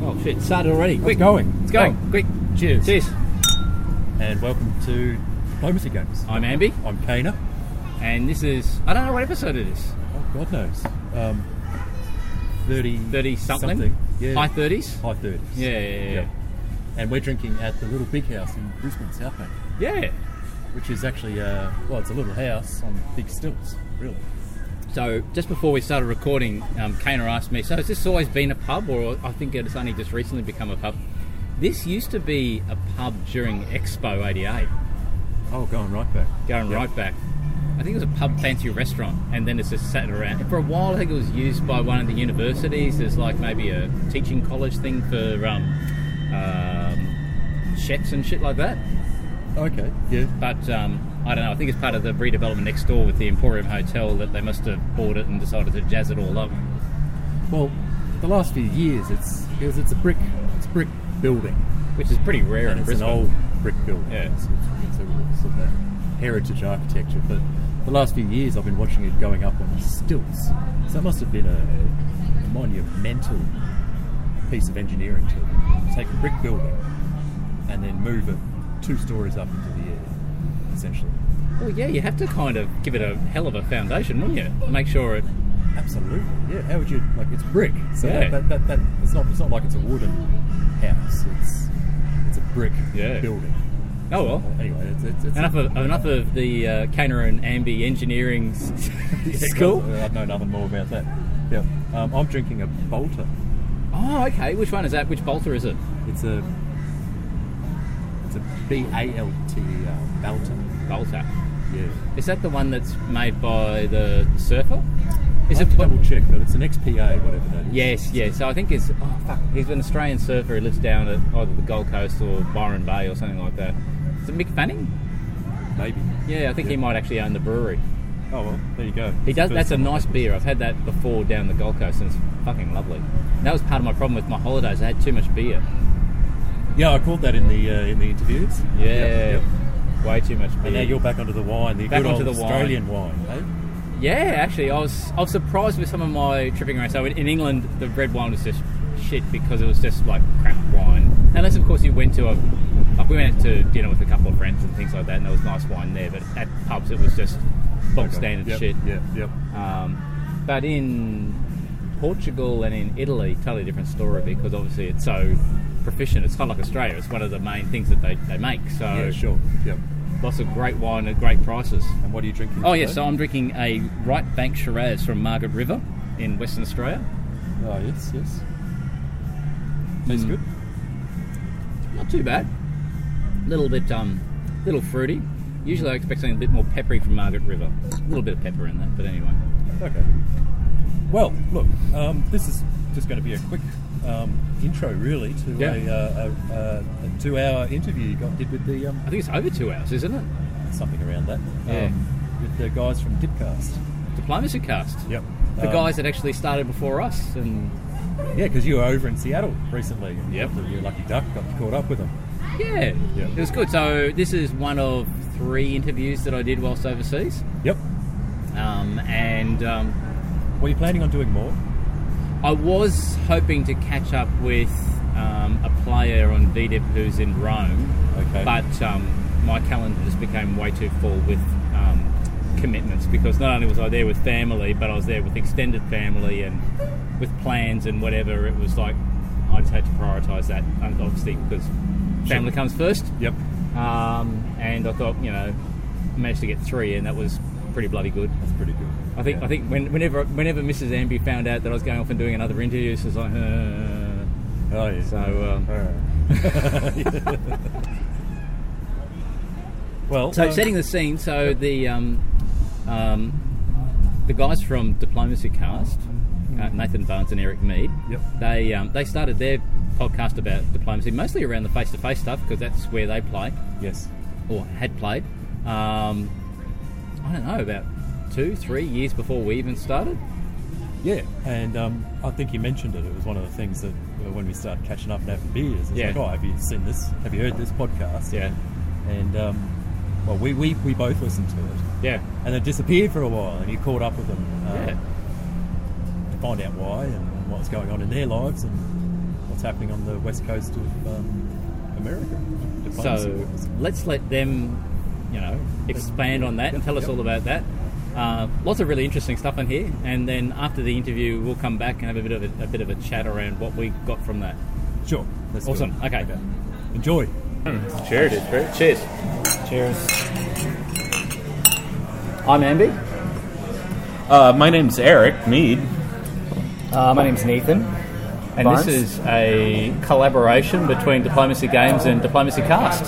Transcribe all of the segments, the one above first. Oh, shit, it started already. It's Quick, going. Oh. it's going. Quick. Cheers. Cheers. And welcome to Diplomacy Games. I'm Ambi, I'm Kana. and this is I don't know what episode it is. Oh, God knows. Um, 30, Thirty something. Yeah. High thirties. High 30s. Yeah, yeah, yeah, yeah. And we're drinking at the Little Big House in Brisbane, Southbank, Yeah. which is actually, uh, well, it's a little house on big stilts, really. So just before we started recording, um, Kana asked me, "So has this always been a pub, or I think it's only just recently become a pub?" This used to be a pub during Expo '88. Oh, going right back. going right back. I think it was a pub fancy restaurant, and then it's just sat around. And for a while, I think it was used by one of the universities as like maybe a teaching college thing for um, um, chefs and shit like that. Okay. Yeah. But um, I don't know. I think it's part of the redevelopment next door with the Emporium Hotel that they must have bought it and decided to jazz it all up. Well, the last few years, it's it's, it's a brick it's a brick building, Which is pretty rare and in it's Brisbane. an old brick building. Yeah. It's, it's, it's a sort of a heritage architecture. But the last few years, I've been watching it going up on stilts. So it must have been a monumental piece of engineering to take a brick building and then move it two stories up into the air, essentially. Well, yeah, you have to kind of give it a hell of a foundation, wouldn't you? Make sure it. Absolutely. Yeah. How would you like? It's brick. So Yeah. that, that, that, it's not. It's not like it's a wooden house. It's it's a brick Yeah. building. Oh well. Anyway, it's, it's, it's Enough of enough of the uh, Kana and Ambi engineering s- school. I know nothing more about that. Yeah. Um, I'm drinking a Bolter. Oh, okay. Which one is that? Which bolter is it? It's a it's a B A L T E R Bolter. Bolter. Yeah. Is that the one that's made by the surfer? Is I have to it? double check, but it's an XPA, whatever that is. Yes, yes. So I think it's. Oh fuck! He's an Australian surfer who lives down at either the Gold Coast or Byron Bay or something like that. Is it Mick Fanning? Maybe. Yeah, I think he Yeah. might actually own the brewery. Oh well, there you go. He It's the does. That's first a time nice I've- beer. I've had that before down the Gold Coast, and it's fucking lovely. And that was part of my problem with my holidays. I had too much beer. Yeah, I called that in the uh, in the interviews. Yeah, Yep, yep. way too much beer. And now you're back onto the wine, the Back good onto old the wine. Australian wine. eh? Yeah, actually, I was I was surprised with some of my tripping around. So in, in England, the red wine was just shit because it was just like crap wine. Unless, of course, you went to a like we went out to dinner with a couple of friends and things like that, and there was nice wine there. But at pubs, it was just bog Okay. standard eh? Yep, shit. Yep, yep. Um, but in Portugal and in Italy, totally different story because obviously it's so proficient. It's kind of like Australia. It's one of the main things that they, they make. So yeah, Uh, sure. Yep. lots of great wine at great prices. And what are you drinking? Oh yes, today? so I'm drinking a Right Bank Shiraz from Margaret River in Western Australia. Oh yes, yes. Tastes Mm. good. Not too bad. Little bit um, little fruity. Usually I expect something a bit more peppery from Margaret River. A little bit of pepper in there, but anyway. Okay. Well, look, um, this is just going to be a quick um, intro, really, to Yeah. a, uh, a, a, a two-hour interview you got did with the um, I think it's over two hours, isn't it? something around that. Yeah. Um, with the guys from Dipcast. Diplomacy cast. Yep. Um, The guys that actually started before us, and Yeah, because you were over in Seattle recently. and Yep. Your lucky duck got caught up with them. yeah, Yeah. it was good. So this is one of three interviews that I did whilst overseas, Yep. um, and um, Were you planning on doing more? I was hoping to catch up with um, a player on VDIP who's in Rome, Okay. but um, my calendar just became way too full with um, commitments because not only was I there with family, but I was there with extended family and with plans and whatever. It was like I just had to prioritise that, and obviously, because family comes first. Yep. Um, and I thought, you know, managed to get three, and that was pretty bloody good. That's pretty good. I think Yeah. I think when, whenever whenever Mrs. Amby found out that I was going off and doing another interview, she was like, uh, Oh yeah. so um, Alright. well, so um, setting the scene. So the um, um, the guys from Diplomacy Cast, uh, Nathan Barnes and Eric Mead, Yep. they um, they started their podcast about diplomacy mostly around the face to face stuff because that's where they play Yes. or had played. Um, I don't know about two three years before we even started. Yeah, and um, I think you mentioned it. It was one of the things that uh, when we started catching up and having beers, it's Yeah. like, oh, have you seen this? Have you heard this podcast? Yeah, And um, well, we, we we both listened to it, yeah, and it disappeared for a while, and you caught up with them uh, yeah. to find out why and, and what's going on in their lives, and what's happening on the west coast of um, America. So let's let them, you know, expand on that and tell us all about that. Uh, lots of really interesting stuff in here, and then after the interview, we'll come back and have a bit of a, a bit of a chat around what we got from that. sure, let's do Awesome. it. Okay. Enjoy. Cheers. Cheers. Cheers. I'm Amby. Uh, my name's Eric Mead. Uh, my name's Nathan. And Barnes? this is a collaboration between Diplomacy Games and Diplomacy Cast.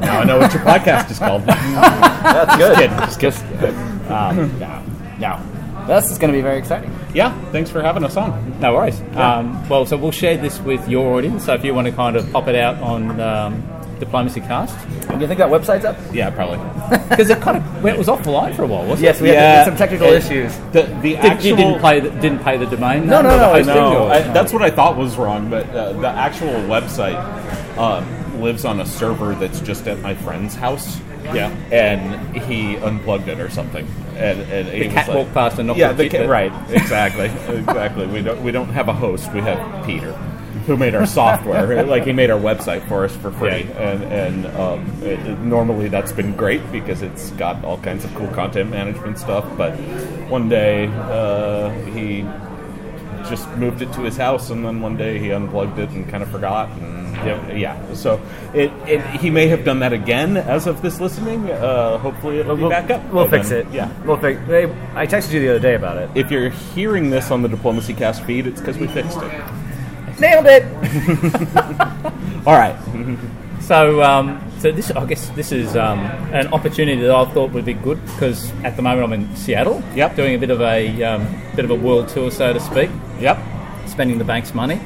Now I know what your podcast is called. That's Kid, good. just kidding. um, no, no. This is going to be very exciting. Yeah, thanks for having us on. No worries. Um, well, so we'll share this with your audience. So if you want to kind of pop it out on um, Diplomacy Cast, Do you think that website's up? Yeah, probably. because it kind of well, it was offline for a while, wasn't Yes, we Yeah. had some technical It- issues. The the it? Did, actual you didn't pay the, didn't pay the domain. No, name no, or the no, I- hosting no, or- I, that's what I thought was wrong. But uh, the actual website um, lives on a server that's just at my friend's house. Yeah, and he unplugged it or something. And, and he the was cat like- walked past and knocked Yeah, the the shit cat, bit. right. Exactly, exactly. We don't we don't have a host. We have Peter, who made our software. like he made our website for us for free, Yeah. and and um, it, it- normally that's been great because it's got all kinds of cool content management stuff. But one day uh, he just moved it to his house, and then one day he unplugged it and kind of forgot. And yeah. So it, it he may have done that again as of this listening. Uh, hopefully it'll be back up. We'll by fix then. it. Yeah We'll fix. Hey, I texted you the other day about it. if you're hearing this on the Diplomacy Cast feed, it's because we fixed it. Nailed it. All right. So, um, so this, I guess, this is um, an opportunity that I thought would be good because at the moment I'm in Seattle, Yep. doing a bit of a um, bit of a world tour, so to speak, Yep. spending the bank's money,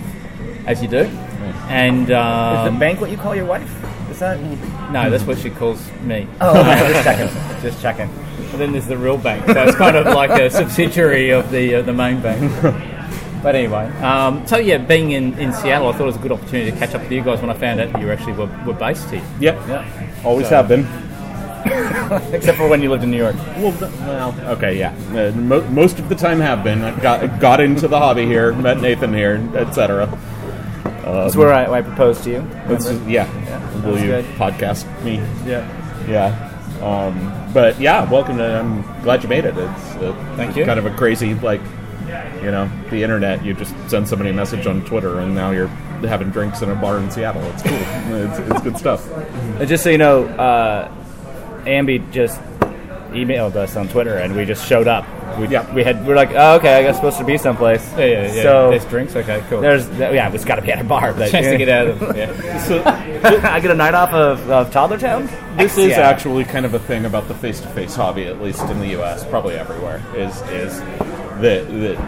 as you do. Hmm. And Is the um, bank what you call your wife? Is that? no, that's what she calls me. Oh, okay, just checking. Just checking. And then there's the real bank, so it's kind of like a subsidiary of the uh, the main bank. But anyway, um, so yeah, being in, in Seattle, I thought it was a good opportunity to catch up with you guys when I found out that you actually were, were based here. Yep. Always So- have been. Except for when you lived in New York. Well, th- well, okay, yeah. Uh, mo- most of the time have been. I got got into the hobby here, met Nathan here, etc. That's where I, I proposed to you. It's just- yeah. Will that's you good. podcast me? Yeah. Yeah. Um, but yeah, welcome. To, I'm glad you made it. It's uh, Thank you. Kind of a crazy like. You know, the internet, you just send somebody a message on Twitter and now you're having drinks in a bar in Seattle. It's cool. it's, it's good stuff. Uh, Just so you know, uh, Ambi just emailed us on Twitter, and we just showed up. We, Yeah. we had we are like, oh, okay, I guess supposed to be someplace. Yeah, yeah, yeah. So there's drinks. Okay, cool. there's, yeah, it's got to be at a bar. But, chance to get out of them. Yeah. I get a night off of, of Toddler Town. This is Yeah. actually kind of a thing about the face-to-face hobby, at least in the U.S., probably everywhere. Is is that that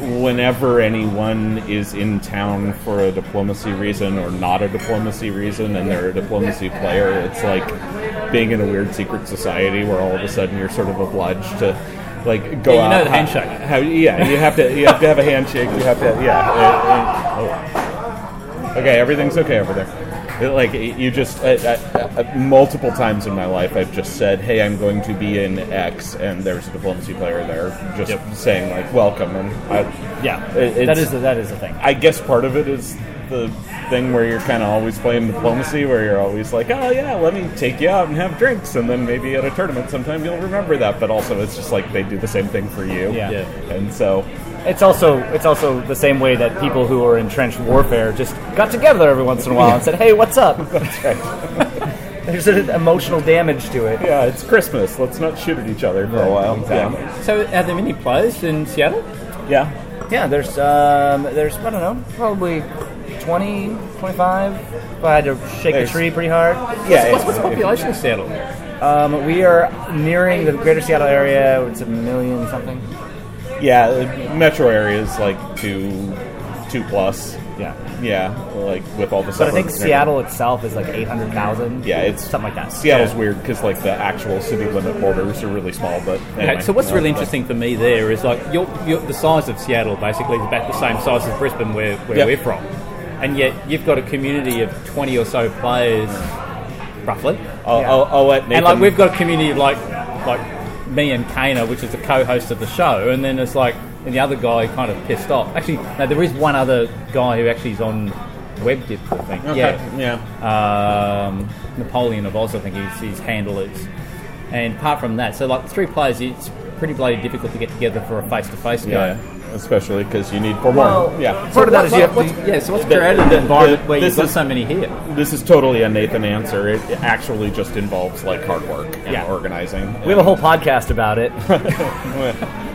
whenever anyone is in town for a diplomacy reason or not a diplomacy reason, and they're a diplomacy player, it's like being in a weird secret society where all of a sudden you're sort of obliged to like go Yeah, you know out the ha- handshake. how- yeah, you have to you have to have a handshake. You have to yeah. uh, uh, oh. Okay, everything's okay over there. It, like it- you just I, I, I, multiple times in my life, I've just said, "Hey, I'm going to be in X," and there's a diplomacy player there, just saying like, "Welcome." And I, yeah, It- it's- that is the, that is the thing. I guess part of it is the thing where you're kind of always playing diplomacy, where you're always like, "Oh yeah, let me take you out and have drinks," and then maybe at a tournament sometime you'll remember that. But also, it's just like they do the same thing for you. Yeah. Yeah. And so, It's also it's also the same way that people who are in trench warfare just got together every once in a while and said, "Hey, what's up?" There's an emotional damage to it. yeah, it's Christmas. Let's not shoot at each other for a while. Yeah. So, are there many players in Seattle? yeah. Yeah, there's um, there's I don't know, probably 20, 25. If I had to shake There's- the tree pretty hard. Yeah, What's, what's the it's- population of Seattle? Um, we are nearing the Greater Seattle area. It's a million something. yeah, uh, metro area is like two, two plus. Yeah. Yeah, like with all the. But I think suburbs and Seattle itself is like eight hundred thousand. everything. Yeah, it's something like that. Seattle's weird because like the actual city limit borders are really small, but Okay, anyway, so what's uh, really but- interesting for me there is like you're, you're, the size of Seattle basically is about the same size as Brisbane where, where Yep. we're from, and yet you've got a community of twenty or so players, roughly, I'll, I'll, I'll let and Nathan. like we've got a community of like like me and Kana, which is the co-host of the show, and then it's like and the other guy kind of pissed off. Actually, no, there is one other guy who actually is on WebDip, I think. Yeah. yeah. Um, Napoleon of Oz, I think his, his handle is. And apart from that, so like three players, it's pretty bloody difficult to get together for a face to face game. Yeah. Especially because you need four Well, more. Yeah. part of that is you have What's, to. yeah, so what's The- created an environment the- where you've this got is- so many here? This is totally a Nathan answer. It it actually just involves like hard work and Yeah. organizing. We have a whole podcast about it.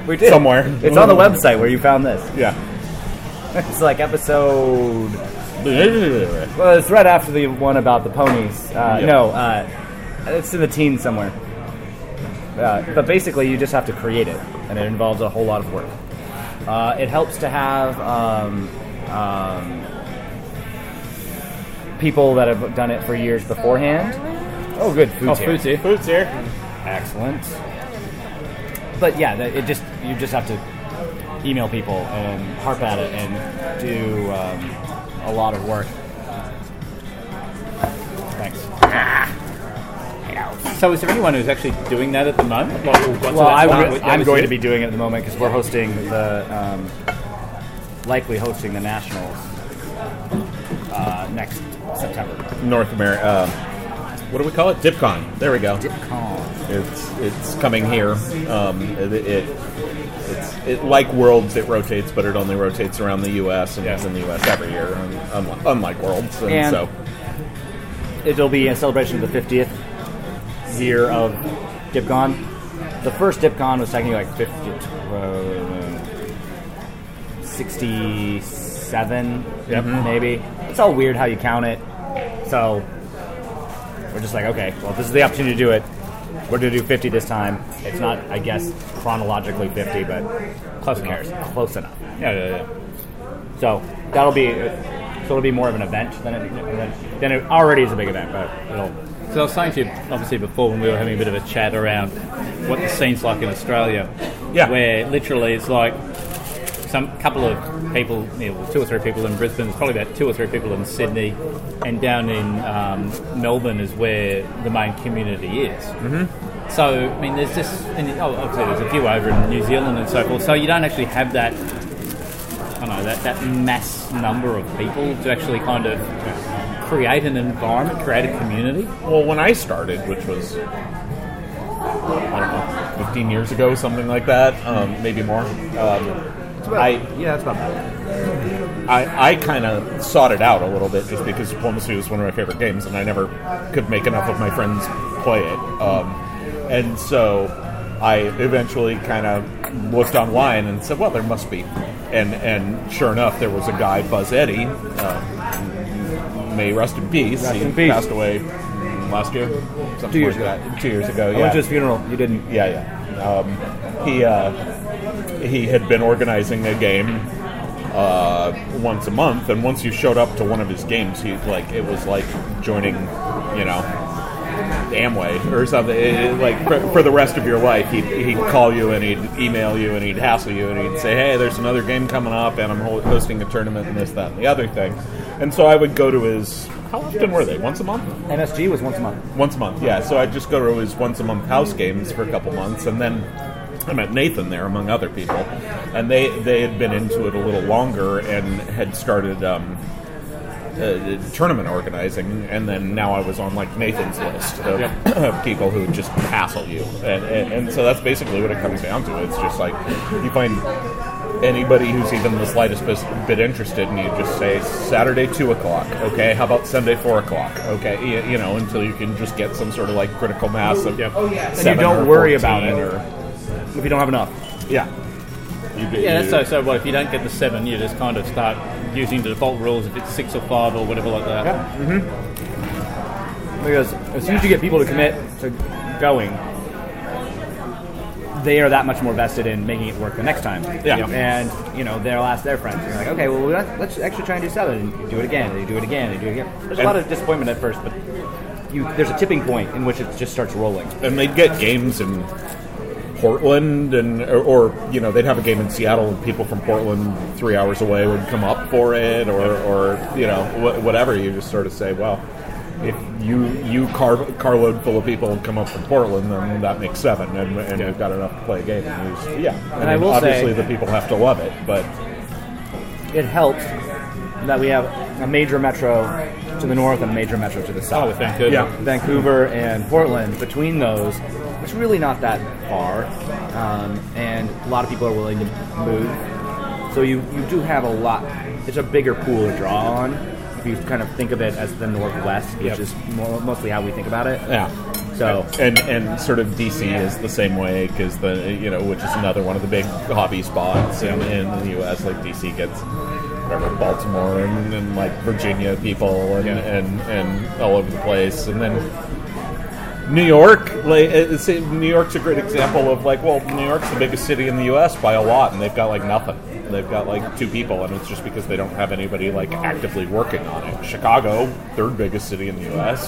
we did Somewhere. It's on the website where you found this. yeah. It's like episode. Well, it's right after the one about the ponies. Uh, Yeah. No, uh, it's in the teens somewhere. Uh, but basically, you just have to create it, and it involves a whole lot of work. Uh, it helps to have um, um, people that have done it for years beforehand. Oh, good, food Oh, food's here. Food's here. Excellent. But yeah, that- it just you just have to email people and harp at it and do um, a lot of work. Thanks. So is there anyone who's actually doing that at the moment? Like, what's Well, that I, start am with? That was going it? to be doing it at the moment because we're hosting the um, likely hosting the nationals uh, next September. North America. Uh, what do we call it? DipCon. There we go. Oh. It's it's coming here. Um, it, it it's it like Worlds. It rotates, but it only rotates around the U.S. and it's in the U.S. every year. un- Unlike, unlike Worlds, and, And- so It'll be a celebration of the 50th year of DipCon. The first DipCon was technically like 50, uh, 67, maybe. It's all weird how you count it. So we're just like, okay, well, this is the opportunity to do it. We're going to do 50 this time. It's not, I guess, chronologically 50, but close enough. Close enough. Yeah, yeah, yeah. So that'll be so it'll be more of an event than it, than- than it already is a big event, but it'll So I was saying to you, obviously, before when we were having a bit of a chat around what the scene's like in Australia, Yeah. where literally it's like some couple of people, you know, two or three people in Brisbane, there's probably about two or three people in Sydney, and down in um, Melbourne is where the main community is. Mm-hmm. So I mean, there's just and oh, obviously there's a few over in New Zealand and so forth. So you don't actually have that. I don't know that, that mass number of people to actually kind of create an environment, create a community. well, when I started, which was I don't know, 15 years ago, something like that, um, maybe more. Um, I yeah, that's about that. I, I kind of sought it out a little bit just because diplomacy was one of my favorite games, and I never could make enough of my friends play it. Um, and so I eventually kind of looked online and said, "Well, there must be." And and sure enough, there was a guy, Buzz Eddy, um, may rest in peace. he in peace. passed away last year, something Two years like That. Two years ago, I yeah went to his funeral. You didn't. yeah, yeah. Um, he uh, he had been organizing a game uh, once a month, and once you showed up to one of his games, he like it was like joining, you know, Amway or something. It- it- like for, for the rest of your life, he'd, he'd call you and he'd email you and he'd hassle you and he'd say, "Hey, there's another game coming up, and I'm hol- hosting a tournament and this, that, and the other thing." And so I would go to his. How often were they? Once a month. MSG was once a month. Once a month, yeah. So I just go to his once a month house games for a couple months, and then I met Nathan there among other people, and they they had been into it a little longer and had started um, uh, tournament organizing, and then now I was on like Nathan's list of, of people who just hassle you, and, and and so that's basically what it comes down to. It's just like you find anybody who's even the slightest bis- bit interested, and you just say Saturday two o'clock, okay? How about Sunday four o'clock, okay? You, you know, until you can just get some sort of like critical mass of Oh, And you seven don't or worry about 14 it or if you don't have enough. yeah. You, do- Yeah, that's you- so. So, what if you don't get the seven, you just kind of start using the default rules if it's six or five or whatever like that. mm-hmm. Because as soon as you get people to commit to going, they are that much more vested in making it work the next time. Yeah. And you know they'll ask their friends. And you're like, okay, well let- let's actually try and do seven. And you do it again. And you do it again. And you do it again. There's a And- lot of disappointment at first, but you, there's a tipping point in which it just starts rolling. and they'd get games in Portland, and or, or you know they'd have a game in Seattle, and people from Portland, three hours away, would come up for it, or or you know wh- whatever. You just sort of say, well, if you you car carload full of people come up from Portland, then that makes seven, and, and Yeah. we've got enough to play a game. And you just- yeah, And I will say- obviously the people have to love it, but It helps that we have a major metro to the north and a major metro to the Oh, south. thank goodness. Yeah. Vancouver and Portland, between those, it's really not that far, um, and a lot of people are willing to move. So you, you do have a lot. It's a bigger pool to draw on. If you kind of think of it as the Northwest, which Yep. is more, mostly how we think about it. yeah. So and and sort of DC is the same way because the you know which is another one of the big hobby spots in, in the U.S. Like DC gets whatever Baltimore and, and like Virginia people and, Yeah. and and all over the place, and then New York, like it's, New York's a great example of like well New York's the biggest city in the U.S. by a lot, and they've got like nothing. They've got like two people, and it's just because they don't have anybody like actively working on it. Chicago, third biggest city in the U.S.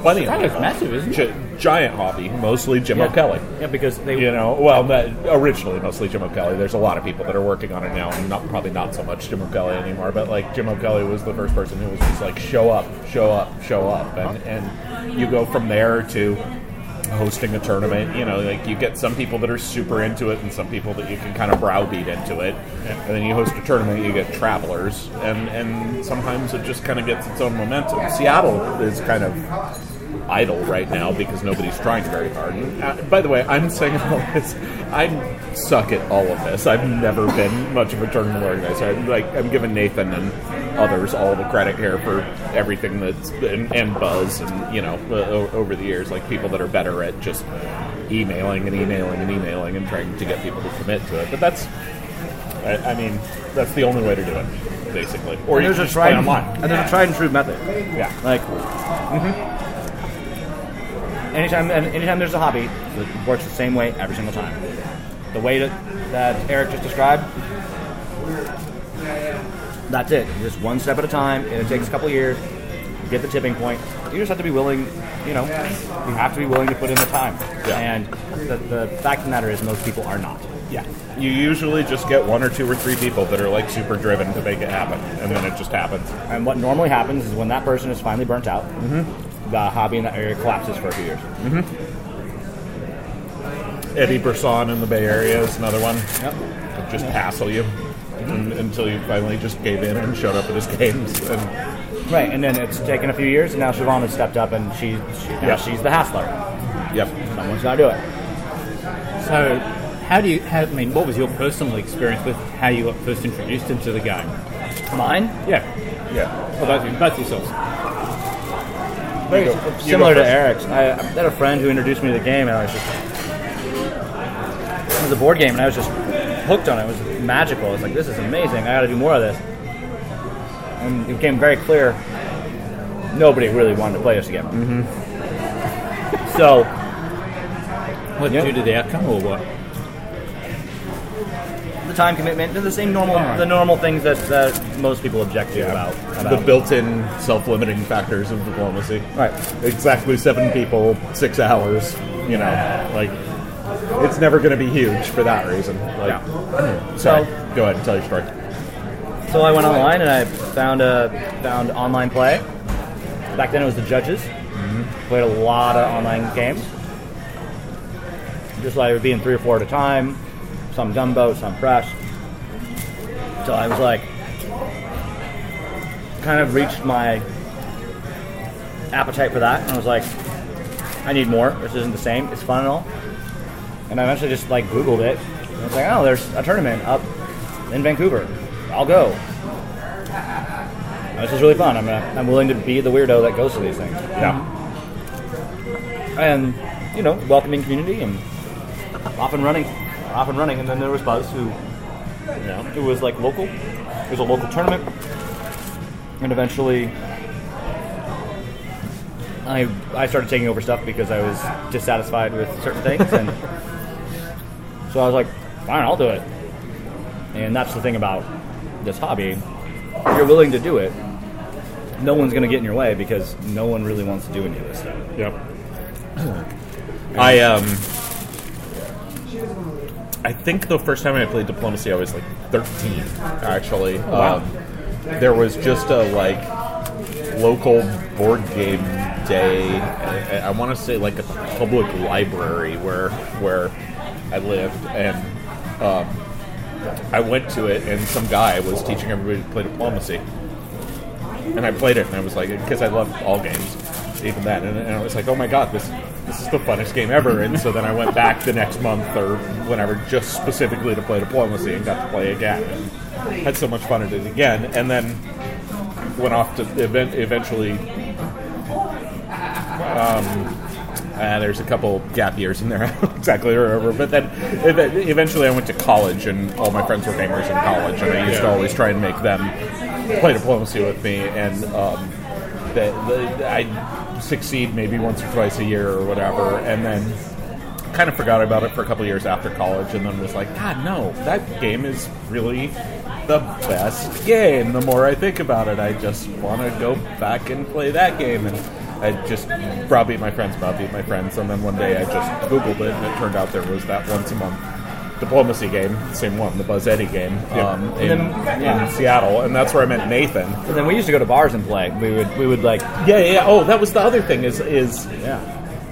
Plenty of Chicago's people massive, isn't it? gi- giant hobby, mostly Jim yeah. O'Kelly. Yeah, because they You know, well, that, originally mostly Jim O'Kelly. There's a lot of people that are working on it now, and not probably not so much Jim O'Kelly anymore. But like Jim O'Kelly was the first person who was just like, show up, show up, show up, and and you go from there to hosting a tournament. You know, like you get some people that are super into it, and some people that you can kind of browbeat into it, and then you host a tournament, you get travelers, and and sometimes it just kind of gets its own momentum. Seattle is kind of idle right now because nobody's trying very hard. And, uh, by the way, I'm saying all this. I suck at all of this. I've never been much of a tournament organizer. I'm, like I'm giving Nathan and others all the credit here for everything that's and, and Buzz and you know uh, o- over the years, like people that are better at just emailing and emailing and emailing and trying to get people to commit to it. But that's, I, I mean, that's the only way to do it, basically. Or and you there's can a just play tried online. and there's a tried and true method. Yeah. Like, anytime, and anytime there's a hobby, it works the same way every single time. The way that, that Eric just described, that's it. Just one step at a time, and it takes a couple years. You get the tipping point. You just have to be willing. You know, you have to be willing to put in the time. Yeah. And the, the fact of the matter is, most people are not. Yeah. You usually just get one or two or three people that are like super driven to make it happen, and then it just happens. And what normally happens is when that person is finally burnt out, the hobby in that area collapses for a few years. Eddie Brisson in the Bay Area is another one. Yep. They'll Just hassle you un- until you finally just gave in and showed up at his games. And Right, and then it's taken a few years, and now Siobhan has stepped up, and she, she now Yeah. she's the hassler. yep. Someone's got to do it. So, how do you? How, I mean, what was your personal experience with how you got first introduced into the game? Mine, Yeah, Yeah. well, both, both yourselves. very go- you similar go to first. Eric's. I, I had a friend who introduced me to the game, and I was just it was a board game, and I was just hooked on it. It was magical. I was like, this is amazing. I got to do more of this. And it became very clear nobody really wanted to play this again. Mm-hmm. So What Yep. due to the outcome or what? the time commitment, they're the same normal, the normal things that, that most people object to about, about The built in self limiting factors of diplomacy. right. Exactly seven people, six hours, you know. Like, it's never going to be huge for that reason. Like, Sorry. Go ahead and tell your story. So I went online and I found a found online play. Back then it was the judges. Played a lot of online games. Just like it would be in three or four at a time. Some jumbo, some fresh. So I was like, kind of reached my appetite for that, and I was like, I need more. This isn't the same. It's fun and all. And I eventually just like Googled it. And I was like, oh, there's a tournament up in Vancouver. I'll go. And this is really fun. I'm, gonna, I'm willing to be the weirdo that goes to these things. Yeah. And, you know, welcoming community and off and running. Off and running. And then there was Buzz who, you know, who was like local. It was a local tournament. And eventually I, I started taking over stuff because I was dissatisfied with certain things. And so I was like, fine, I'll do it. And that's the thing about this hobby. If you're willing to do it, no one's going to get in your way because no one really wants to do any of this stuff. Yep. I um I think the first time I played diplomacy I was like 13 actually. Um there was just a like local board game day. I, I want to say like a public library where where I lived, and um, I went to it, and some guy was teaching everybody to play diplomacy, and I played it, and I was like, because I love all games, even that, and, and I was like, oh my god, this. This is the funnest game ever, and so then I went back the next month or whenever, just specifically to play diplomacy, and got to play again. And had so much fun at it again, and then went off to event, eventually. Um, uh, there's a couple gap years in there. I don't exactly remember, but then ev- eventually I went to college, and all my friends were gamers in college, and I used to always try and make them play diplomacy with me, and um, that the, I succeed maybe once or twice a year or whatever, and then kind of forgot about it for a couple years after college and then was like, God, no, that game is really the best game. The more I think about it, I just want to go back and play that game. And I just browbeat my friends, browbeat my friends. And then one day I just Googled it and it turned out there was that once a month diplomacy game, same one, the Buzz Eddie game um, in, then- yeah. in Seattle. And that's where I met Nathan. And then we used to go to bars and play. We would we would like Yeah, yeah. yeah. Oh, that was the other thing is is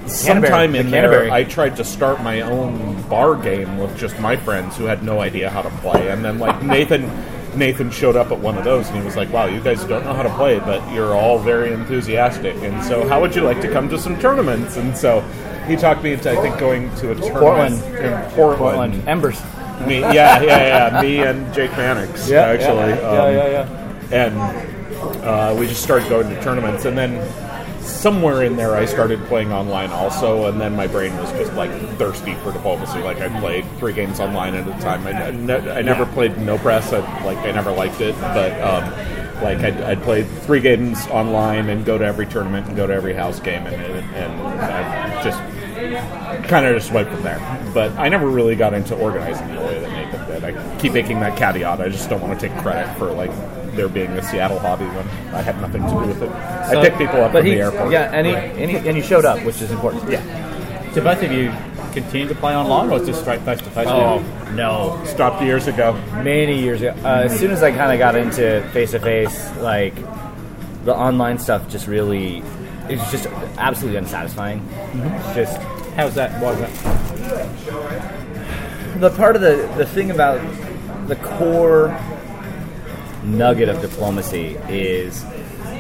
sometime Canterbury, in the there Canterbury. I tried to start my own bar game with just my friends who had no idea how to play, and then like Nathan. Nathan showed up at one of those and he was like, "Wow, you guys don't know how to play, but you're all very enthusiastic. And so, how would you like to come to some tournaments?" And so, he talked me into I think going to a tournament Portland. in Portland. Portland embers. Me, yeah, yeah, yeah. Me and Jake Mannix, Yeah, actually. Um, yeah, yeah, yeah, yeah. And uh, we just started going to tournaments, and then somewhere in there, I started playing online also, and then my brain was just like thirsty for diplomacy. Like I played three games online at a time. I, I ne- I never played no press. I like I never liked it, but. Um, like I'd, I'd play three games online and go to every tournament and go to every house game and, and, and I just kind of just went from there. But I never really got into organizing the way that Nathan did. I keep making that caveat. I just don't want to take credit for like there being a Seattle hobby when I had nothing to do with it. I picked people up but from he, the airport. Yeah, and he, and he and he showed up, which is important. yeah. Do both of you continue to play oh, online, or is it just straight face to face? Oh no! Stopped years ago. Many years ago, uh, as soon as I kind of got into face to face, like the online stuff, just really, it was just absolutely unsatisfying. It's Just Mm-hmm. How's that? Why is that? the part of the the thing about the core nugget of diplomacy is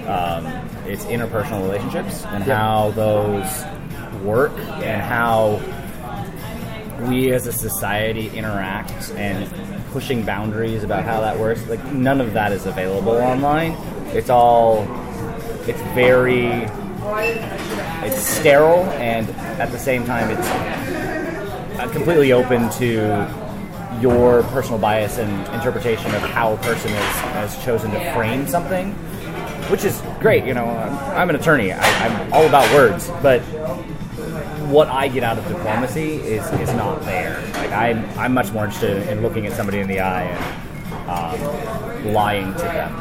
um, it's interpersonal relationships and how those work and how we as a society interact and pushing boundaries about how that works like none of that is available online it's all it's very it's sterile and at the same time it's uh, completely open to your personal bias and interpretation of how a person is, has chosen to frame something, which is great. You know, I'm, I'm an attorney. I, I'm all about words, but what I get out of diplomacy is, is not there. Like I'm, I'm much more interested in looking at somebody in the eye and um, lying to them.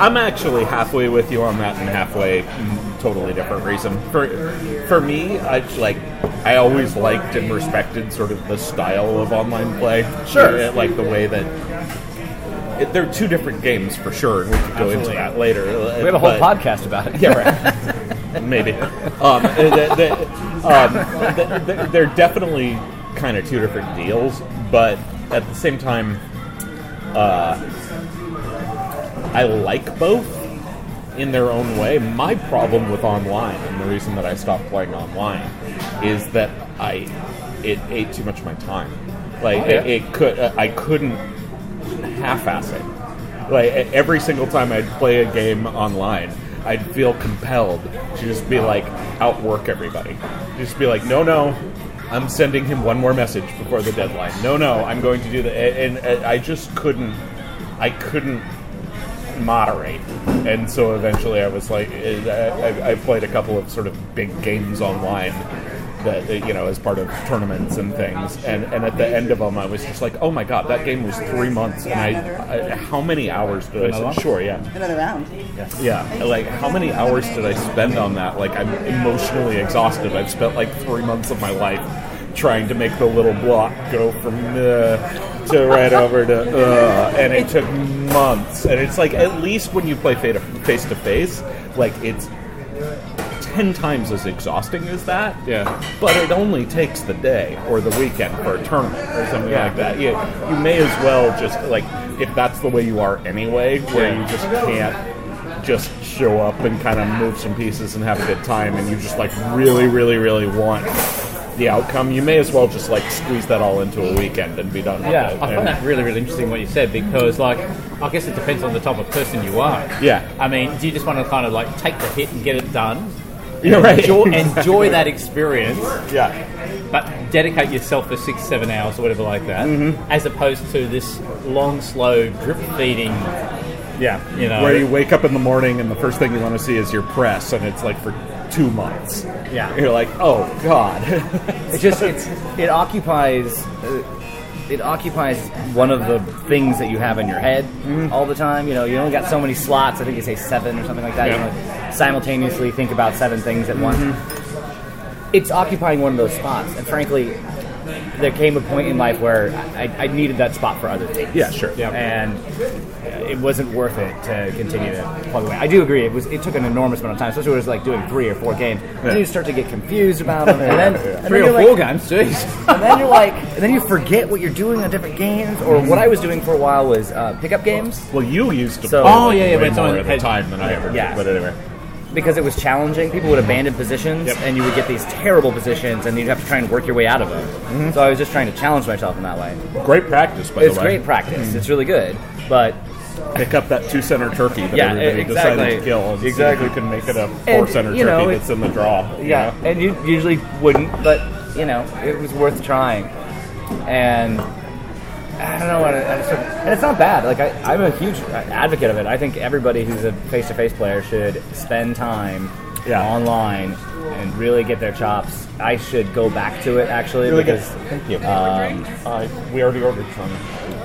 I'm actually halfway with you on that, and halfway mm, totally different reason. For for me, I like I always liked and respected sort of the style of online play. Sure. Yeah, like the way that it, they're two different games for sure, and we could go into Absolutely. that later. We have a whole podcast about it. Yeah, right. Maybe. Um, the, the, um, the, the, they're definitely kind of two different deals, but at the same time, uh, I like both in their own way. My problem with online, and the reason that I stopped playing online, is that I it ate too much of my time. Like Oh, yeah. it, it could, uh, I couldn't half-ass it. Like e- every single time I'd play a game online, I'd feel compelled to just be like outwork everybody. Just be like, no, no, I'm sending him one more message before the deadline. No, no, I'm going to do that. And, and I just couldn't. I couldn't moderate. And so eventually I was like, I, I- I played a couple of sort of big games online that, eh, you know, as part of tournaments and things. And, and at the end of them, I was just like, oh my god, that game was three months. And I, I how many hours did I spend? Sure, yeah. Another round. Yeah. Like, how many hours did I spend on that? Like, I'm emotionally exhausted. I've spent like three months of my life trying to make the little block go from uh, to right over to uh, and it took months. And it's like, at least when you play face to face, like, it's ten times as exhausting as that. Yeah. But it only takes the day or the weekend for a tournament or something like that. You, you may as well just like if that's the way you are anyway, where Yeah. you just can't just show up and kind of move some pieces and have a good time, and you just like really, really, really want the outcome. You may as well just like squeeze that all into a weekend and be done. with Yeah, it. I And- find that really, really interesting what you said because, like, I guess it depends on the type of person you are. Yeah. I mean, do you just want to kind of like take the hit and get it done? You're right. Enjoy, enjoy that experience, Yeah, but dedicate yourself for six, seven hours or whatever like that, Mm-hmm. as opposed to this long, slow drip feeding. yeah. You know- where you wake up in the morning and the first thing you want to see is your press, and it's like for two months. Yeah. you're like, oh god. It just it's, it occupies uh, it occupies one of the things that you have in your head Mm-hmm. all the time. You know, you only got so many slots. I think you say seven or something like that. You Yeah. know, simultaneously think about seven things at once. Mm-hmm. It's occupying one of those spots, and frankly, there came a point in life where I, I needed that spot for other things. Yeah, sure. Yeah. and it wasn't worth it to continue to plug away. I do agree. It was. It took an enormous amount of time, especially when it was like doing three or four games. Yeah. Then you start to get confused about them, and then and then Three you're or like- four games, jeez. and then you're like, and then you forget what you're doing on different games. Or what I was doing for a while was uh, pickup games Well, you used to. So- play, Oh, like, yeah, yeah, way but it's more on- at a time than I ever Yeah. did. But anyway, because it was challenging. People would abandon positions, Yep. and you would get these terrible positions, and you'd have to try and work your way out of them. Mm-hmm. So I was just trying to challenge myself in that way. great practice by It's the way. great practice. It's really good, but Pick up that two center turkey that Yeah, everybody e- exactly. decided to kill. And see if Exactly. you can make it a four And, center you know, turkey it- that's in the draw. you Yeah, know? and you usually wouldn't, but you know, it was worth trying. And I don't know what, I, I just, and it's not bad. Like I, I'm a huge advocate of it. I think everybody who's a face-to-face player should spend time Yeah. online and really get their chops. I should go back to it actually Really good. because Thank you. Um, uh, we already ordered some,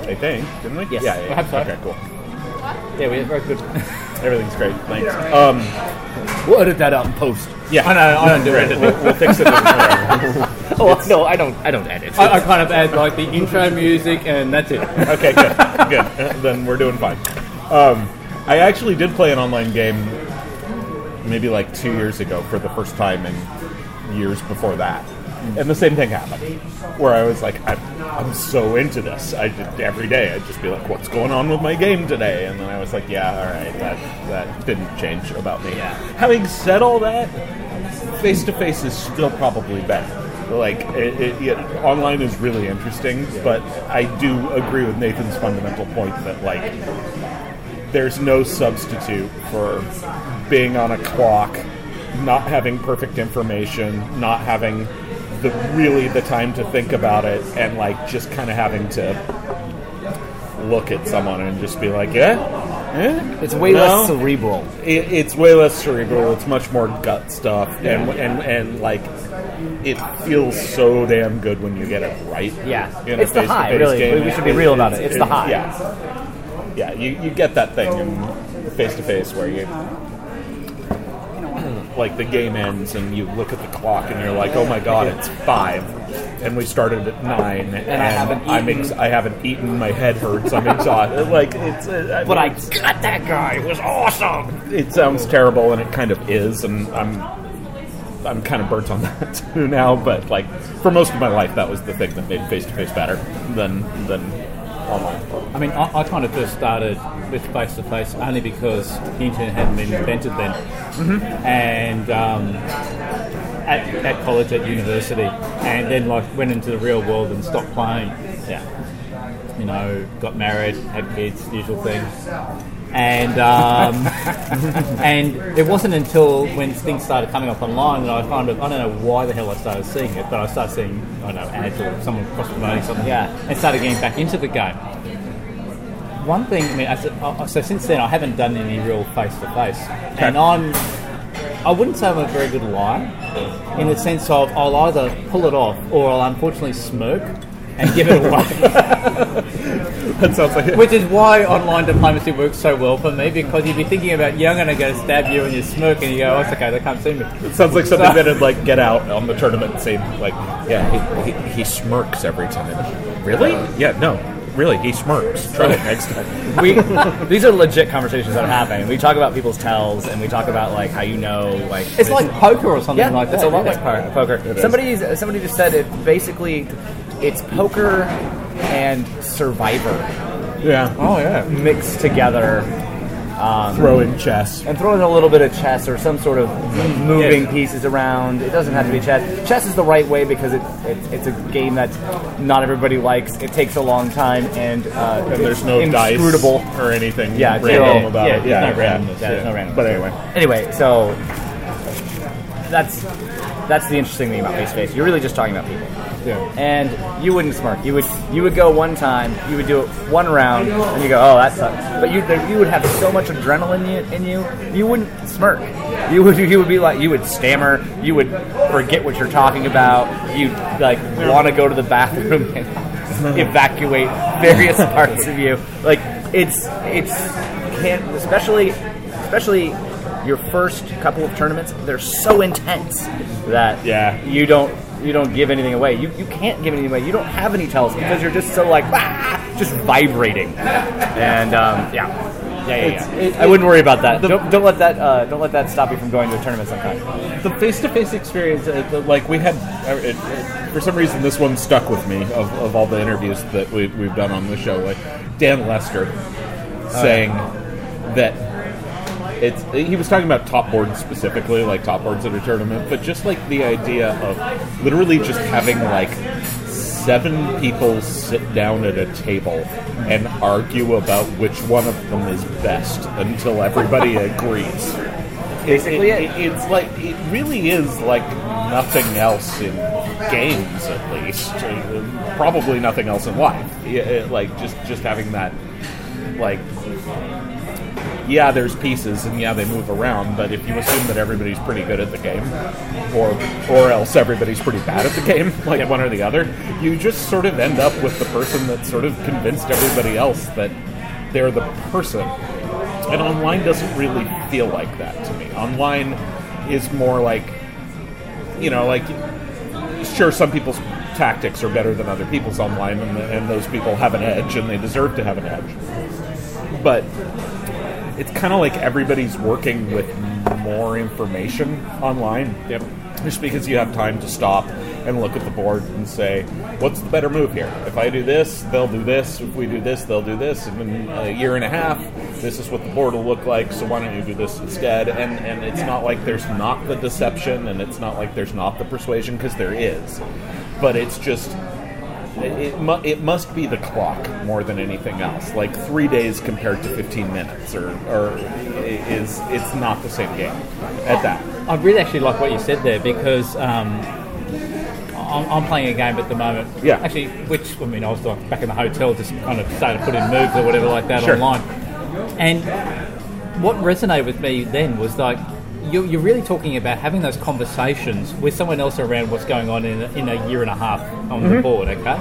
I think, didn't we? Yes. Yeah, yeah, yeah. Perhaps so. Okay, cool. Yeah, we very good. Everything's great. Thanks. Um, We'll edit that out and post. yeah. I know, I don't do Great. it. We'll, we'll fix it. oh no, I don't, I don't edit. I, I kind of add like the intro music and that's it. okay, good. Good. Then we're doing fine. Um, I actually did play an online game maybe like two years ago for the first time in years before that. And the same thing happened, where I was like, I'm, I'm so into this. I did every day. I'd just be like, what's going on with my game today? And then I was like, yeah, all right, that that didn't change about me. Having said all that, face to face is still probably better. Like, it, it, it, online is really interesting, but I do agree with Nathan's fundamental point that like there's no substitute for being on a clock, not having perfect information, not having the really the time to think about it, and like just kind of having to look at someone and just be like, "Eh, yeah, yeah. It's way No. less cerebral. It, it's way less cerebral. It's much more gut stuff, and and and like it feels so damn good when you get it right. Yeah. In a It's the face-to-face high, really. game. We- we should be real about it. It's the high. Yeah, yeah. You, you get that thing in face to face where you like the game ends and you look at the clock and you're like, oh my god, it's five. And we started at nine, and, I haven't I'm eaten. ex- I haven't eaten. My head hurts. I'm exhausted. Like it's, uh, But I mean, it's- got that guy. It was awesome. it sounds terrible and it kind of is and i'm i'm kind of burnt on that too now but like for most of my life that was the thing that made face-to-face better than than online I mean, I, I kind of first started with face to face only because the internet hadn't been invented then. And um, at, at college, at university, and then like went into the real world and stopped playing. Yeah, you know, got married, had kids, usual thing. And um, and it wasn't until when things started coming up online that I kind of I don't know why the hell I started seeing it, but I started seeing I don't know ads or someone cross promoting something, Yeah. and started getting back into the game. One thing, I mean, as a, uh, so since then I haven't done any real face to face, and I'm, I wouldn't say I'm a very good liar, in the sense of I'll either pull it off or I'll unfortunately smirk and give it away, that sounds like which is why online diplomacy works so well for me because you'd be thinking about, yeah, I'm going to go stab you and you smirk and you go, oh, it's okay, they can't see me. it sounds like something that'd like get out on the tournament and say like yeah he, he, he smirks every time really yeah no really, he smirks. Try it next time. we these are legit conversations that are happening. We talk about people's tells, and we talk about like how you know like It's like poker or something yeah, like that. it's a lot yeah. like par- poker. Somebody somebody just said it basically it's poker and survivor Yeah. Oh yeah. mixed together Throw in chess. and throw in a little bit of chess or some sort of moving pieces around. It doesn't have to be chess. Chess is the right way because it, it it's a game that not everybody likes. It takes a long time and, uh, And there's no inscrutable. dice or anything Yeah, it's random no- about yeah, it. it's not randomness, yeah, it's not randomness. But anyway, Anyway, so that's that's the interesting thing about face to face. You're really just talking about people. yeah. And you wouldn't smirk. You would you would go one time. You would do it one round, and you go, "Oh, that sucks." But you there- you would have so much adrenaline in you- in you. You wouldn't smirk. You would you would be like you would stammer. You would forget what you're talking about. You would like want to go to the bathroom and evacuate various parts of you. Like it's it's can especially especially your first couple of tournaments. They're so intense that Yeah. you don't you don't give anything away. You, you can't give anything away. You don't have any tells because you're just so like "Ah," just vibrating. And um, yeah. Yeah, yeah, yeah. It's- it- I wouldn't worry about that. the- don't, don't let that uh, don't let that stop you from going to a tournament sometime. The face-to-face experience, uh, the- like we had, uh, it, it, for some reason, this one stuck with me of, of all the interviews that we, we've done on the show. Like Dan Lester saying that it's he was talking about top boards specifically, like top boards at a tournament, but just like the idea of literally just having like seven people sit down at a table and argue about which one of them is best until everybody agrees. Basically It- it. it- it's like it really is like nothing else in games, at least. Uh, Probably nothing else in life. Yeah, it- like just just having that, like, yeah, there's pieces and yeah, they move around. But if you assume that everybody's pretty good at the game, or or else everybody's pretty bad at the game, like one or the other, you just sort of end up with the person that sort of convinced everybody else that they're the person and online doesn't really feel like that to me. Online is more like, you know, like, sure, some people's tactics are better than other people's online, and, and those people have an edge, and they deserve to have an edge. But it's kind of like everybody's working with more information online. Yep. Just because you have time to stop and look at the board and say, what's the better move here? If I do this, they'll do this. If we do this, they'll do this. And in a year and a half, this is what the board will look like, so why don't you do this instead? And, and it's not like there's not the deception and it's not like there's not the persuasion, because there is. But it's just it, mu- it must be the clock more than anything else. Like three days compared to 15 minutes, or, or i- is it's not the same game at that. I really actually like what you said there because um, I'm, I'm playing a game at the moment. Yeah. Actually, which I mean, I was like back in the hotel, just kind of started putting moves or whatever like that Sure. online. And what resonated with me then was like. you- You're really talking about having those conversations with someone else around what's going on in a, in a year and a half on Mm-hmm. the board, okay?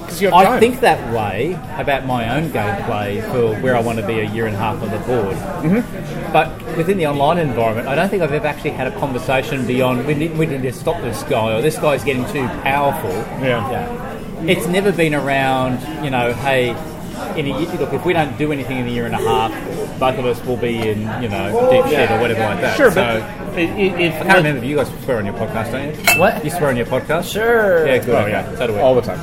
Because you have I think that way about my own gameplay for where I want to be a year and a half on the board. Mm-hmm. But within the online environment, I don't think I've ever actually had a conversation beyond we need, we need to stop this guy or this guy's getting too powerful. Yeah. It's never been around, you know, hey, in a, ye- look, if we don't do anything in a year and a half, both of us will be in, you know, deep shit or whatever like that. Sure, so, but it, it, it, I can't remember, you guys swear on your podcast, don't you? What? You swear on your podcast? Sure. Yeah, good. Oh, okay. yeah, So do we. all the time.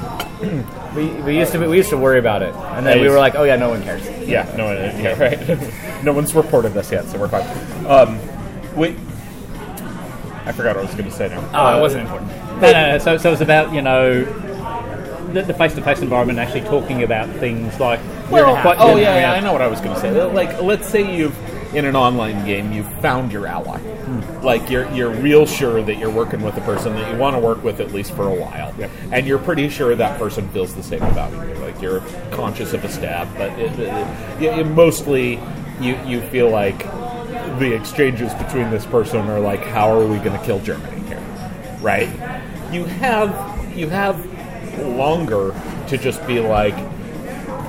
We, we used to we used to worry about it, and then I we used- were like, oh yeah, no one cares. Yeah, no, it- yeah, right. no one's reported this yet, so we're fine. Um, wait, I forgot what I was going to say now. Uh, Oh, it wasn't important. No, no, no. So, so it's about you know the, the face-to-face environment, actually talking about things like we're Well, not quite- oh yeah, yeah, I know what I was going to say. Like, let's say you've in an online game, you've found your ally. Like, you're you're real sure that you're working with a person that you want to work with at least for a while, and you're pretty sure that person feels the same about you. Like, you're conscious of a stab, but it, it, it, you- you mostly you you feel like the exchanges between this person are like, how are we going to kill Germany here, right? You have you have longer to just be like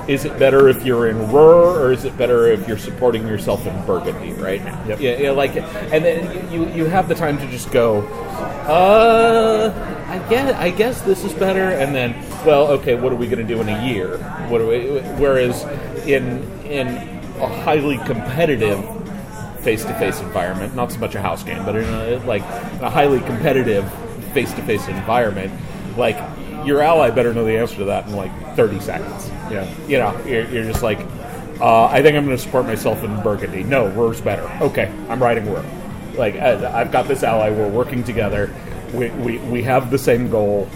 is it better if you're in Ruhr or is it better if you're supporting yourself in Burgundy right now? Yep. Yeah, yeah, like, and then you you have the time to just go. Uh, I guess I guess this is better. And then, well, okay, what are we going to do in a year? What are we? Whereas in in a highly competitive face-to-face environment, not so much a house game, but in a, like a highly competitive face-to-face environment, like your ally better know the answer to that in like 30 seconds Yeah. you know, you're, you're just like, uh, I think I'm going to support myself in Burgundy. No, Ruhr's better. Okay, I'm riding Ruhr. Like, I, I've got this ally. We're working together. We, we, we have the same goal.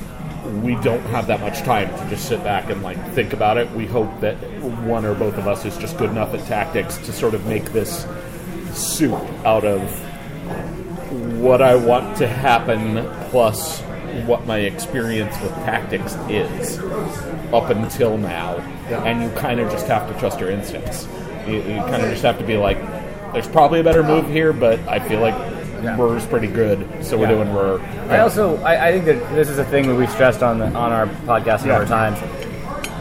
We don't have that much time to just sit back and like think about it. We hope that one or both of us is just good enough at tactics to sort of make this soup out of what I want to happen plus what my experience with tactics is up until now. And you kind of just have to trust your instincts. You, you kind of just have to be like, there's probably a better move here, but I feel like Yeah. Rur's pretty good, so we're Yeah. doing Rur. I also I, I think that this is a thing that we've stressed on the, on our podcast a number of times,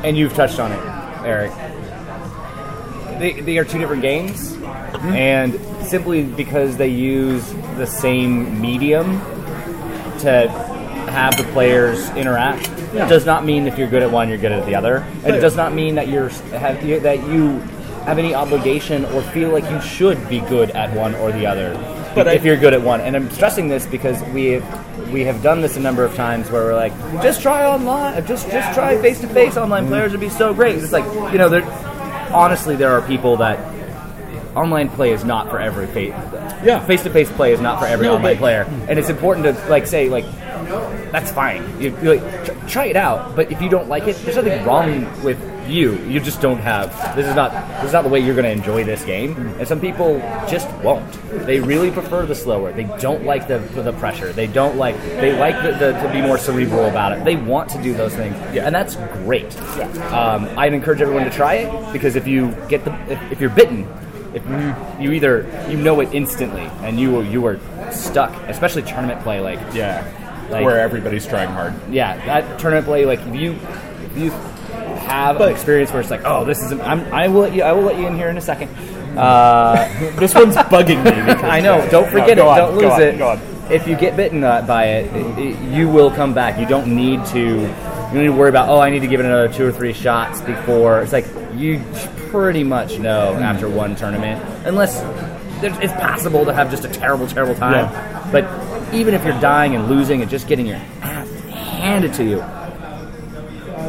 and you've touched on it, Eric. They, they are two different games, and simply because they use the same medium to have the players interact Yeah. does not mean if you're good at one you're good at the other, and it Right. does not mean that you're have you, that you have any obligation or feel like you should be good at one or the other But I- if you're good at one. And I'm stressing this because we we have done this a number of times where we're like, just try online, just just try face to face Mm-hmm. online players would be so great. It's like you know, there honestly there are people that online play is not for every fa- Yeah. face to face play is not for every No, online but- player, and it's important to like say like. That's fine. You, you like, tr- try it out, but if you don't like it, there's nothing wrong with you. You just don't have. This is not. This is not the way you're going to enjoy this game. And some people just won't. They really prefer the slower. They don't like the the pressure. They don't like. They like the, the, to be more cerebral about it. They want to do those things, Yeah. and that's great. Um, I'd encourage everyone to try it because if you get the if, if you're bitten, if you, you either you know it instantly and you you were stuck, especially tournament play. Like Yeah. Like- Where everybody's trying hard. yeah, that tournament play. Like if you if you have an experience where it's like, oh, this is I'm, I will let you I will let you in here in a second. Uh, This one's bugging me. because- I know. Don't No, forget go it. on, don't go lose on, it. go on. If you get bitten uh, by it, it, it, you will come back. You don't need to. You don't need to worry about. Oh, I need to give it another two or three shots before. It's like you pretty much know Hmm. after one tournament, unless there's, it's possible to have just a terrible, terrible time. But even if you're dying and losing and just getting your ass handed to you,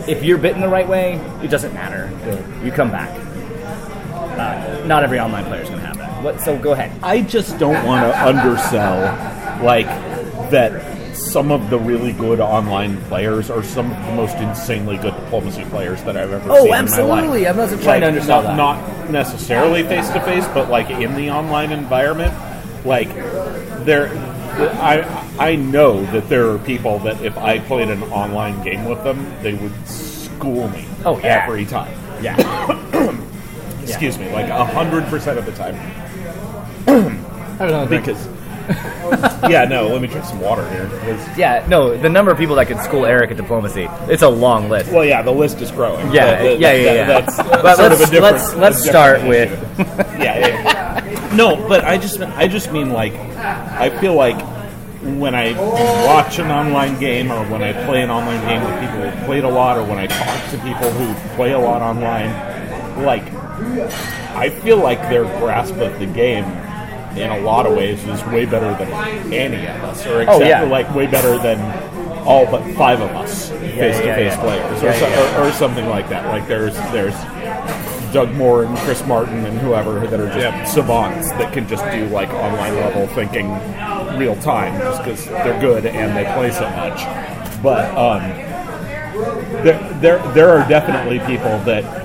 if you're bitten the right way, it doesn't matter. You come back. Uh, not every online player is going to have that. What, so go ahead. I just don't want to undersell like that some of the really good online players are some of the most insanely good diplomacy players that I've ever seen Oh, in my life. absolutely. I'm not trying Like, to undersell not, that. not necessarily face to face, but like in the online environment, like there, I I know that there are people that if I played an online game with them, they would school me. Oh, yeah. every time yeah. excuse me, like hundred percent of the time. because yeah, no, let me drink some water here. 'cause- Yeah, no, the number of people that could school Eric at diplomacy, it's a long list. well, yeah, the list is growing. Yeah, That- that- yeah, yeah, that- yeah. That's But sort let's- of a different. let's- a different let's start issue. with- yeah, yeah. No, but I just I just mean like I feel like when I watch an online game or when I play an online game with people who played a lot or when I talk to people who play a lot online, like I feel like their grasp of the game in a lot of ways is way better than any of us, or except Oh, yeah. for like way better than all but five of us face to face yeah. players, or, Yeah, so, yeah. Or, or something like that. Like there's there's Doug Moore and Chris Martin and whoever that are just savants that can just do like online level thinking real time just because they're good and they play so much. But um, there, there there are definitely people that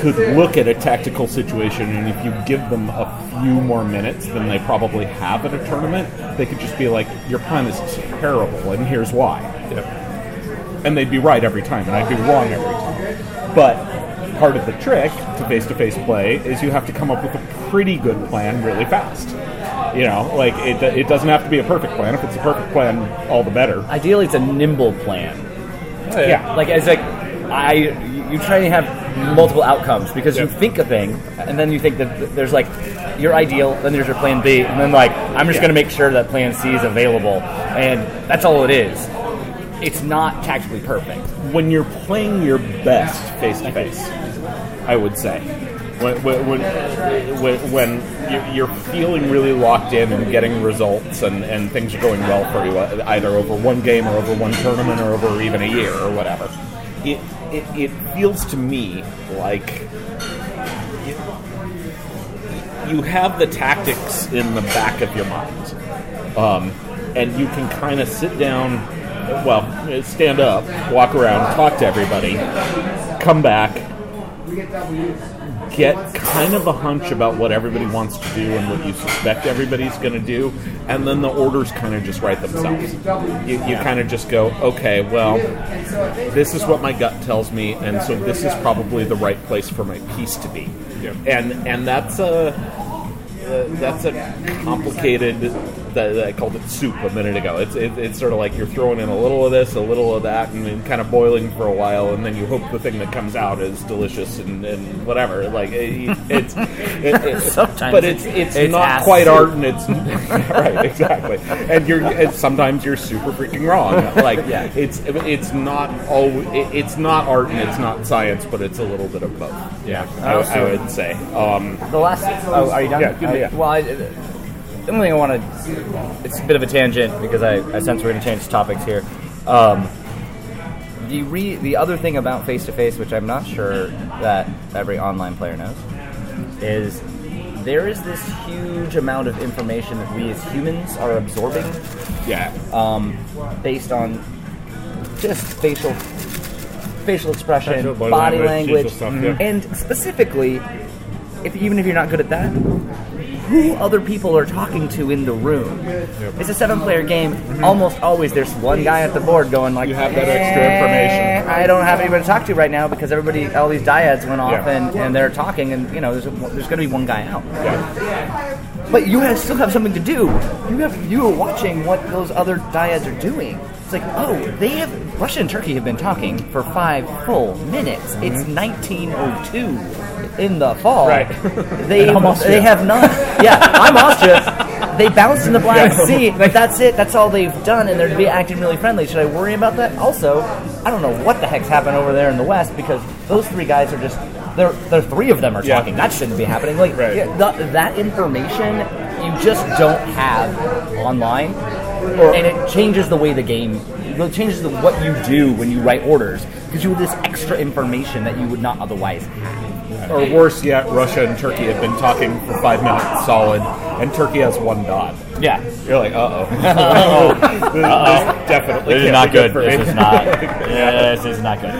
could look at a tactical situation, and if you give them a few more minutes than they probably have at a tournament, they could just be like, "Your plan is terrible, and here's why." And they'd be right every time, and I'd be wrong every time. But part of the trick to face-to-face play is you have to come up with a pretty good plan really fast. You know, like it, it doesn't have to be a perfect plan. If it's a perfect plan, all the better. Ideally, it's a nimble plan. yeah. Like, it's like, I you try to have multiple outcomes because Yeah. you think a thing and then you think that there's like your ideal, then there's your plan B, and then like I'm just going to make sure that plan C is available, and that's all it is. It's not tactically perfect. when you're playing your best face to face, I would say. When, when, when, when- when you- you're feeling really locked in and getting results and, and things are going well for you, uh, either over one game or over one tournament or over even a year or whatever, it, it, it feels to me like you have the tactics in the back of your mind, um, and you can kind of sit down, well, stand up, walk around, talk to everybody, come back, get kind of a hunch about what everybody wants to do and what you suspect everybody's going to do, and then the orders kind of just write themselves. You, you kind of just go, okay, well, this is what my gut tells me, and so this is probably the right place for my piece to be. And and that's a that's a complicated. That I called it soup a minute ago. It's it, it's sort of like you're throwing in a little of this, a little of that, and then kind of boiling for a while, and then you hope the thing that comes out is delicious and, and whatever. Like it, it's it, it, Sometimes but it's it's, it's not ass quite soup. art, and it's right exactly. And you're and sometimes you're super freaking wrong. Like Yeah. it's it's not all it, it's not art and it's not science, but it's a little bit of both. Yeah, I, I Also- would say. Um, The last. Oh, are you done? Yeah, yeah, yeah. Well, I, the only thing I want to. It's a bit of a tangent because I, I sense we're going to change topics here. Um, the re, the other thing about face to face, which I'm not sure that every online player knows, is there is this huge amount of information that we as humans are absorbing yeah. based on just facial facial expression, Facial body, body language, Mm. language, facial stuff, yeah. and specifically, if even if you're not good at that, who other people are talking to in the room. It's a seven-player game. Almost always, there's one guy at the board going like, You have that extra information. "Eh, I don't have anybody to talk to right now because everybody, all these dyads went off Yeah. and, and they're talking, and you know, there's there's going to be one guy out." yeah. But you have, still have something to do. You have you are watching what those other dyads are doing. It's like, oh, they have Russia and Turkey have been talking for five full minutes. It's 1902 in the fall. Mm-hmm. Right. They they have not. Yeah, I'm Austria. They bounced in the Black Yeah. Sea. Like that's it. That's all they've done, and they're be acting really friendly. Should I worry about that? Also, I don't know what the heck's happened over there in the West because those three guys are just. They're, they're three of them are Yeah. talking. That shouldn't be happening. Like, Right. yeah, th- that information you just don't have online, and it changes the way the game. It changes the, what you do when you write orders because you have this extra information that you would not otherwise Or worse yet, Russia and Turkey have been talking for five minutes solid, and Turkey has one dot. Yeah. You're like, uh oh. definitely This is can't not be good. for me. This is not. yeah, this is not good.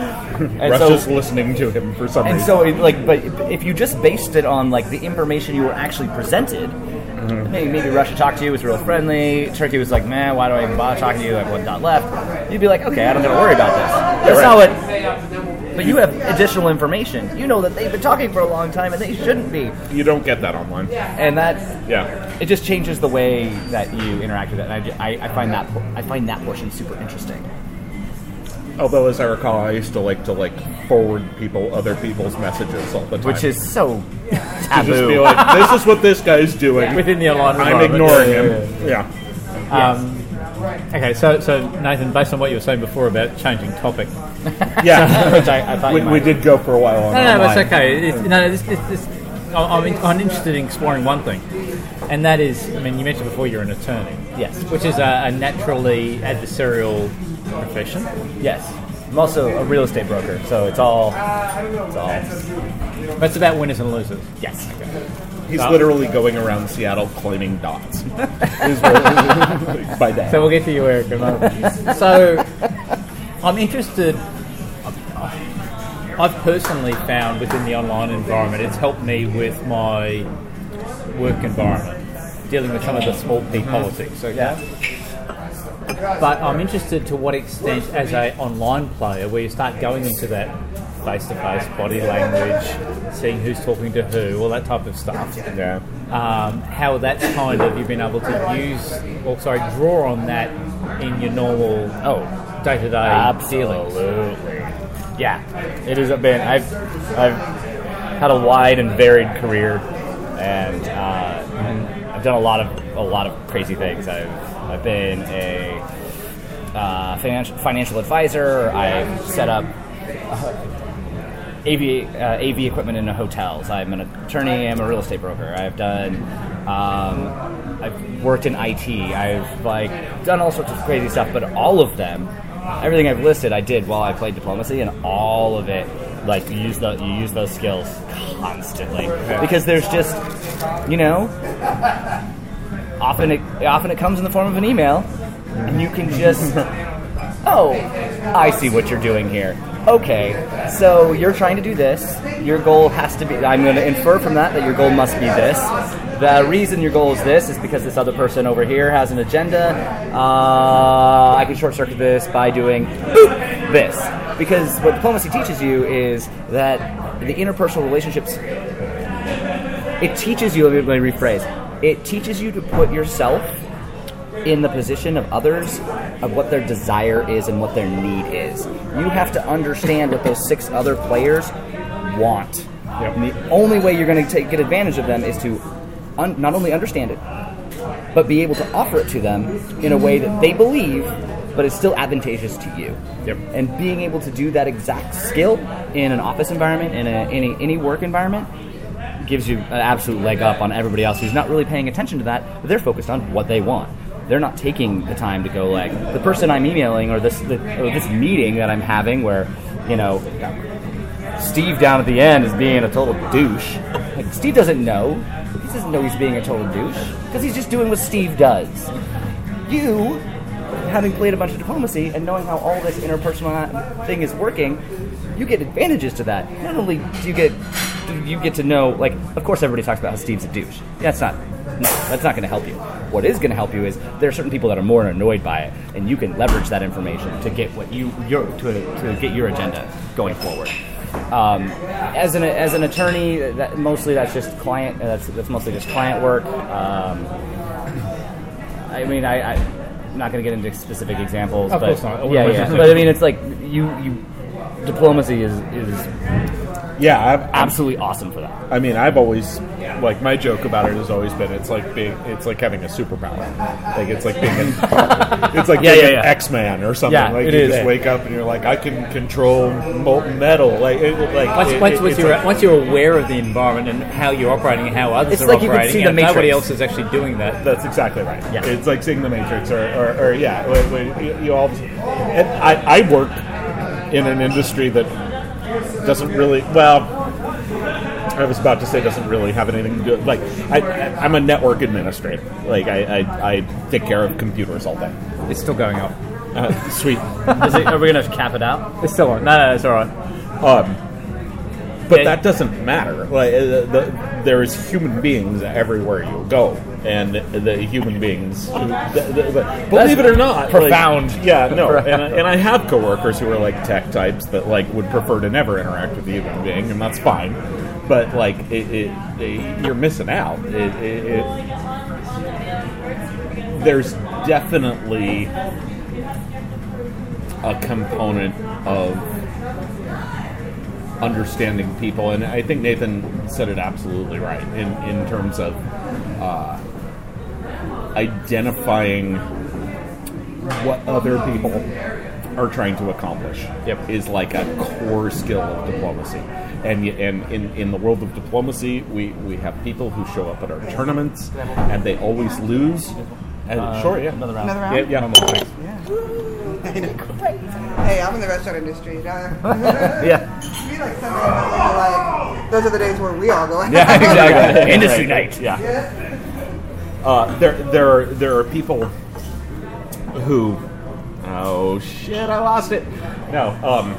And Russia's so, listening to him for some and reason. so, it, like, but if you just based it on like the information you were actually presented, Mm-hmm. maybe, maybe Russia talked to you was real friendly. Turkey was like, man, why do I even bother talking to you? Like one dot left. You'd be like, okay, I don't gotta worry about this. That's right. not what. But you have additional information. You know that they've been talking for a long time and they shouldn't be. you don't get that online. Yeah. And that Yeah. it just changes the way that you interact with it, and I, ju- I, I find that por- I find that portion super interesting. Although, as I recall, I used to like to like forward people other people's messages all the time, which is so to just be taboo. like, "This is what this guy's doing." within the online. I'm environment. ignoring Yeah, yeah, him. Yeah. yeah. Um, okay, so so Nathan, based on what you were saying before about changing topic, Yeah. Which I, I thought we, you we might. did go for a while on No, no, that's online. okay. It's, no, this, this, this, I- I'm, in, I'm interested in exploring one thing, and that is, I mean, you mentioned before you're an attorney, Yes. which is a, a naturally adversarial profession. Yes, I'm also a real estate broker, so it's all. It's all. That's about winners and losers. Yes. He's literally going around Seattle claiming dots. Is what- by that. So we'll get to you, Eric. in a moment. so I'm interested. I've personally found within the online environment, it's helped me with my work environment, dealing with some of the small p Mm-hmm. politics. Okay? But I'm interested to what extent, as an online player, where you start going into that face-to-face body language, seeing who's talking to who, all that type of stuff yeah. um, how that's kind of you've been able to use or sorry draw on that in your normal oh day to day dealings. Absolutely. yeah, it has been. I've I've had a wide and varied career, and uh, I've done a lot of a lot of crazy things. I've I've been a uh, financial financial advisor. I've set up. AV, uh, AV equipment in hotels. I'm an attorney. I'm a real estate broker. I've done, um, I've worked in IT. I've like done all sorts of crazy stuff. But all of them, everything I've listed, I did while I played diplomacy, and all of it, like you use the you use those skills constantly because there's just, you know, often it often it comes in the form of an email, and you can just oh, I see what you're doing here. Okay, so you're trying to do this. Your goal has to be, I'm going to infer from that that your goal must be this. The reason your goal is this is because this other person over here has an agenda. Uh, I can short circuit this by doing boop, this. Because what diplomacy teaches you is that the interpersonal relationships it teaches you let me rephrase it teaches you to put yourself in the position of others of what their desire is and what their need is you have to understand what those six other players want and the only way you're going to take, get advantage of them is to un- not only understand it but be able to offer it to them in a way that they believe but is still advantageous to you Yep. and being able to do that exact skill in an office environment in a, any, any work environment gives you an absolute leg up on everybody else who's not really paying attention to that, but they're focused on what they want. They're not taking the time to go like the person I'm emailing or this the, or this meeting that I'm having where you know Steve down at the end is being a total douche. Like Steve doesn't know. He doesn't know he's being a total douche because he's just doing what Steve does. You, having played a bunch of diplomacy and knowing how all this interpersonal thing is working, you get advantages to that. Not only do you get do you get to know, like, of course everybody talks about how Steve's a douche. That's not no, that's not going to help you. What is going to help you is there are certain people that are more annoyed by it, and you can leverage that information to get what you your to, to get your agenda going forward um, as an as an attorney, that, mostly that's just client. That's that's mostly just client work. Um, I mean, I, I, am not going to get into specific examples. Of but course not. Yeah, yeah. But I mean, it's like you you diplomacy is is Yeah, I've, absolutely awesome for that. I mean, I've always like my joke about it has always been it's like being it's like having a superpower. Like it's like being an, it's like Yeah, being yeah, an yeah. X-Man or something. Yeah, like it you is. just wake up and you're like I can control molten metal. Like it, like Once, it- once, it- once, it's you're, like- once you're aware of the environment and how you're operating and how others It's are like you could operating, see the and nobody Matrix. else is actually doing that. That's exactly right. Yeah. It's like seeing the Matrix, or, or, or yeah, when, when you, you all. And I, I work in an industry that doesn't really well. I was about to say doesn't really have anything to do. Like I, I'm a network administrator. Like I, I, I take care of computers all day. It's still going up. Uh, sweet. Is it, are we going to cap it out? It's still on. No, no, it's all right. Um, but Yeah. that doesn't matter. Like uh, the, there is human beings everywhere you go, and the human beings, the, the, the, believe it or not, like- profound. yeah, no. And I, and I have coworkers who are like tech types that like would prefer to never interact with a human being, and that's fine. But like, it, it, it, you're missing out. It, it, it, there's definitely a component of understanding people, and I think Nathan said it absolutely right in in terms of uh, identifying what other people are trying to accomplish. Yep. is like a core skill of diplomacy, and y- and in in the world of diplomacy, we we have people who show up at our tournaments and they always lose. And sure, yeah, Uh, another round. Another round? Yeah, yeah. Hey, I'm in the restaurant industry. yeah. Yeah, We like something about like those are the days where we all go. Yeah, exactly. Industry Right. night. Yeah. Uh, there, there are there are people who. Oh shit! I lost it. No. Um.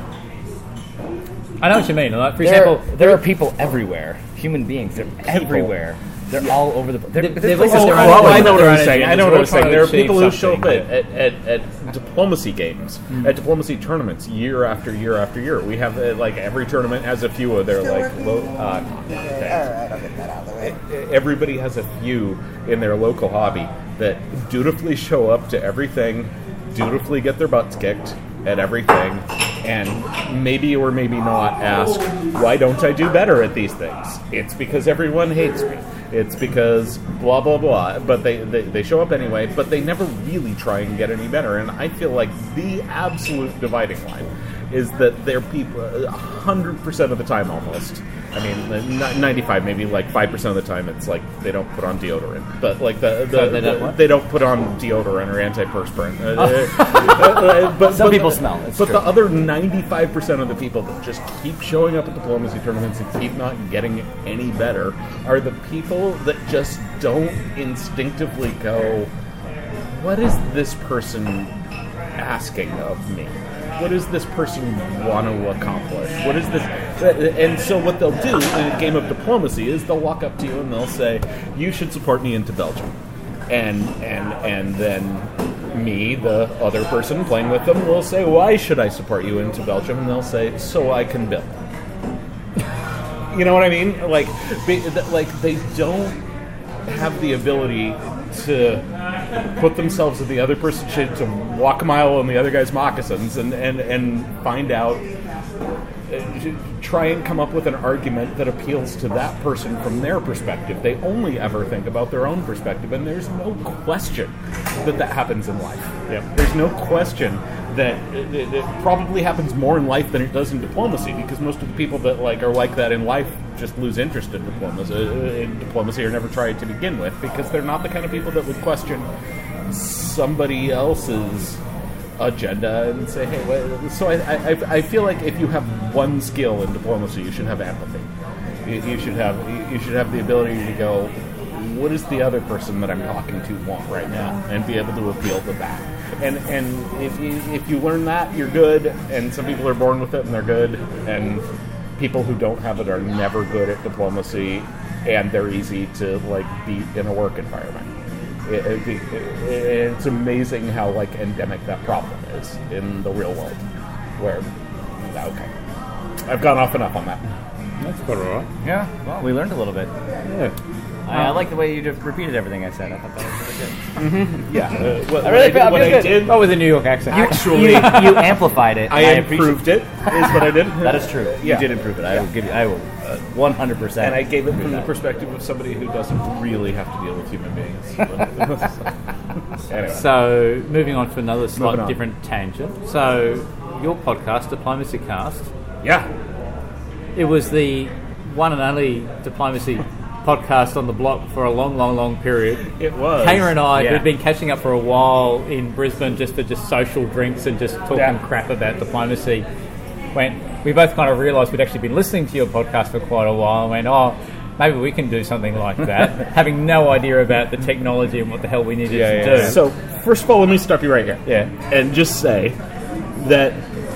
I know what you mean. Like, for there, example, there are people everywhere. Human beings, they're everywhere. They're all over the. They're, they're places all they're over all over. the place. Oh, I know what their I own was saying. I agendas. know what We're I was saying. trying There are to achieve people who show up something. at, at, at, at diplomacy games, at diplomacy tournaments, year after year after year. We have uh, like every tournament has a few of their Still like. working? Lo- uh, All thanks right, I'll get that out of the way. everybody has a few in their local hobby that dutifully show up to everything, dutifully get their butts kicked at everything, and maybe or maybe not ask, why don't I do better at these things? It's because everyone hates me. It's because blah, blah, blah. But they, they, they show up anyway, but they never really try and get any better. And I feel like the absolute dividing line is that they're uh, people, 100% of the time almost. I mean, the ni- 95, maybe like 5% of the time, it's like they don't put on deodorant. But like the, the, they don't what? Oh. they don't put on deodorant or antiperspirant. Uh, uh, but, Some but- people smell, it's But true. the other 95% of the people that just keep showing up at diplomacy tournaments and keep not getting any better are the people that just don't instinctively go, what is this person asking of me? What does this person want to accomplish? What is this? And so, what they'll do in a game of diplomacy is they'll walk up to you and they'll say, "You should support me into Belgium," and and and then me, the other person playing with them, will say, "Why should I support you into Belgium?" And they'll say, "So I can build." You know what I mean? Like, they, that- like they don't have the ability to put themselves in the other person's shit, to walk a mile in the other guy's moccasins, and and and find out. uh, Try and come up with an argument that appeals to that person from their perspective. They only ever think about their own perspective, and there's no question that that happens in life. There's no question that it, it, it probably happens more in life than it does in diplomacy because most of the people that like are like that in life just lose interest in diplomacy, uh, in diplomacy or never try it to begin with because they're not the kind of people that would question somebody else's agenda and say, hey, wait. so I, I, I- I feel like if you have one skill in diplomacy, you should have empathy. You, you should have you should have the ability to go, what does the other person that I'm talking to want right now, and be able to appeal to that. And and if you if you learn that, you're good. And some people are born with it and they're good. And people who don't have it are never good at diplomacy, and they're easy to like beat in a work environment it, it, it- it's amazing how like endemic that problem is in the real world. Where, okay, I've gone off enough on that. That's quite alright. Yeah, well, we learned a little bit. I, I like the way you just repeated everything I said. I thought that was really good. Yeah, uh, what, I what I, really feel- I what feel I good. did, Not with a New York accent. Actually- you, you amplified it. I and appreciate- improved it. Is what I did. That is true. Yeah. You did improve it. I will give you. I will, uh, one hundred percent. and I gave it from the perspective of somebody who doesn't really have to deal with human beings. anyway. So, moving on to another Moving slight on. different tangent. So, your podcast, Diplomacy Cast, yeah, it was the one and only diplomacy podcast on the block for a long, long, long period. it was. Kayra and I, Yeah. who'd been catching up for a while in Brisbane just for just social drinks and just talking Yeah. crap about diplomacy, went, we both kind of realised we'd actually been listening to your podcast for quite a while and went, oh, maybe we can do something like that, having no idea about the technology and what the hell we needed to do. So, first of all, let me stop you right here. Yeah. And just say that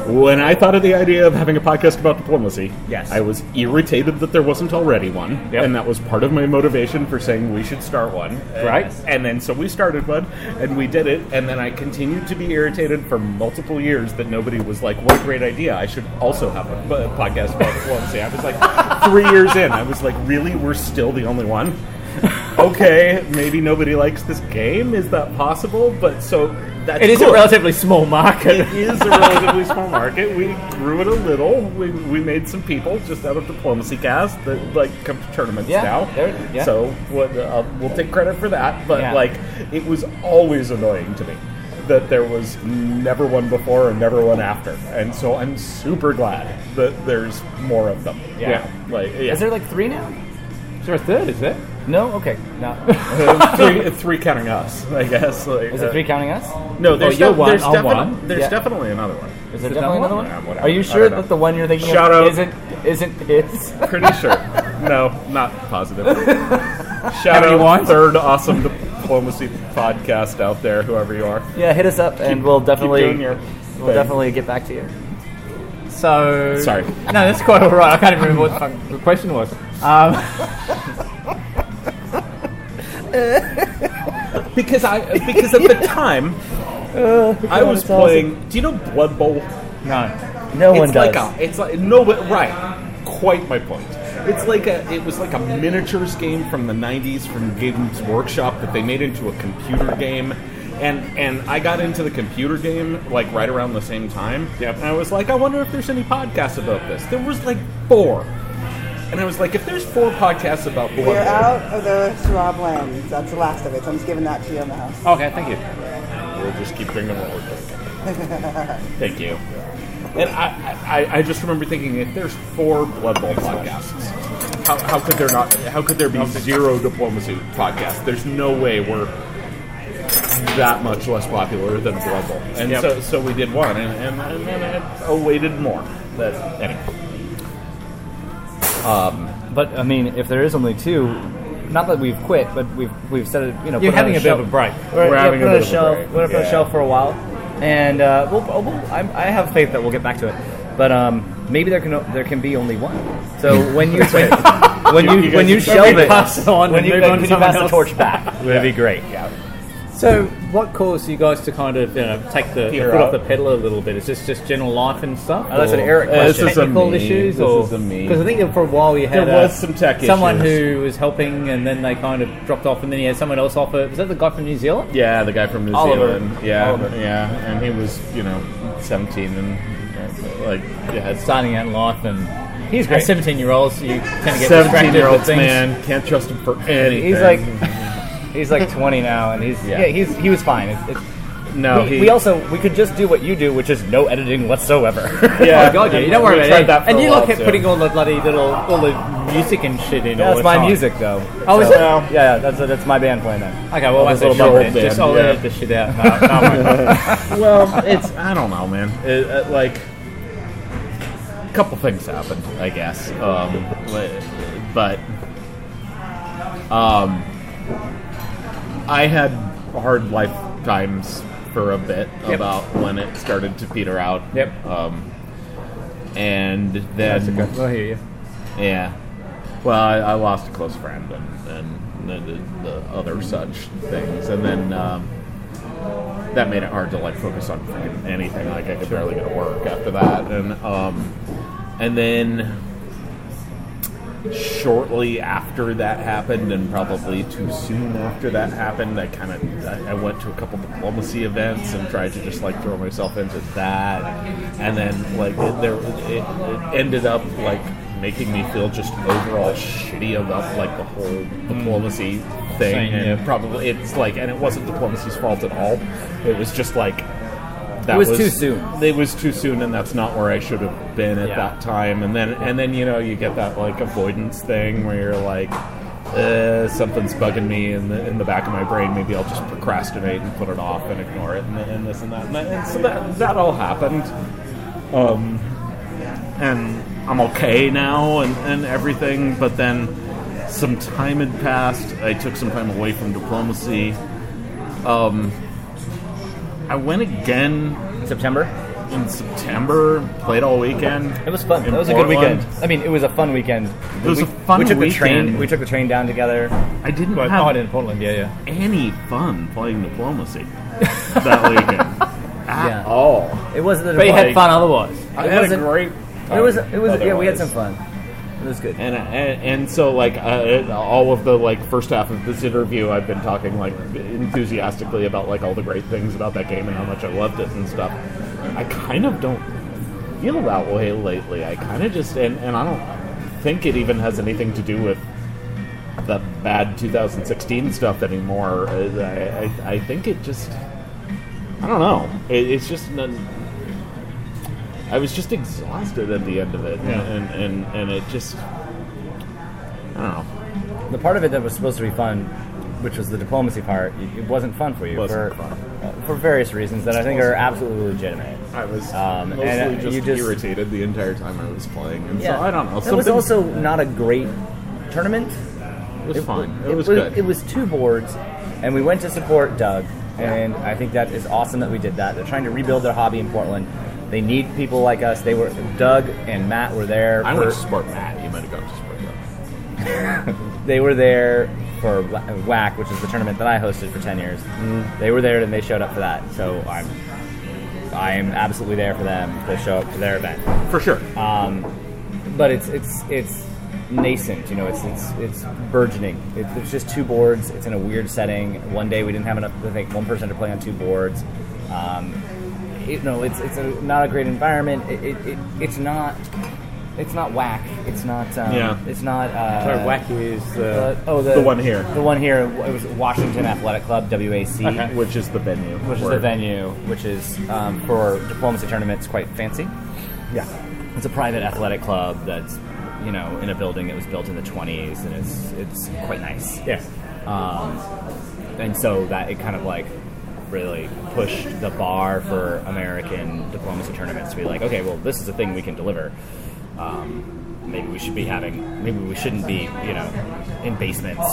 when I thought of the idea of having a podcast about diplomacy, Yes. I was irritated that there wasn't already one. Yep. And that was part of my motivation for saying we should start one. Right. And then so we started one and we did it. And then I continued to be irritated for multiple years that nobody was like, what a great idea. I should also have a po- podcast about diplomacy. I was like, three years in, I was like, really? We're still the only one? okay, maybe nobody likes this game. Is that possible? But so that's it is cool. a relatively small market. It is a relatively small market. We grew it a little. We, we made some people just out of diplomacy cast that like come to tournaments Yeah, now. there- yeah. So what, uh, we'll take credit for that. But Yeah. like, it was always annoying to me that there was never one before and never one after. And so I'm super glad that there's more of them. Yeah. Like, yeah. is there like three now? Is there a third, is there? No. Okay. No. three, three counting us, I guess. Like, Is it uh, three counting us? No, there's, Oh, you're def- one, there's, I'm defini- one. there's Yeah. definitely another one. Is there it definitely another another one? one? Yeah, whatever. Are you I sure don't know. that the one you're thinking Shout of out. isn't isn't his? Pretty sure. No, not positive. Shout How many out wines? third awesome diplomacy podcast out there, whoever you are. Yeah, hit us up and we'll definitely doing your we'll thing. definitely get back to you. So Sorry. No, that's quite all right. I can't even remember what the, fuck the question was. Um, Because I because at the time I was playing. Do you know Blood Bowl? no, No one it's does. like a it's like no but right. Quite my point. It's like a it was like a miniatures game from the '90s from Games Workshop that they made into a computer game. And and I got into the computer game like right around the same time. Yep. And I was like, I wonder if there's any podcasts about this. There was like four. And I was like, if there's four podcasts about Bloodborne, We're out of the Sarab lands. That's the last of it. So I'm just giving that to you on the house. Okay, thank you. We'll just keep drinking what we're drinking. thank you. And I, I, I just remember thinking, if there's four Blood Bowl podcasts, how, how could there not? How could there be zero diplomacy podcasts? There's no way we're that much less popular than Blood Bowl. And Yep. so, so we did one, and, and, and then I awaited more. But anyway, But I mean, if there is only two, not that we've quit, but we've we've said it. You know, You're put it on having a bit shelf. of a break. We're, We're yeah, having put a it on bit of a shelf. break, We're up on the yeah. shelf for a while, and uh, we'll, oh, we'll, I'm, I have faith that we'll get back to it. But um, maybe there can o- there can be only one. So when you when, when you, You guys- when you when shelve we it, pass it on when and you, move when on to you someone pass the else. torch back, it would be great. Yeah. So, what caused you guys to kind of you know, take the, the Gear foot off up. the pedal a little bit? Is this just general life and stuff? Oh, that's an or- Eric uh, question. This is a technical me. issues, This or is a me. because I think that for a while you had There uh, was some tech someone issues. who was helping, and then they kind of dropped off, and then he had someone else offer. Was that the guy from New Zealand? yeah, the guy from New Oliver. Zealand, yeah, Oliver. yeah, and he was, you know, seventeen and uh, like, yeah, it's Starting out in life, and He's as great. seventeen-year-olds, you kind of get distracted with 17-year-olds, things. man, can't trust him for anything. He's like he's like 20 now, and he's yeah, Yeah. he's he was fine. It's, it's, no, we, he, we also we could just do what you do, which is no editing whatsoever. yeah, Oh god, yeah, you don't we worry tried about that it. for And a you while, like kept too. putting all the bloody little all the music and shit in. all that's the my time. music though. Oh, is So, it? Yeah, yeah, that's that's my band playing then. Okay, well, that's a little little bubble bit. band, Just I'll yeah. edit this shit out. No, no, I'm not. well, it's I don't know, man. It, it, uh, like, a couple things happened, I guess. Um, but um, I had hard life times for a bit about when it started to peter out. Yep. Um, and then We'll hear oh, you. yeah. Well, I, I lost a close friend and, and the, the, the other such things. And then um, that made it hard to, like, focus on freaking anything. Like, I could barely go to work after that. And, um, and then shortly after that happened, and probably too soon after that happened, I kind of I, I went to a couple diplomacy events and tried to just like throw myself into that, and then like it, there it, it ended up like making me feel just overall shitty about like the whole diplomacy thing, Same, and yeah. probably it's like and it wasn't diplomacy's fault at all. It was just like. That was too soon. It was too soon, and that's not where I should have been at Yeah. that time and then and then you know you get that like avoidance thing where you're like uh, something's bugging me in the in the back of my brain maybe i'll just procrastinate and put it off and ignore it and, and this and that and, that. and so that, that all happened um, and i'm okay now and, and everything but then some time had passed i took some time away from diplomacy um, i went again September. in september played all weekend It was fun. In That was a good Portland. weekend. I mean, it was a fun weekend. It was we, a fun We took the train. weekend. We took the train down together. I didn't But have oh, I did in Portland. Yeah, yeah. any fun playing diplomacy that weekend at Yeah. all. It wasn't. But you had fun otherwise. I It had a wasn't- great. It was. It was. Yeah, we had otherwise. some fun. It was good. And, and and so like uh, all of the like first half of this interview, I've been talking like enthusiastically about like all the great things about that game and how much I loved it and stuff. I kind of don't feel that way lately. I kind of just and, and I don't think it even has anything to do with the bad 2016 stuff anymore. I, I, I think it just I don't know. It, it's just none, I was just exhausted at the end of it, and, and, and and it just I don't know. The part of it that was supposed to be fun, which was the diplomacy part, it it wasn't fun for you Wasn't for fun. uh, for various reasons that I think are absolutely legitimate. I was Um, mostly and, uh, just, you just- irritated the entire time I was playing, and so I don't know. It was something- also not a great tournament. it was fine. It, was, good. It was two boards, and we went to support Doug, and I think that is awesome that we did that. They're trying to rebuild their hobby in Portland. They need people like us. They were Doug and Matt were there. I for- went to Sport Matt. You might have gone to Sport Matt. they were there for Wha- WAC, which is the tournament that I hosted for ten years. They were there and they showed up for that. So I'm, I am Um, absolutely there for them to show up for their event. for sure. Um, but it's it's it's nascent. You know, it's it's it's burgeoning. It, it's just two boards. It's in a weird setting. One day we didn't have enough. I think one person to play on two boards. Um, it, no, it's it's a, not a great environment. It, it, it it's not. It's not whack. It's not. Um, Yeah. It's not. Uh, Sorry, wacky is Uh, the. The, oh, the, The one here. The one here. It was Washington Athletic Club (WAC), which is the venue. which is Where- the venue, which is um, for diplomacy tournaments quite fancy. Yeah. It's a private athletic club that's you know in a building that was built in the 20s, and it's it's quite nice. Yeah. Um, and so that it kind of like really pushed the bar for American diplomacy tournaments to be like, okay, well, this is a thing we can deliver. Um, maybe we should be having, maybe we shouldn't be, you know, in basements,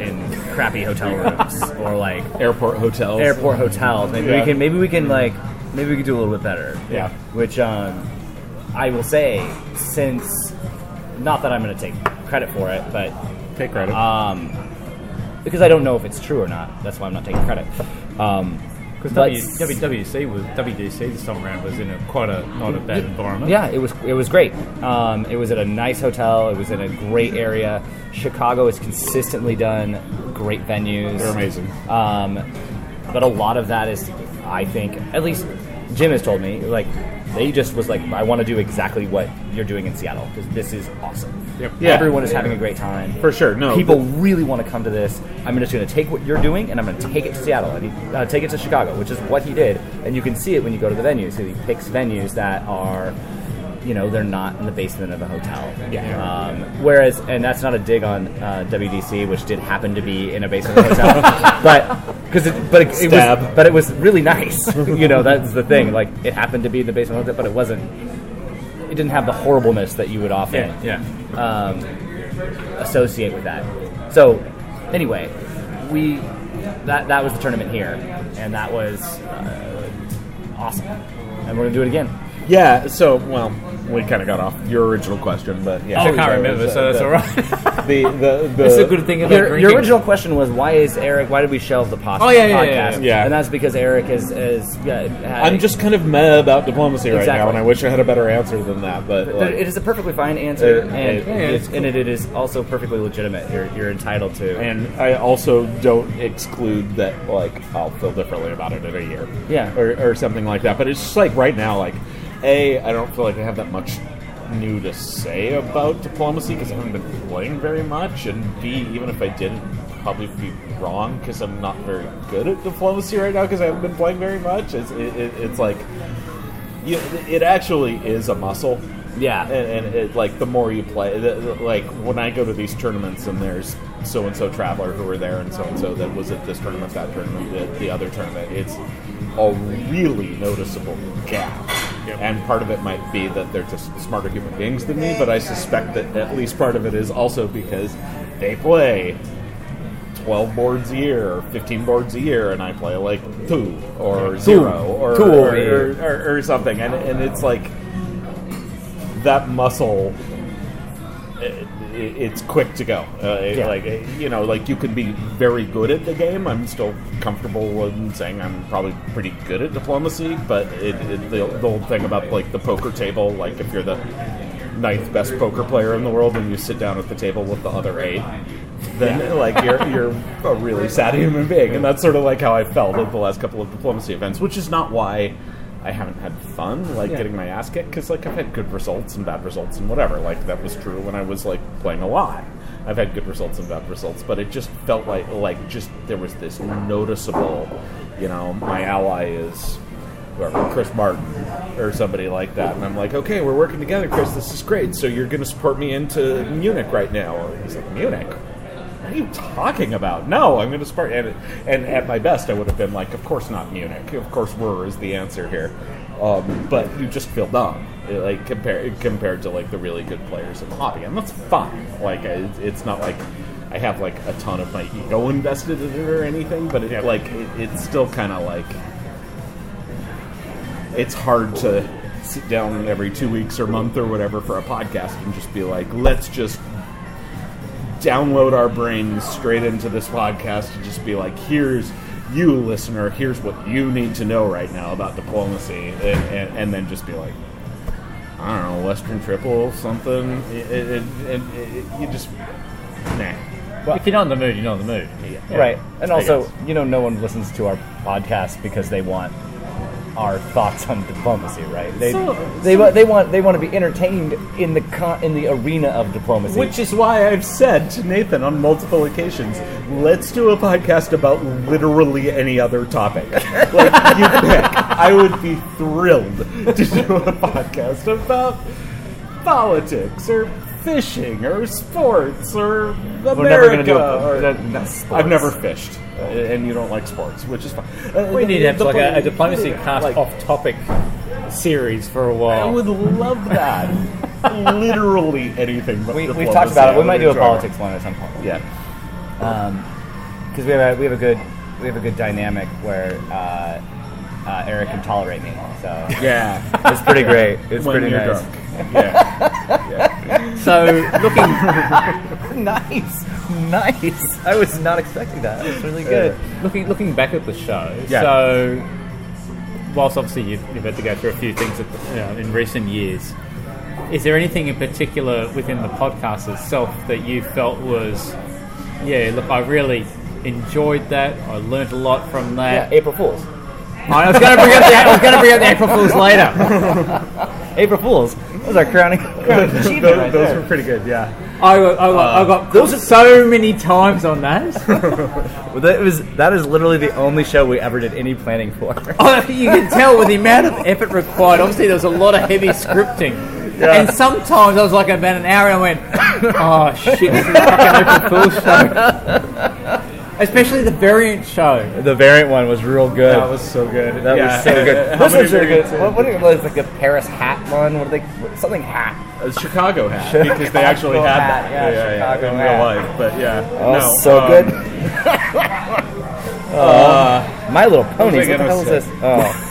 in crappy hotel rooms, or like Airport hotels. airport hotels. Maybe Oh, Yeah. we can, maybe we can like, maybe we can do a little bit better. Yeah. Which um, I will say, since not that I'm going to take credit for it, but Take credit. um, because I don't know if it's true or not. That's why I'm not taking credit. Um, Because but- WWC was WDC this time around was in a quite a not a bad environment. yeah, it was it was great. Um, it was at a nice hotel. It was in a great area. Chicago has consistently done great venues. They're amazing. Um, but a lot of that is, I think, at least Jim has told me, like they just was like, I want to do exactly what you're doing in Seattle because this is awesome. Yep. Yeah. Everyone is having a great time. For sure, no, people really want to come to this. I'm just going to take what you're doing and I'm going to take it to Seattle and he, uh, take it to Chicago, which is what he did. And you can see it when you go to the venues. He picks venues that are, you know, they're not in the basement of a hotel. Yeah. Um, whereas, and that's not a dig on uh, WDC, which did happen to be in a basement of a hotel, but because it, but it, it Stab. was, but it was really nice. you know, that's the thing. Like it happened to be in the basement of a hotel, but it wasn't. It didn't have the horribleness that you would often Yeah. yeah. um, associate with that. So, anyway, we that that was the tournament here, and that was uh, awesome. And we're gonna do it again. Yeah, so, well, we kind of got off your original question, but yeah. I can't remember, so that's all right. The, the, the, That's a good thing about Your, drinking. your original question was why is Eric? Why did we shelve the pos- Oh, yeah, yeah, podcast? yeah, yeah. And that's because Eric is is. Yeah, had- I'm just kind of mad about diplomacy right now, Exactly. and I wish I had a better answer than that, but. like, It is a perfectly fine answer, Uh, and it- it's, and it is also perfectly legitimate. You're, you're entitled to. and I also don't exclude that, like, I'll feel differently about it in a year. Yeah. Or, or something like that. But it's just like right now, like, A, I don't feel like I have that much new to say about diplomacy because I haven't been playing very much. And B, even if I did, it'd probably be wrong because I'm not very good at diplomacy right now because I haven't been playing very much. It's, it, it, it's like, you, it actually is a muscle. Yeah. and, and it, like the more you play, the, the- like when I go to these tournaments and there's so and so traveler who were there and so and so that was at this tournament, that tournament, the, the other tournament, it's a really noticeable gap. And part of it might be that they're just smarter human beings than me, but I suspect that at least part of it is also because they play 12 boards a year or 15 boards a year and I play like two or zero or, Two. or, or, or, or something. And, and it's like that muscle. It, it- it's quick to go. Uh, it- Yeah. Like it- you know, like you could be very good at the game. I'm still comfortable in saying I'm probably pretty good at diplomacy. But it, it, the, the whole thing about like the poker table, like if you're the ninth best poker player in the world and you sit down at the table with the other eight, then like you're you're a really sad human being, and that's sort of like how I felt at the last couple of diplomacy events, which is not why I haven't had fun like getting my ass kicked because like I've had good results and bad results and whatever. Like that was true when I was like playing a lot. I've had good results and bad results, but it just felt like like just there was this noticeable, you know, my ally is whoever, Chris Martin or somebody like that. And I'm like, okay, we're working together, Chris. This is great. So you're going to support me into Munich right now? And he's like, Munich? What are you talking about? No, I'm going to support. And, and at my best, I would have been like, of course not Munich. Of course, we're is the answer here. Um, but you just feel dumb, eh, like compared compared to like the really good players in the hobby, and that's fine. Like I- it's not like I have like a ton of my ego invested in it or anything, but it, like it, it's still kind of like it's hard to sit down every two weeks or month or whatever for a podcast and just be like, let's just download our brains straight into this podcast and just be like, here's you, listener, here's what you need to know right now about diplomacy, and, and, and then just be like, I don't know, Western Triple, something. It, it, it, it, it, you just, nah. if you're not in the mood, you're not in the mood. Right. And I also, guess. you know, no one listens to our podcast because they want our thoughts on diplomacy, right? They So- they, wa- they want they want to be entertained in the con- in the arena of diplomacy. Which is why I've said to Nathan on multiple occasions, let's do a podcast about literally any other topic. like, you pick. I would be thrilled to do a podcast about politics or fishing or sports or America. We're never gonna do or- a, I've never fished, uh, and you don't like sports, which is fine. Uh, We need to have the like a, a point- diplomacy cast like, off topic series for a I while. would love that. literally anything but we, we've diplomacy, talked about I it. We would might do a enjoy it. politics one at some point. Yeah. because we have a, we have a good we have a good dynamic where uh, uh, Eric can tolerate me. So Yeah. it's pretty great. It's when pretty you're nice. drunk. Yeah. So looking nice, nice. I was not expecting that. It's really good. looking looking back at the show, Yeah. so whilst obviously you've, you've had to go through a few things at the- you know, in recent years, is there anything in particular within the podcast itself that you felt was, yeah, look, I really enjoyed that. I learnt a lot from Yeah, that. April Fools. I was going to bring up the I was going to bring up the April Fools later. April Fools. That was our crowning. crowning achievement those right those there. were pretty good. Yeah. I, got- I, got- I got those so many times on that. Well, that was that is literally the only show we ever did any planning for. Oh, you can tell with the amount of effort required. Obviously, there was a lot of heavy scripting. And sometimes I was like about an hour and I went, oh shit, this is a fucking April Fool's show. Especially the variant show. the variant one was real good. That was so good. That yeah. was so good. How Those many ones are were good. you in? What, what it was like the Paris hat one? What are they? Something hat. A Chicago hat because they actually Chicago had hat, that. yeah, Chicago in hat. real life. But yeah. Oh, no, so um, good. My Little Pony. was I What the gonna hell is say? this? Oh,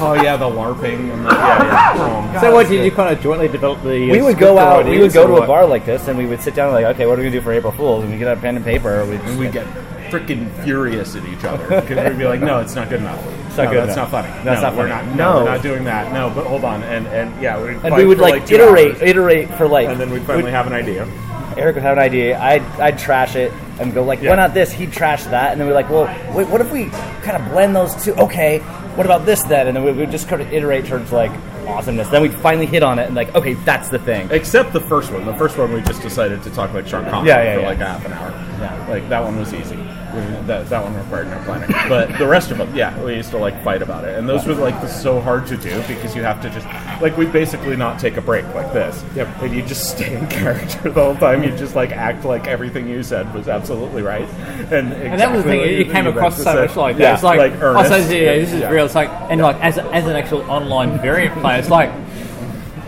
Oh yeah, the LARPing and the yeah, yeah. Um, So, what did you kind of jointly develop the? uh, we would script go or out. We would ideas go or to a what? bar like this, and we would sit down like, okay, what are we gonna do for April Fools? And we get out pen and paper. We and we get freaking furious at each other because we'd be like, "No, it's not good enough. not no, good that's enough. not funny. That's no, not we're funny. not. No, No. we're not doing that. No, but hold on." And and yeah, we'd and fight we would for, like, two iterate, hours, iterate for like. and then we'd finally have an idea. Eric would have an idea. I'd, I'd trash it and go like, Yeah. why not this? He'd trash that, and then we're like, well, wait, what if we kind of blend those two? Okay, what about this then? And then we would just kind of iterate towards like awesomeness. Then we'd finally hit on it and like, okay, that's the thing. Except the first one. The first one we just decided to talk like Sean Connery Yeah, yeah, for yeah. like a half an hour. Yeah. Like that one was easy. We- That, that one required no planning. But the rest of them, yeah, we used to like fight about it. And those were like so hard to do because you have to just like we basically not take a break like this. Yep. And you just stay in character the whole time. You just like act like everything you said was absolutely right. And, And that was the exactly what thing, you- you came you across meant to so say. much like that. yeah, it's like, oh, so earnest. yeah, this is Yeah. real. It's like, and like, as, as an actual online variant player, it's like,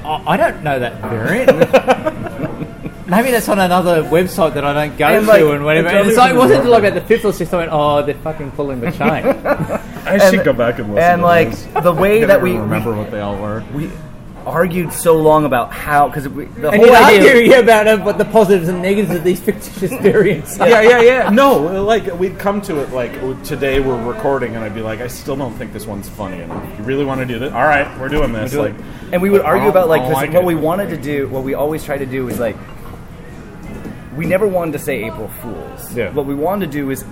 I I don't know that variant. Maybe that's on another website that I don't go And, to like, and whatever. it's And it's like, only it wasn't been- until like about the fifth or sixth I went, oh, they're fucking pulling the chain. I should go back and listen. and to like those. the way I that don't we remember what they all were. we argued so long about how because the and whole you idea. argue about uh, what the positives and negatives of these fictitious variants. are. yeah, yeah, yeah. No, like we'd come to it like w- today we're recording, and I'd be like, I still don't think this one's funny enough. You really want to do this? All right, we're doing this. like, and we oh, would argue about like, I 'cause like what it. we wanted to do what we always tried to do was like we never wanted to say april fools Yeah. what we wanted to do was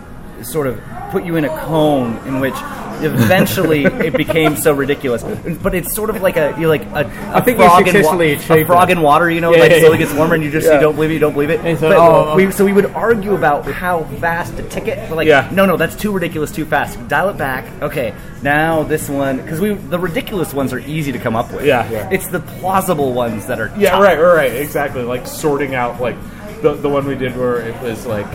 sort of put you in a cone in which eventually it became so ridiculous but it's sort of like a you're like a, a I think we frog in successfully wa- achieved a frog that. in water you know Yeah, like yeah, yeah. slowly gets warmer and you just Yeah. you don't believe it you don't believe it And so, But oh, we, oh. so we would argue about how fast to tick it but like Yeah. no no that's too ridiculous too fast dial it back okay now this one because we the ridiculous ones are easy to come up with Yeah. Yeah. it's the plausible ones that are. yeah, right, right, right, exactly. Like sorting out like the the one we did where it was like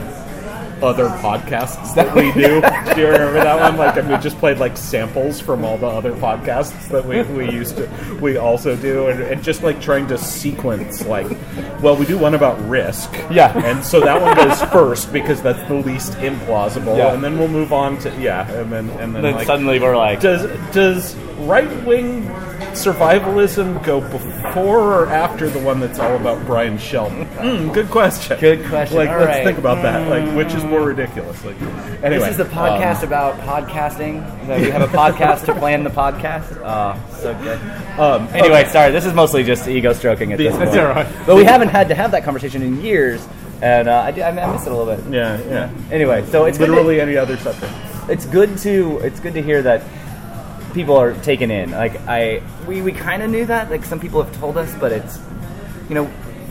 other podcasts that we do. do you remember that one? Like, and we just played like samples from all the other podcasts that we, we used to we also do, and, and just like trying to sequence like, well, we do one about risk, Yeah. and so that one goes first because that's the least implausible, Yeah. and then we'll move on to yeah, and then and then, like, we're like, does does right wing survivalism go before or after the one that's all about Brian Sheldon? Mm, good question. Good question. Like, All let's right. think about that. Like, which is more ridiculous? Like, anyway, um, This is the podcast about podcasting. That we have a podcast to plan the podcast. Oh, so good. Um, um, Anyway, sorry. This is mostly just ego stroking at this That's point. all right. But we haven't had to have that conversation in years, and uh, I, do, I, I miss it a little bit. yeah, yeah. Anyway, so it's good to- Literally any other subject. it's good to it's good to hear that people are taken in. Like I, we, we kind of knew that. Like some people have told us, but it's you know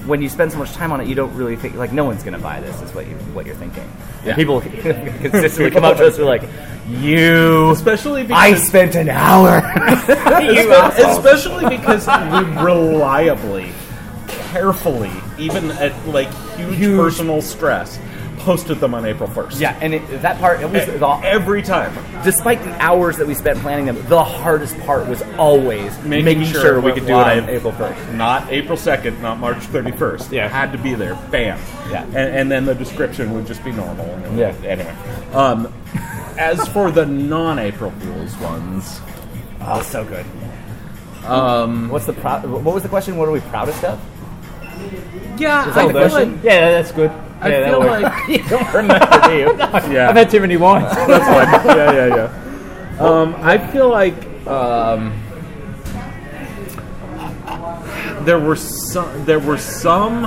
when you spend so much time on it, you don't really think like no one's gonna buy this. Is what you what you're thinking. Yeah. And people consistently come up to us. We're like, you. Especially because I spent an hour. especially because we reliably, carefully, even at like huge, personal stress, posted them on April first. yeah, and it, that part it was the, Every time, despite the hours that we spent planning them, the hardest part was always making, sure, it we went could do it live. on April first. not April second, not March thirty first. Yeah, had to be there. Bam. Yeah. and, and then the description would just be normal. And it would- Yeah. Anyway, um, as for the non-April Fools ones, Oh, so good. Um, What's the pro- what was the question? What are we proudest of? Yeah, that the question? yeah, that's good. I yeah, that'll feel work. like you don't remember, do you? yeah, I've had too many wines. That's fine. yeah, yeah, yeah. Um, I feel like um, there were some. There were some.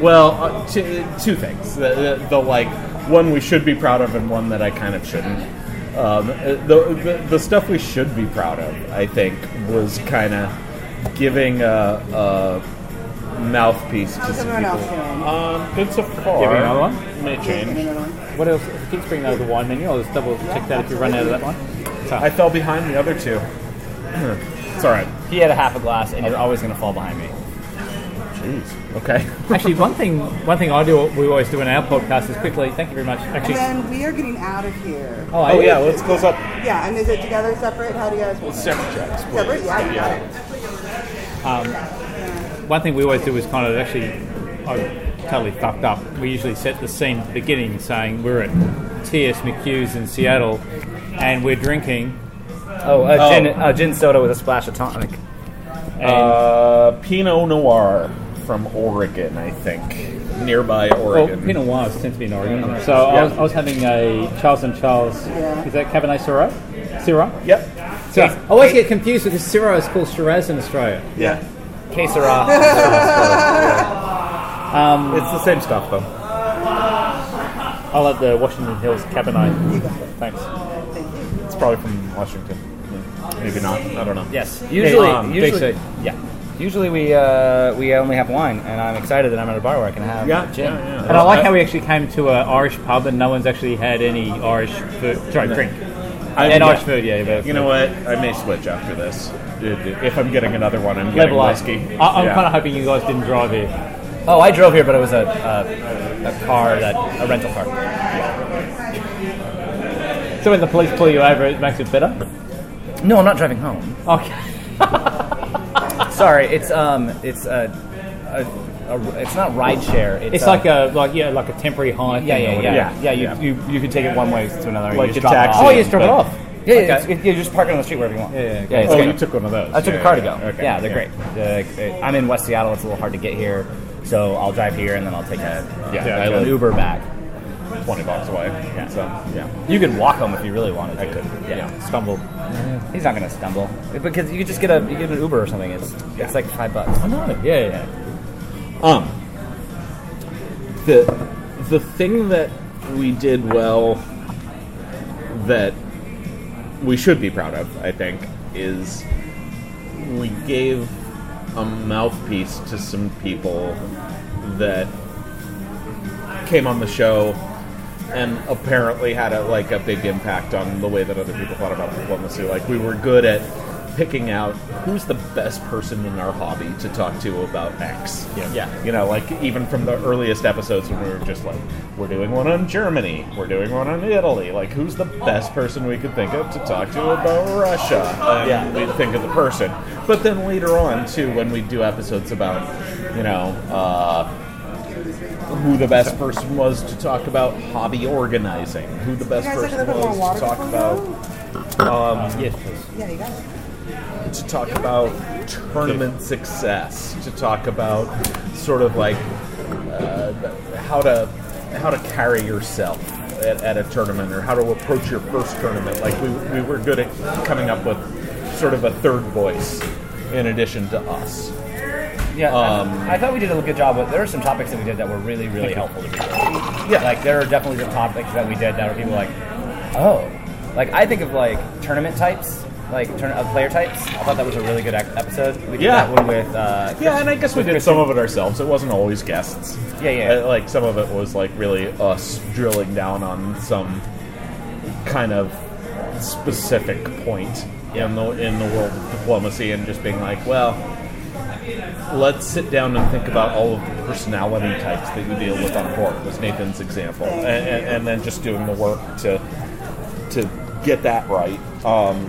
Well, uh, t- two things. The, the, the like one we should be proud of, and one that I kind of shouldn't. Um, uh, the, the the stuff we should be proud of, I think, was kind of giving a, a mouthpiece to How's some everyone people. else doing? Um, good so far. Give me another one. May change. What else? If you keep bringing over the wine menu, I'll just double check that if you run out of that one. I fell behind the other two. it's all right. He had a half a glass, and you're always going to fall behind me. Jeez. Okay. Actually, one thing, one thing I do, we always do in our podcast is quickly. Thank you very much. And Actually, then we are getting out of here. oh, Oh I, yeah, let's close up. Yeah, and is it together, separate? How do you guys want it? Separate tracks. please. Separate? Yeah, you got it. one thing we always do is kind of actually, I totally fucked up. We usually set the scene at the beginning, saying we're at T.S. McHugh's in Seattle, and we're drinking. Oh, a Oh. gin, a gin soda with a splash of tonic. And Uh, Pinot Noir from Oregon, I think. Nearby well, Oregon. Pinot Noir tends to be in Oregon. So I, was, I was having a Charles and Charles. Is that Cabernet Syrah? Syrah. Yep. Syrah. I always get confused because Syrah is called Shiraz in Australia. Yeah. Quesera. It's the same stuff though. I love the Washington Hills Cabernet. Thanks. It's probably from Washington. Maybe not. I don't know. yes. Usually, um, usually, DC. yeah. Usually we uh, we only have wine, and I'm excited that I'm at a bar where I can have Yeah, gin. yeah, yeah. And I like how we actually came to an Irish pub and no one's actually had any Irish food. Sorry, drink. I, and yeah. Irish food, yeah. But You know what? I may switch after this. If I'm getting another one, I'm getting level up. whiskey. I, Uh, I'm Yeah. kind of hoping you guys didn't drive here. Oh, I drove here, but it was a a, a car that a rental car. So when the police pull you over, it makes it better. No, I'm not driving home. Okay. Sorry, it's um, it's a, a, a it's not rideshare. It's, It's a, like a like yeah like a temporary high. yeah, thing or yeah, yeah, whatever. yeah. Yeah, you, yeah. You, you could take it one way to another. Like you a just drop it taxi. off. Oh, you just drop it But- off. Yeah, Okay. yeah, it's- it- you just park it on the street wherever you want. yeah, okay. it's Oh, good. you took one of those. I took Yeah, a car to yeah, go. okay. Yeah, they're Yeah. great. Uh, I'm in West Seattle. It's a little hard to get here, so I'll drive here and then I'll take a Yeah, yeah, I an live- Uber back. Twenty bucks away. Yeah. So yeah. You could walk home if you really wanted. To. I could, yeah. stumble. He's not gonna stumble because you could just get a you get an Uber or something. It's it's like five bucks. I know. Yeah, yeah. Um, the the thing that we did well that we should be proud of, I think, is we gave a mouthpiece to some people that came on the show and apparently had a, like a big impact on the way that other people thought about diplomacy. Like we were good at picking out who's the best person in our hobby to talk to about X. Yeah. You know, like even from the earliest episodes when we were just like, we're doing one on Germany, we're doing one on Italy. Like who's the best person we could think of to talk to about Russia? And Yeah. we think of the person. But then later on too, when we do episodes about, you know, uh who the best person was to talk about hobby organizing, who the You best guys like a person little bit more was water to talk before we about. go? Yes, please. Yeah, you got it. to talk about tournament success, to talk about sort of like uh, how to how to carry yourself at, at a tournament or how to approach your first tournament. Like we, we were good at coming up with sort of a third voice in addition to us. Yeah, Um, I, I thought we did a good job. But there are some topics that we did that were really, really helpful to people. Yeah. like there are definitely some topics that we did that were people like, oh, like I think of like tournament types, like turn of player types. I thought that was a really good ec- episode. We did Yeah. that one with uh, Yeah, and I guess we did some of it ourselves. It wasn't always guests. Yeah, yeah. Uh, like some of it was like really us drilling down on some kind of specific point in the in the world of diplomacy, and just being like, well, let's sit down and think about all of the personality types that you deal with on board. Was Nathan's example, and, and, and then just doing the work to to get that right. Um,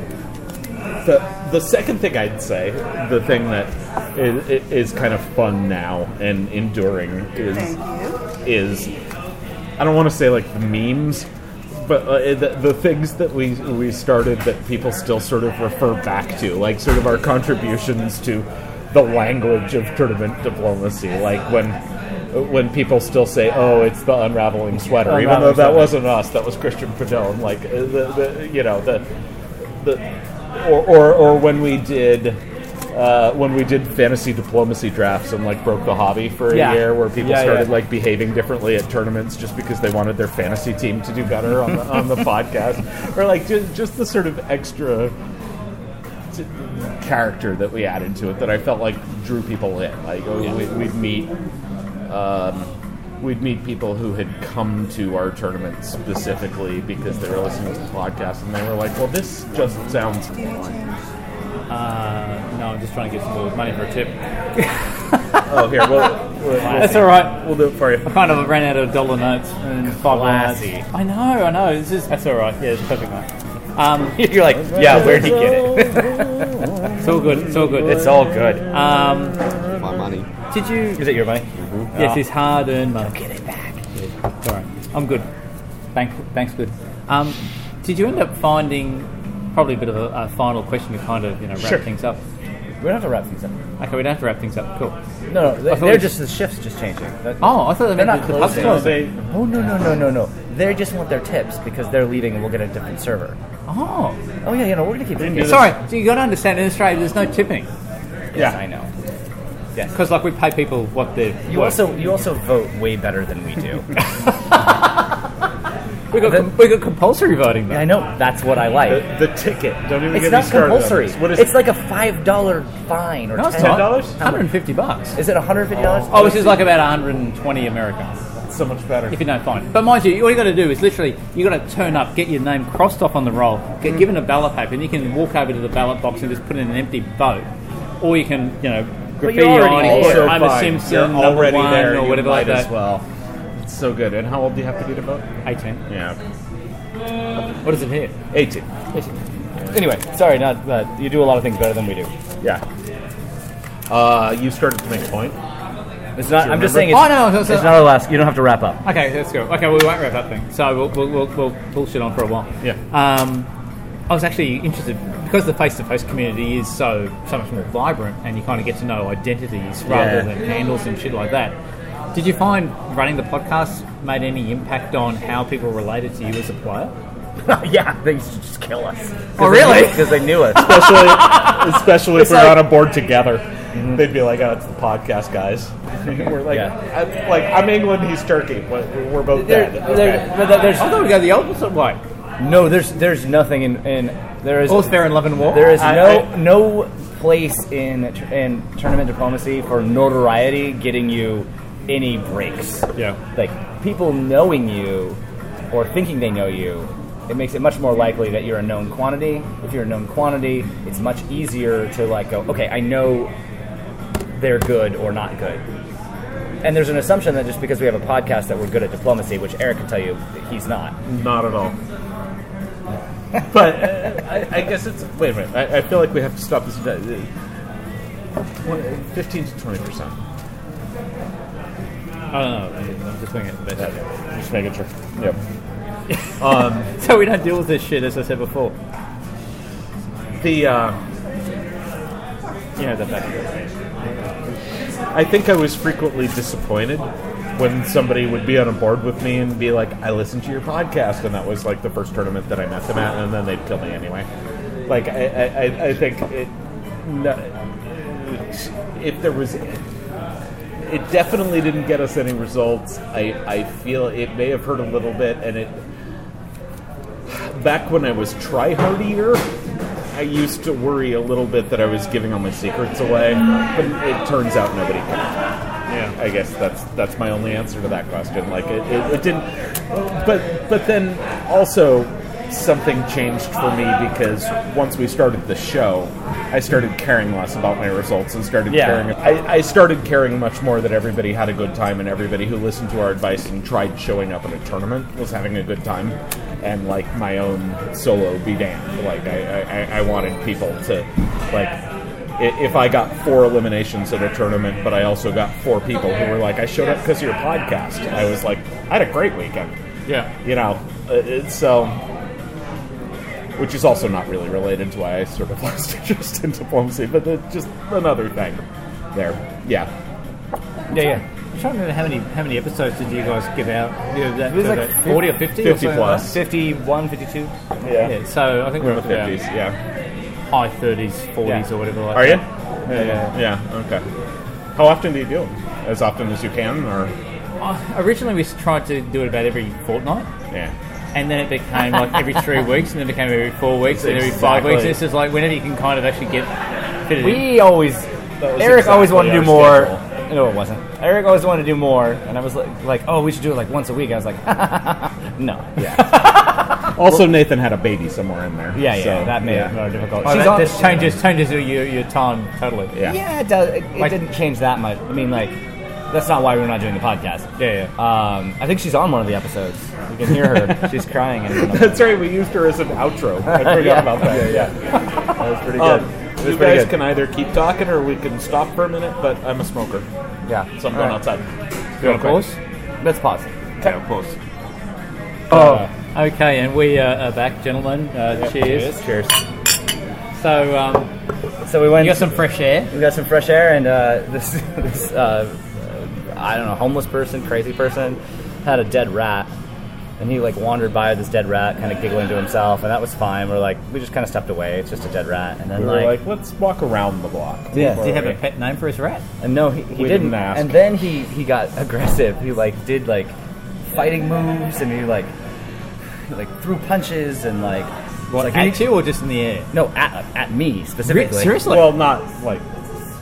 the the second thing I'd say, the thing that is, is kind of fun now and enduring is Thank you. is I don't want to say like the memes, but uh, the, the things that we we started that people still sort of refer back to, like sort of our contributions to the language of tournament diplomacy, like when when people still say, "Oh, it's the unraveling sweater," even though that Unraveling sweater. wasn't us, that was Christian Padone. Like uh, the, the you know the the or or, or when we did. Uh, when we did fantasy diplomacy drafts and like broke the hobby for a Yeah. year, where people Yeah, started yeah. like behaving differently at tournaments just because they wanted their fantasy team to do better on the, on the podcast, or like just, just the sort of extra t- character that we added to it that I felt like drew people in. Like oh, we, we'd meet. Um, We'd meet people who had come to our tournament specifically because they were listening to the podcast and they were like, well, this just sounds fun. Uh, no, I'm just trying to get some more money for a tip. Oh, here, we'll, we'll, we'll, That's all right. we'll do it for you. I kind of ran out of dollar notes and five dollars. Classy. I know, I know. This is that's all right. Yeah, it's perfect. Mate. Um, you're like, yeah, where'd he get it? it's all good. It's all good. it's all good. Um, My money. did you? Mm-hmm. Is it your money? Yes, it's hard earned money. get it back. Sorry, I'm good. Thanks, thanks, good. Um, did you end up finding probably a bit of a, a final question to kind of you know wrap Sure. things up? We don't have to wrap things up. Okay, we don't have to wrap things up. Cool. No, no, they, thought they're we- just the shifts just changing. That- Oh, I thought they They're meant not the, the pub's closing. closing. Oh no no no no no! They just want their tips because they're leaving and we'll get a different server. Oh, Oh yeah, you know we're gonna keep. Yes, sorry. So you got to understand in Australia, there's no tipping yeah, I know. because like we pay people what they're You worth. also you also vote way better than we do. we got then- we got compulsory voting though. I know that's what I like. The, the ticket. Don't even It's get not me started. on compulsory. this. What is it's it? like a five dollar fine or No, it's ten not. $10? Hundred and fifty bucks. Is it one hundred fifty dollars? Oh, which is like about 120 America, so much better. if you don't find it. But mind you, all you got to do is literally, you got to turn up, get your name crossed off on the roll, Mm. get given a ballot paper, and you can walk over to the ballot box and just put in an empty vote. Or you can, you know, graffiti already on it, also put Homer fine. Simpson, You're number already one, there. or you whatever might like as that. well. It's so good. And how old do you have to be to vote? 18. Yeah, What is it here? eighteen. Anyway, sorry, not uh, you do a lot of things better than we do. Yeah. Uh, you started to make a point. It's not. I'm remember? just saying. It's, Oh, no, so- so- it's not our last. You don't have to wrap up. Okay, let's go. Okay, we won't wrap up then. So we'll, we'll, we'll, we'll bullshit on for a while. Yeah. Um, I was actually interested because the face-to-face community is so so much more vibrant, and you kind of get to know identities rather Yeah. than handles and shit like that. Did you find running the podcast made any impact on how people related to you as a player? yeah, they used to just kill us. Oh, really? Because they knew us. Especially, especially if we're like- Mm-hmm. on a board together. They'd be like, "Oh, it's the podcast guys." we're like, Yeah. I'm, like I'm England, he's Turkey. We're we're both There- dead. there- Okay. but there's- I thought we go the opposite way. no, there's there's nothing in, in there is All fair in love and war. there is I- no no place in tur- in tournament diplomacy for notoriety getting you any breaks. Yeah. like people knowing you or thinking they know you, it makes it much more likely that you're a known quantity. If you're a known quantity, it's much easier to like go, okay, I know they're good or not good. And there's an assumption that just because we have a podcast that we're good at diplomacy, which Eric can tell you that he's not. Not at all. but uh, I, I guess it's. Wait a minute. I, I feel like we have to stop this. uh, twen- 15 to 20%. I don't know. I'm just doing it. the best. Just making sure. Yep. So we don't deal with this shit, as I said before. The. Uh, you know, the better. I think I was frequently disappointed when somebody would be on a board with me and be like, "I listened to your podcast," and that was like the first tournament that I met them at, and then they'd kill me anyway. Like I, I, I- I think it, no, if there was, it definitely didn't get us any results. I, I feel it may have hurt a little bit, and it back when I was try hardier, I used to worry a little bit that I was giving all my secrets away. But it turns out nobody can. Yeah. I guess that's that's my only answer to that question. Like it, it, it didn't. But but then also something changed for me because once we started the show, I started caring less about my results and started Yeah. caring. I, I started caring much more that everybody had a good time and everybody who listened to our advice and tried showing up at a tournament was having a good time. And like my own solo be damned. Like I, I, I- I wanted people to like i- if I got four eliminations at a tournament, but I also got four people who were like, I showed up because of your podcast. I was like, I had a great weekend. Yeah. You know, uh, it's so. Which is also not really related to why I sort of lost interest in diplomacy, but that's just another thing there. Yeah. Yeah, yeah. I'm trying to remember how many how many episodes did you guys give out? You know, that, It was to like that 50 40 or 50? 50 or something plus. 51, 52. Like that? Yeah, so I think We're we're in the looking at 50s, yeah. high 30s, 40s, Yeah. or whatever. Like Are you? that. Yeah, yeah, yeah. Okay. How often do you do it? As often as you can, or? Uh, originally, we tried to do it about every fortnight, Yeah. and then it became like every three weeks, and then it became every four weeks, and every five Exactly. weeks. This is like whenever you can kind of actually get fit it in. We always. Eric always wanted to do exactly our more. No, it wasn't. Eric always wanted to do more, and I was like, like, oh, we should do it like once a week. I was like, no. Yeah, Also, Nathan had a baby somewhere in there. yeah, so, that made yeah. it more difficult. Oh, She's that on- just changes changes your your, your time totally. Yeah. Yeah, it does. It, it Like- didn't change that much. I mean, like, that's not why we're not doing the podcast. Yeah, yeah. Um, I think she's on one of the episodes. You can hear her. she's crying. In one of them. That's right. We used her as an outro. I forgot Yeah. about that. Yeah, yeah. That was pretty Um, you pretty guys good. can either keep talking or we can stop for a minute. But I'm a smoker, yeah. so I'm going outside. of course. Let's pause. Yeah, of course. Okay, and we uh, are back, gentlemen. Uh, cheers. Cheers. So um, So we went. you got some fresh air. we got some fresh air, and uh, this, this uh, I don't know, homeless person, crazy person, had a dead rat, and he like wandered by this dead rat, kind of giggling to himself, and that was fine. We're like, we just kind of stepped away. It's just a dead rat, and then We were like, let's walk around the block. yeah, Do you have a pet name for his rat? And no, he, he We didn't. didn't ask. And then he he got aggressive. He like did like fighting moves, and he like he, like threw punches and like was What, like, at you or just in the air? no at at me specifically. Seriously? Well, not like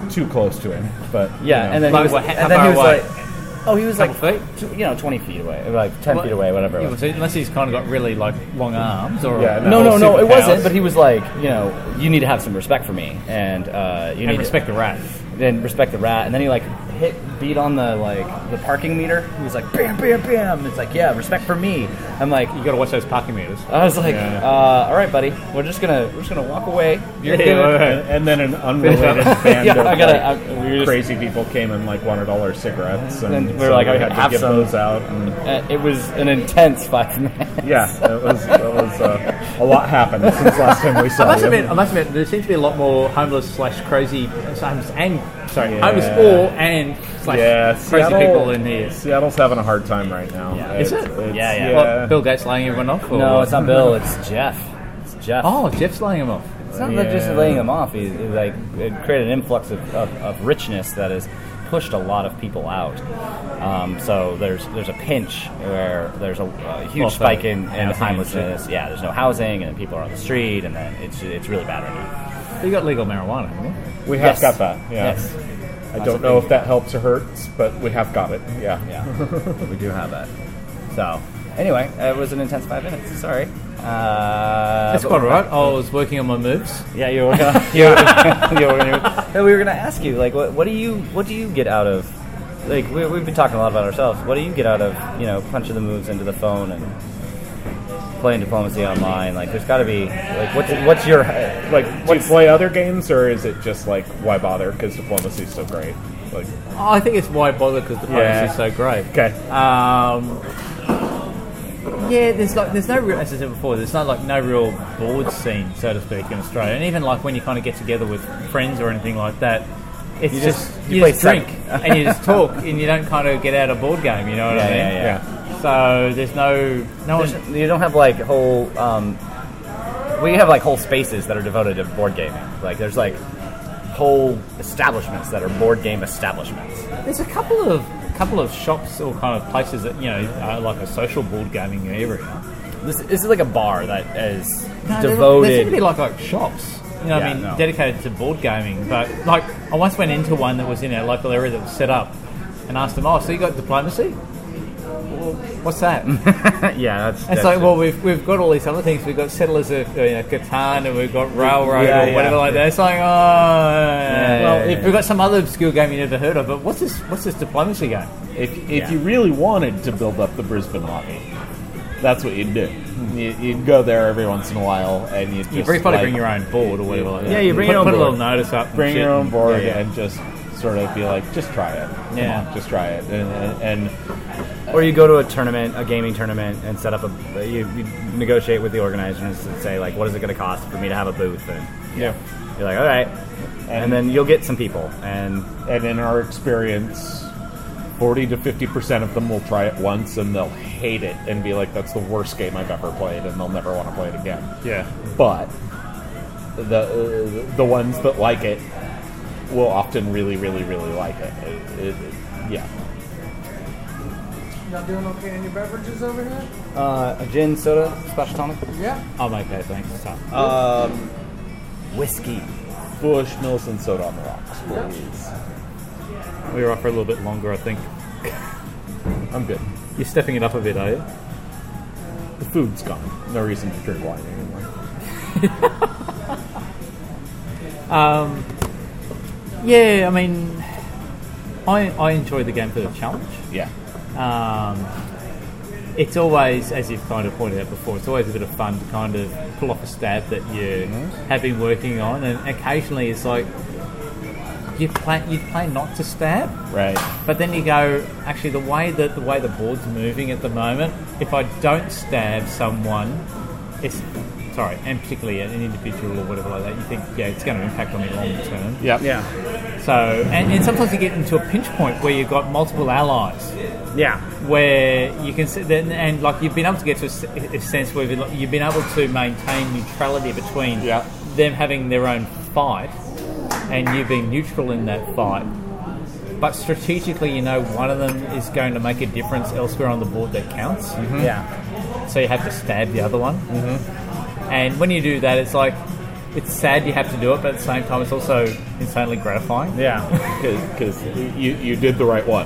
too close to him, but Yeah, you and know. then Like, he was, what, how and then he was far away? like, oh, he was like Couple feet? tw- you know twenty feet away, like ten Well, feet away, whatever. It Yeah, was. so unless he's kind of got really like long arms or Yeah, No, no, no, it superpowers. wasn't. But he was like, you know, you need to have some respect for me, and uh, you need and to- respect the rat. then respect the rat, and then he like hit beat on the like the parking meter. He was like bam, bam, bam. It's like yeah, respect for me. I'm like, You got to watch those parking meters. I was like, uh, all right, buddy, we're just gonna we're just gonna walk away. You're Yeah, good. And, and then an unrelated band Yeah, of I gotta- like, I- we were just- crazy people came and like wanted all our cigarettes, and, And we were so like, we okay, had to have give some. those out. And, Uh, it was an intense five minutes. yeah, that was that was uh, a lot happened since last time we saw I must you. admit, I must admit, there seems to be a lot more homeless slash crazy and sorry, Yeah. homeless or and slash Yeah, crazy Seattle- people in here. Seattle's having a hard time right now. Yeah. Is it? It's- Yeah, yeah. What, Bill Gates laying everyone off? Or No, what? it's not Bill. It's Jeff. It's Jeff. Oh, Jeff's laying him off. It's not like just Yeah. laying them off. It, it, like it created an influx of, of, of richness that has pushed a lot of people out. Um, so there's there's a pinch where there's a, a huge Well, so spike in, in housing homelessness. Yeah, there's no housing, and then people are on the street, and then it's it's really bad right now. You got legal marijuana, haven't you? we have Yes. got that. Yeah. Yes. I don't know if that helps or hurts, but we have got it. Yeah. Yeah, we do have that. So anyway, it was an intense five minutes. Sorry. Uh, That's but- quite all right. I was working on my moves. Yeah, you were gonna. You were gonna, you were gonna no, we were gonna ask you, like, what, what do you what do you get out of? Like, we, we've been talking a lot about ourselves. What do you get out of you know punching the moves into the phone and playing diplomacy online? Like, there's got to be like what's what's your Like, do you play other games, or is it just like, why bother? Because diplomacy is so great. Like, I think it's why bother because the price Yeah. is so great. okay, Um, Yeah, there's like there's no real as I said before, there's no like no real board scene, so to speak, in Australia. And even like when you kind of get together with friends or anything like that, it's You just, just- you, you play just drink and you just talk and you don't kind of get out a board game. You know what I Yeah, mean? yeah, yeah. So there's no no one. There's- You don't have like whole. Um, we have like whole spaces that are devoted to board gaming. Like there's like whole establishments that are board game establishments. There's a couple of couple of shops or kind of places that you know are like a social board gaming area. This, this is like a bar that is No, they're- They seem devoted. to be like like shops. You know, what I Yeah, mean, no. dedicated to board gaming. But like, I once went into one that was in our local area that was set up, and asked them, "Oh, so you got diplomacy? Well, what's that?" And yeah, that's. it's like, well, we've, we've got all these other things. We've got settlers of you know, Catan, and we've got railroad Yeah, or whatever yeah. like that. It's like, oh, Yeah, well, yeah, if yeah. we've got some other obscure game you never heard of, but what's this? What's this diplomacy game? If, if Yeah. you really wanted to build up the Brisbane lobby, that's what you'd do. You, you'd go there every once in a while, and you'd just You probably like, bring your own board or whatever. like that. Yeah, you bring put, your own put a board. little notice up. and bring shit your own and- board yeah, yeah. and just sort of be like, just try it. Come Yeah. on, just try it. And, and, and Or you go to a tournament, a gaming tournament, and set up a. You, you negotiate with the organizers and say like, what is it going to cost for me to have a booth? And yeah. you're like, all right, And- and then you'll get some people, and And in our experience, forty to fifty percent of them will try it once and they'll hate it and be like, "That's the worst game I've ever played," and they'll never want to play it again. Yeah. But the uh, the ones that like it will often really, really, really like it. It- it- it- yeah. Y'all doing okay in your beverages over here? uh, a gin soda special tonic, Yeah. I'm okay, Oh, thanks. It's tough. whiskey. Um, Bush, Millicent, soda on the rocks, please. We were up for a little bit longer, I think. I'm good. You're stepping it up a bit, are you? The food's gone. No reason to drink wine anymore. Um, Yeah, I mean, I, I enjoy the game for the challenge. Yeah. Um, it's always, as you've kind of pointed out before, it's always a bit of fun to kind of pull off a stab that you have been working on, and occasionally it's like you play you play not to stab, Right. but then you go actually the way that the way the board's moving at the moment, if I don't stab someone, it's sorry, and particularly an individual or whatever like that, you think yeah, it's going to impact on me long term. Yep. Yeah, So, and, and sometimes you get into a pinch point where you've got multiple allies, yeah. where you can sit then and like you've been able to get to a, s- a sense where you've you've been able to maintain neutrality between Yeah. them having their own fight and you being neutral in that fight. But strategically, you know, one of them is going to make a difference elsewhere on the board that counts Mm-hmm. Hmm? Yeah. so you have to stab the other one. Mm-hmm. And when you do that, it's like it's sad you have to do it, but at the same time, it's also insanely gratifying. Yeah. Because you, you did the right one.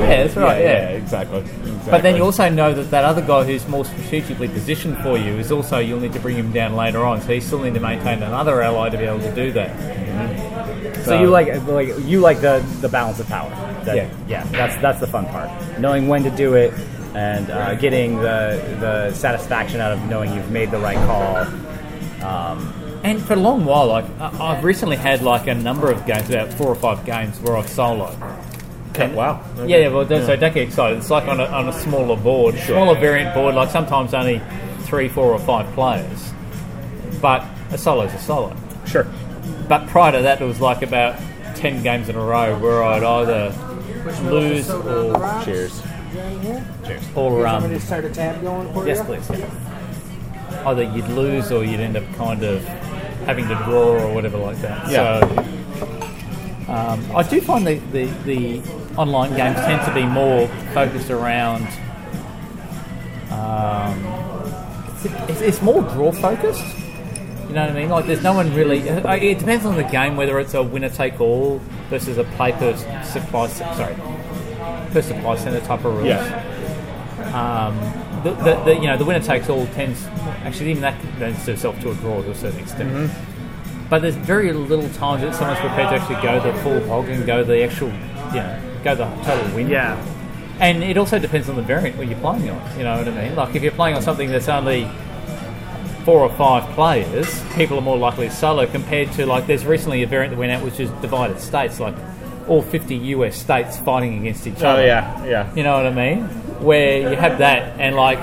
Yeah, that's right. Yeah. exactly. exactly. But then you also know that that other guy who's more strategically positioned for you is also you'll need to bring him down later on, so you still need to maintain another ally to be able to do that. Mm-hmm. So you like like you like the the balance of power. That- Yeah. yeah. That's that's the fun part. Knowing when to do it and uh, getting the the satisfaction out of knowing you've made the right call. And for a long while, like I- I've recently had like a number of games, about four or five games, where I've soloed. Wow. Yeah, yeah, well, don't, so don't get excited. It's like on a, on a smaller board, smaller variant board, like sometimes only three, four, or five players. But a solo's a solo. Sure. But prior to that, it was like about 10 games in a row where I'd either lose or, Cheers. Here? or Want me to um, just start a tab going for yes, you? please. yeah. Either you'd lose or you'd end up kind of having to draw or whatever like that. Yeah. So um, I do find the, the, the online games tend to be more focused around. Um, it's, it's more draw focused. You know what I mean? Like, there's no one really. uh, It depends on the game whether it's a winner take all versus a play per supply. Sorry, per supply center type of rules Yeah. um, the, the, the, you know the winner takes all tends actually even that lends itself to a draw to a certain extent. But there's very little time that someone's prepared to actually go the full hog and go the actual you know go the total win. Yeah. And it also depends on the variant what you're playing on. You know what I mean? Like if you're playing on something that's only four or five players, people are more likely to solo compared to like there's recently a variant that went out which is divided states, like all 50 US states fighting against each Oh other. yeah. Yeah. You know what I mean? Where you have that, and like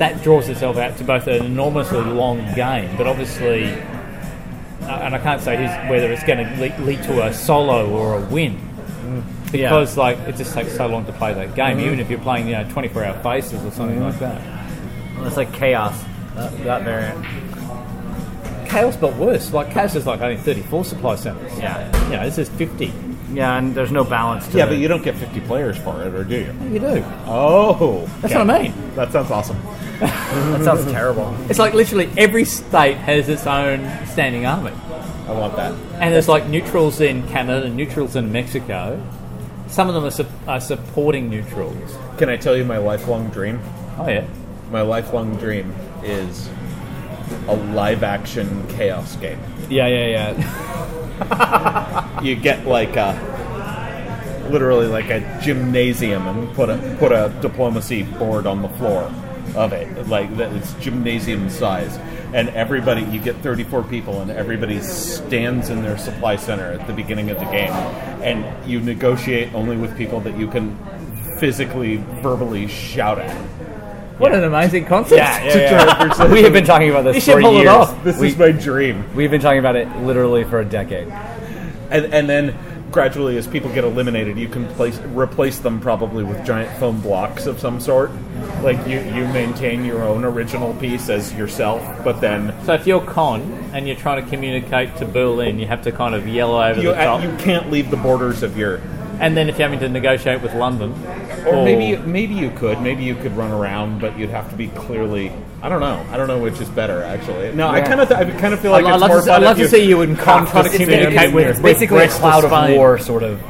that draws itself out to both an enormously long game, but obviously, uh, and I can't say who's, whether it's going to lead, lead to a solo or a win. Mm. Because like it just takes so long to play that game, Mm-hmm. even if you're playing you know 24-hour faces or something like that. It's like chaos. That, that variant. Chaos, but worse. Like chaos is like only 34 supply centers. Yeah. you know this is 50. Yeah, and there's no balance to Yeah, it. but you don't get 50 players for it, or do you? You do. Oh, That's what I mean. that sounds awesome. that sounds terrible. It's like literally every state has its own standing army. I want that. And there's like neutrals in Canada, neutrals in Mexico. Some of them are, su- are supporting neutrals. Can I tell you my lifelong dream? Oh, yeah. My lifelong dream is a live-action chaos game. Yeah, yeah, yeah. You get like a, literally like a gymnasium, and put a put a diplomacy board on the floor of it, like that it's gymnasium size, and everybody you get 34 people, and everybody stands in their supply center at the beginning of the game, and you negotiate only with people that you can physically, verbally shout at. What an amazing concept. we have been talking about this You should for pull it years. off. This we, is my dream. we've been talking about it literally for a decade. and, and then gradually as people get eliminated you can place replace them probably with giant foam blocks of some sort like you, you maintain your own original piece as yourself but then So if you're con and you're trying to communicate to Berlin, you have to kind of yell over you, the top. you can't leave the borders of your and then if you're having to negotiate with London, or maybe maybe you could maybe you could run around but you'd have to be clearly I don't know I don't know which is better actually no I Yeah. kind of th- I kind of feel I'd, like I'd it's love more to, see- fun I'd if love to you- see you in con trying to It's- it's- communicate it's with basically with Brest a cloud or Spain. of war sort of.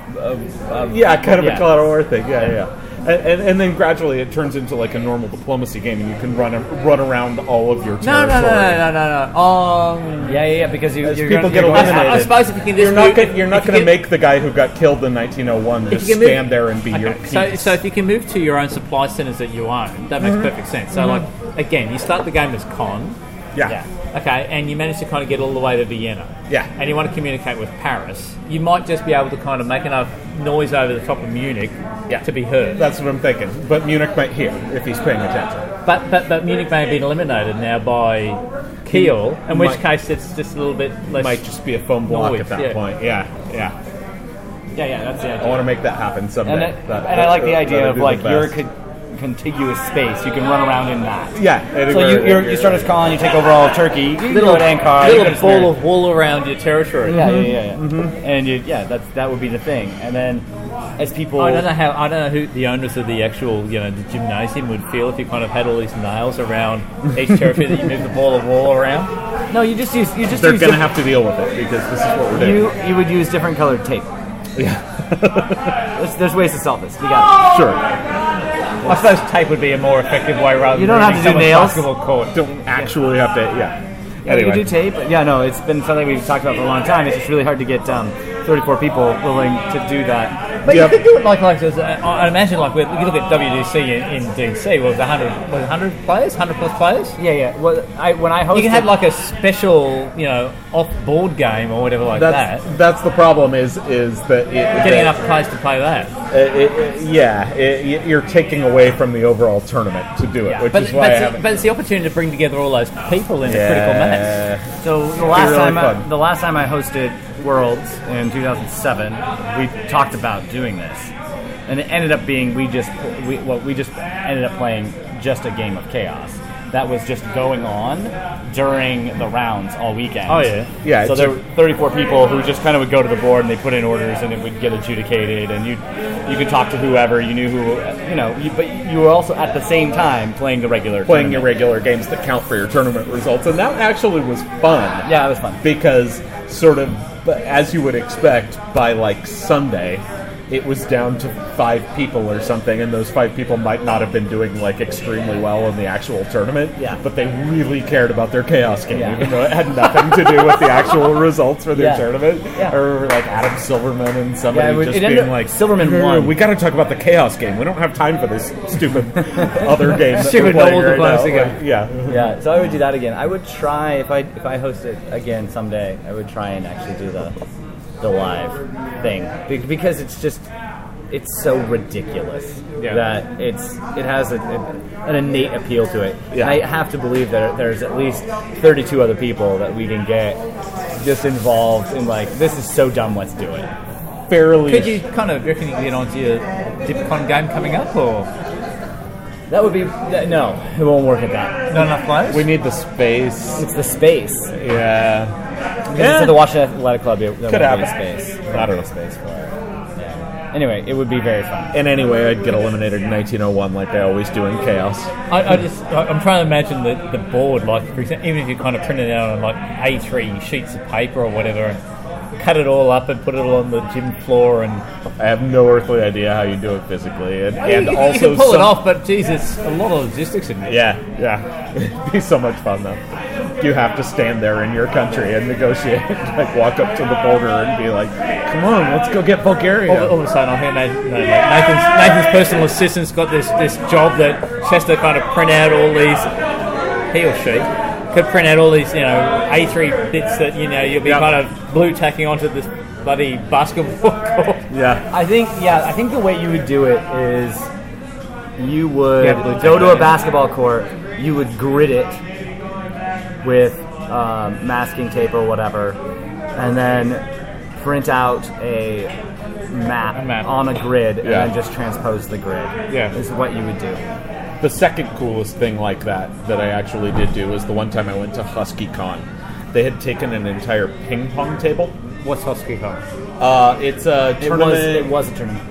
Yeah, kind of Yeah. a Call of War thing. Yeah, yeah. And, and, and then gradually it turns into like a normal diplomacy game, and you can run run around all of your No, no, territory. no, no, no, no, no. Um, Yeah, yeah, yeah. Because you, As you're people gonna, get you're gonna- I, I eliminated, suppose if you can just you're not move- gonna, you're not if you going to can- make the guy who got killed in 1901 just If you stand can move- there and be Okay, your piece. So, so if you can move to your own supply centers that you own, that makes perfect sense. So, like again, you start the game as con. yeah. Okay, and you manage to kind of get all the way to Vienna. Yeah. And you want to communicate with Paris. You might just be able to kind of make enough noise over the top of Munich Yeah. to be heard. that's what I'm thinking. But Munich might hear if he's paying attention. But, but but Munich may have been eliminated now by Kiel, in which Might- case it's just a little bit It less. might just be a foam block Noise, at that yeah. point. Yeah, yeah. Yeah, yeah. That's the idea. I want to make that happen someday. And, it, That- and I like the that- idea that'd of be the like you're a best. con- contiguous space. You can run around in that. yeah. it'd So work. you, you're, you start as Colin, you take over all of Turkey, you can go to Ankara, you go little to Smyrna. ball of wool around your territory. Yeah, yeah, yeah, yeah. Mm-hmm. And you, yeah, that's that would be the thing. And then as people, I don't know how I don't know who the owners of the actual you know the gymnasium would feel if you kind of had all these nails around each territory that you move the ball of wall around. no, you just use you just They're use going to diff- have to deal with it because this is what we're doing. you you would use different colored tape. Yeah, there's, there's ways to solve this. You got sure. I suppose tape would be a more effective way rather it. You don't have to do nails. Don't actually have to. Yeah. Yeah, anyway. You do tape. Yeah, no, it's been something we've talked about for a long time. It's just really hard to get um, 34 people willing to do that. But Yep. you could do it like like there's a- I I imagine like with, you look at WDC in, in DC was a hundred was hundred players hundred plus players. Yeah, yeah. Well, I when I hosted, You can have like a special you know off board game or whatever like that's that. that's the problem. Is is that it, Getting that- enough players to play that, Uh, it, it- yeah, it, y- you're taking away from the overall tournament to do it, which but, is why but, I it's, haven't. but it's the opportunity to bring together all those people in a critical mass. Yeah. So the last really time, I, fun. the last time I hosted Worlds in 2007, we talked about doing this, and it ended up being we just we well we just ended up playing just a game of chaos that was just going on during the rounds all weekend. Oh, yeah. Yeah, So it's there a- were 34 people who just kind of would go to the board and they put in orders and it would get adjudicated and you you could talk to whoever you knew who you know you, but you were also at the same time playing the regular Playing tournament. your regular games that count for your tournament results, and that actually was fun. yeah it was fun. because sort of but as you would expect by like Sunday it was down to five people or something and those five people might not have been doing like extremely well in the actual tournament Yeah. but they really cared about their chaos game Yeah. even though it had nothing to do with the actual results for their Yeah. tournament Yeah. I remember like Adam Silverman and somebody Yeah, it was- just it ended being up- like Silverman "No, no, no, won." we gotta talk about the chaos game we don't have time for this stupid other game that Stupid we're playing novel right now." diplomacy game. Like, yeah Yeah, so I would do that again. I would try if I if I host it again someday. I would try and actually do the the live thing Be- because it's just it's so ridiculous Yeah. that it's it has a, a- an innate appeal to it. And I have to believe that there's at least 32 other people that we can get just involved in like this is so dumb. Let's do it. fairly. Could you kind of reckon you can get onto your Dipcon game coming up, or That would be that, no, it won't work at that. not enough players? we need the space. It's the space. Yeah. Because It's the Washington Athletic Club. It, that Eh. Could won't be happen. space. I don't know. Space for it. Yeah. Anyway, it would be very fun. And anyway, I'd get eliminated in 1901 like I always do in chaos. I, I just I- I'm trying to imagine the, the board, like for example, even if you kind of print it out on like A3 sheets of paper or whatever, and cut it all up and put it all on the gym floor, and I have no earthly idea how you do it physically, and, you, and you also can pull some- it off. But Jesus, a lot of logistics in there. Yeah, yeah. It'd be so much fun though. You have to stand there in your country and negotiate. like walk up to the border and be like, "Come on, let's go get All, of- Bulgaria." all of a sudden, I hear Nathan, no, like Nathan's, Nathan's personal assistant's got this, this job that she has to kind of print out all these. He or she could print out all these, you know, A3 bits that you know you'll be kind of blue tacking onto this bloody basketball court. Yeah, I think yeah. I think the way you would do it is you would Yeah, blue tape, go to a yeah. basketball court. You would grid it with um, masking tape or whatever, and then print out a map, A map. on a grid, and Yeah. then just transpose the grid. Yeah. is what you would do. the second coolest thing like that that I actually did do was the one time I went to Husky Con. They had taken an entire ping pong table. What's Husky Cup? Uh, it's a It was, it tournament. was a tournament.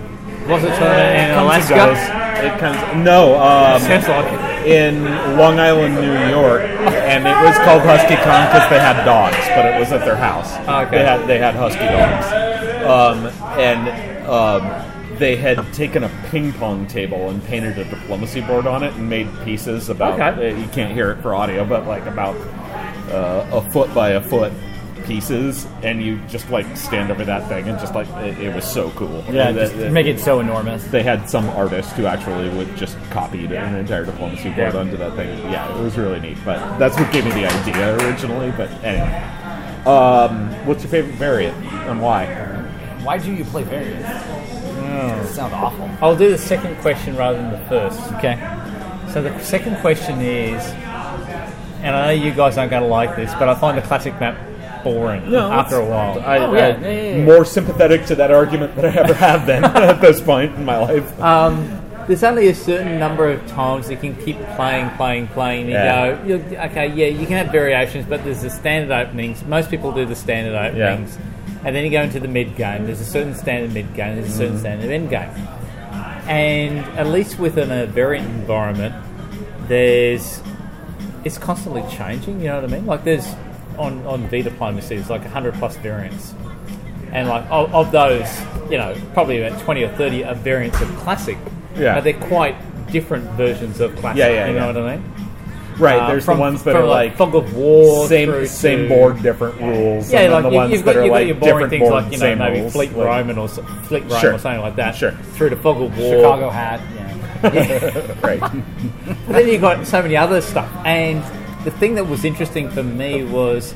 Was it tournament in comes and Alaska? goes. It comes. No, um, Sounds like in Long Island, New York, and it was called Husky Con because they had dogs, but it was at their house. Ah, Okay. They had they had husky dogs, um, and um, they had taken a ping pong table and painted a diplomacy board on it and made pieces about. Okay. uh, You can't hear it for audio, but like about uh, a foot by a foot pieces and you just like stand over that thing and just like it, it was so cool Yeah, And just that- that- make it so enormous. they had some artist who actually would just copied an entire diplomacy board onto that thing. Yeah, it was really neat. But that's what gave me the idea originally. But anyway, um, what's your favorite variant and why? Why do you play variants? Sounds awful. I'll do the second question rather than the first. Okay. So the second question is, and I know you guys aren't going to like this, but I find the classic map boring after a while. I, Oh, yeah, I- yeah, yeah, yeah. Uh, More sympathetic to that argument than I ever have been at this point in my life. Uh, There's only a certain number of times you can keep playing, playing, playing. You Yeah. go, you okay, yeah, you can have variations, but there's the standard openings. Most people do the standard openings. And then you go into the mid game. There's a certain standard mid game, there's a certain standard end game. And at least within a variant environment, there's it's constantly changing. You know what I mean? Like there's on on V diplomacy, there's like 100 plus variants, and like of, of those, you know, probably about 20 or 30 are variants of classic. Yeah. but they're quite different versions of classic. Yeah, yeah, You know yeah. what I mean? right, Uh, there's from- the ones that from, are like. fog of war, same through same to- board, different rules. Yeah, and then like the you- ones you've that got, are you've got like your boring different things board, like you know same maybe rules. Fleet Like, Roman or s- Fleet Rome Sure. or something like that. Sure. Through to Fog of War, Chicago hat. Yeah. right. But then you got so many other stuff. And the thing that was interesting for me was,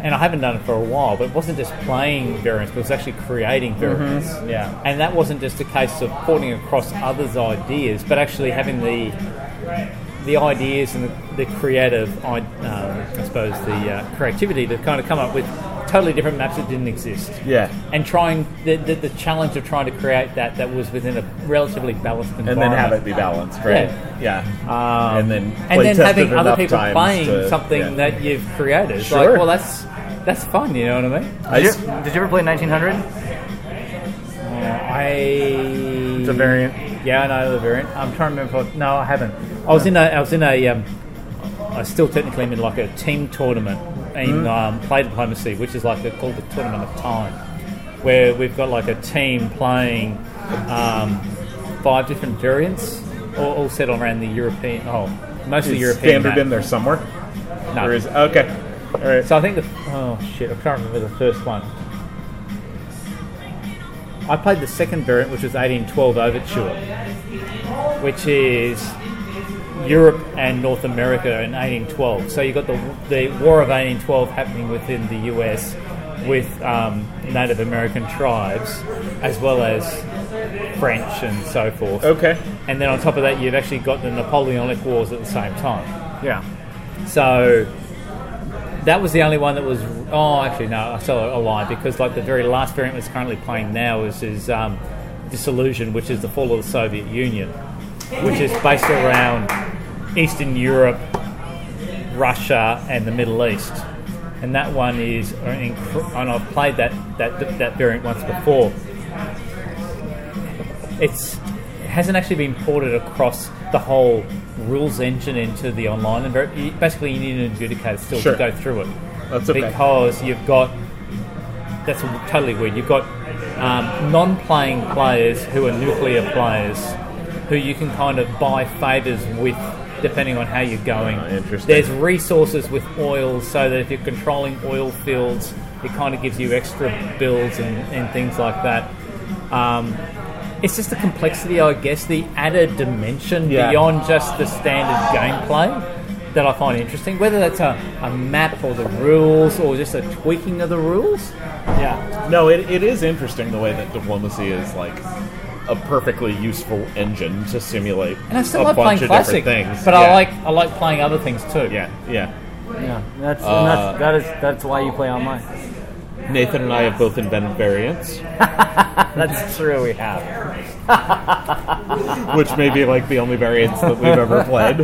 and I haven't done it for a while, but it wasn't just playing variants, but it was actually creating variants. Mm-hmm. Yeah. And that wasn't just a case of porting across others' ideas, but actually having the the ideas and the, the creative, I- um, I suppose, the uh, creativity to kind of come up with totally different maps that didn't exist Yeah. and trying the, the, the challenge of trying to create that that was within a relatively balanced environment and then have it be balanced, right? Yeah. and then Um, and play then test having it other enough people times playing to- something yeah. that you've created. It's Sure. Like, well, that's that's fun. You know what I mean? I Did s- you, did you ever play 1900? I it's a variant. Yeah, I know the variant. I'm trying to remember. if I- No, I haven't. I was in a. I was in a. Um, I still technically am in like a team tournament in um, play diplomacy, which is like a, called the tournament of time, where we've got like a team playing um, five different variants, all, all set around the European. Oh, mostly is European. standard map. in there somewhere. No. Or is okay. All right. So I think the oh shit, I can't remember the first one. I played the second variant, which was 1812 Overture, which is Europe and North America in 1812. So you've got the the War of 1812 happening within the US, with um, Native American tribes, as well as French and so forth. Okay. And then on top of that, you've actually got the Napoleonic Wars at the same time. Yeah. So that was the only one that was. Oh, actually, no, I saw a lie because like the very last variant that's currently playing now is is um, Disillusion, which is the fall of the Soviet Union, which is based around Eastern Europe, Russia, and the Middle East. And that one is, an incre- and I've played that, that that variant once before. It's it hasn't actually been ported across the whole rules engine into the online. And very, you- basically, you need an adjudicator still Sure. to go through it. That's okay. Because you've got that's totally weird. You've got um, non-playing players who are nuclear players who you can kind of buy favors with depending on how you're going. Ah, interesting. There's resources with oil so that if you're controlling oil fields, it kind of gives you extra builds and, and things like that. Um, it's just the complexity, I guess, the added dimension Yeah. beyond just the standard gameplay that I find interesting. Whether that's a, a map or the rules or just a tweaking of the rules, No, it, it is interesting the way that diplomacy is like a perfectly useful engine to simulate And I still a love bunch playing of classic, different things. but Yeah. I like I like playing other things too. yeah, yeah. Yeah. That's, Uh, and that's that is that's why you play online. Nathan and I have both invented variants, That's true. We have. which may be like the only variants that we've ever played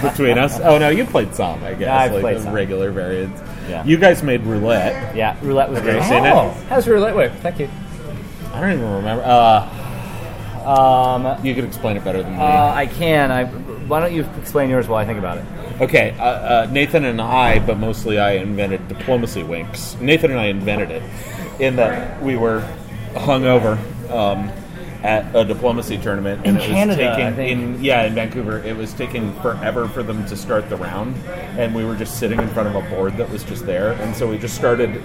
between us. Oh no, you played some, I guess. Yeah, I've like played the some. regular variants. Yeah. You guys made roulette. Yeah. Roulette was Have you great. seen Oh, it? how's roulette work? Thank you. I don't even remember. Uh, Um, uh, you could explain it better than me. I can. I. Why don't you explain yours while I think about it? Okay, uh, uh, Nathan and I, but mostly I invented diplomacy winks. Nathan and I invented it in that we were hungover um, at a diplomacy tournament and In it Canada, was I taking think. in yeah in Vancouver. It was taking forever for them to start the round, and we were just sitting in front of a board that was just there, and so we just started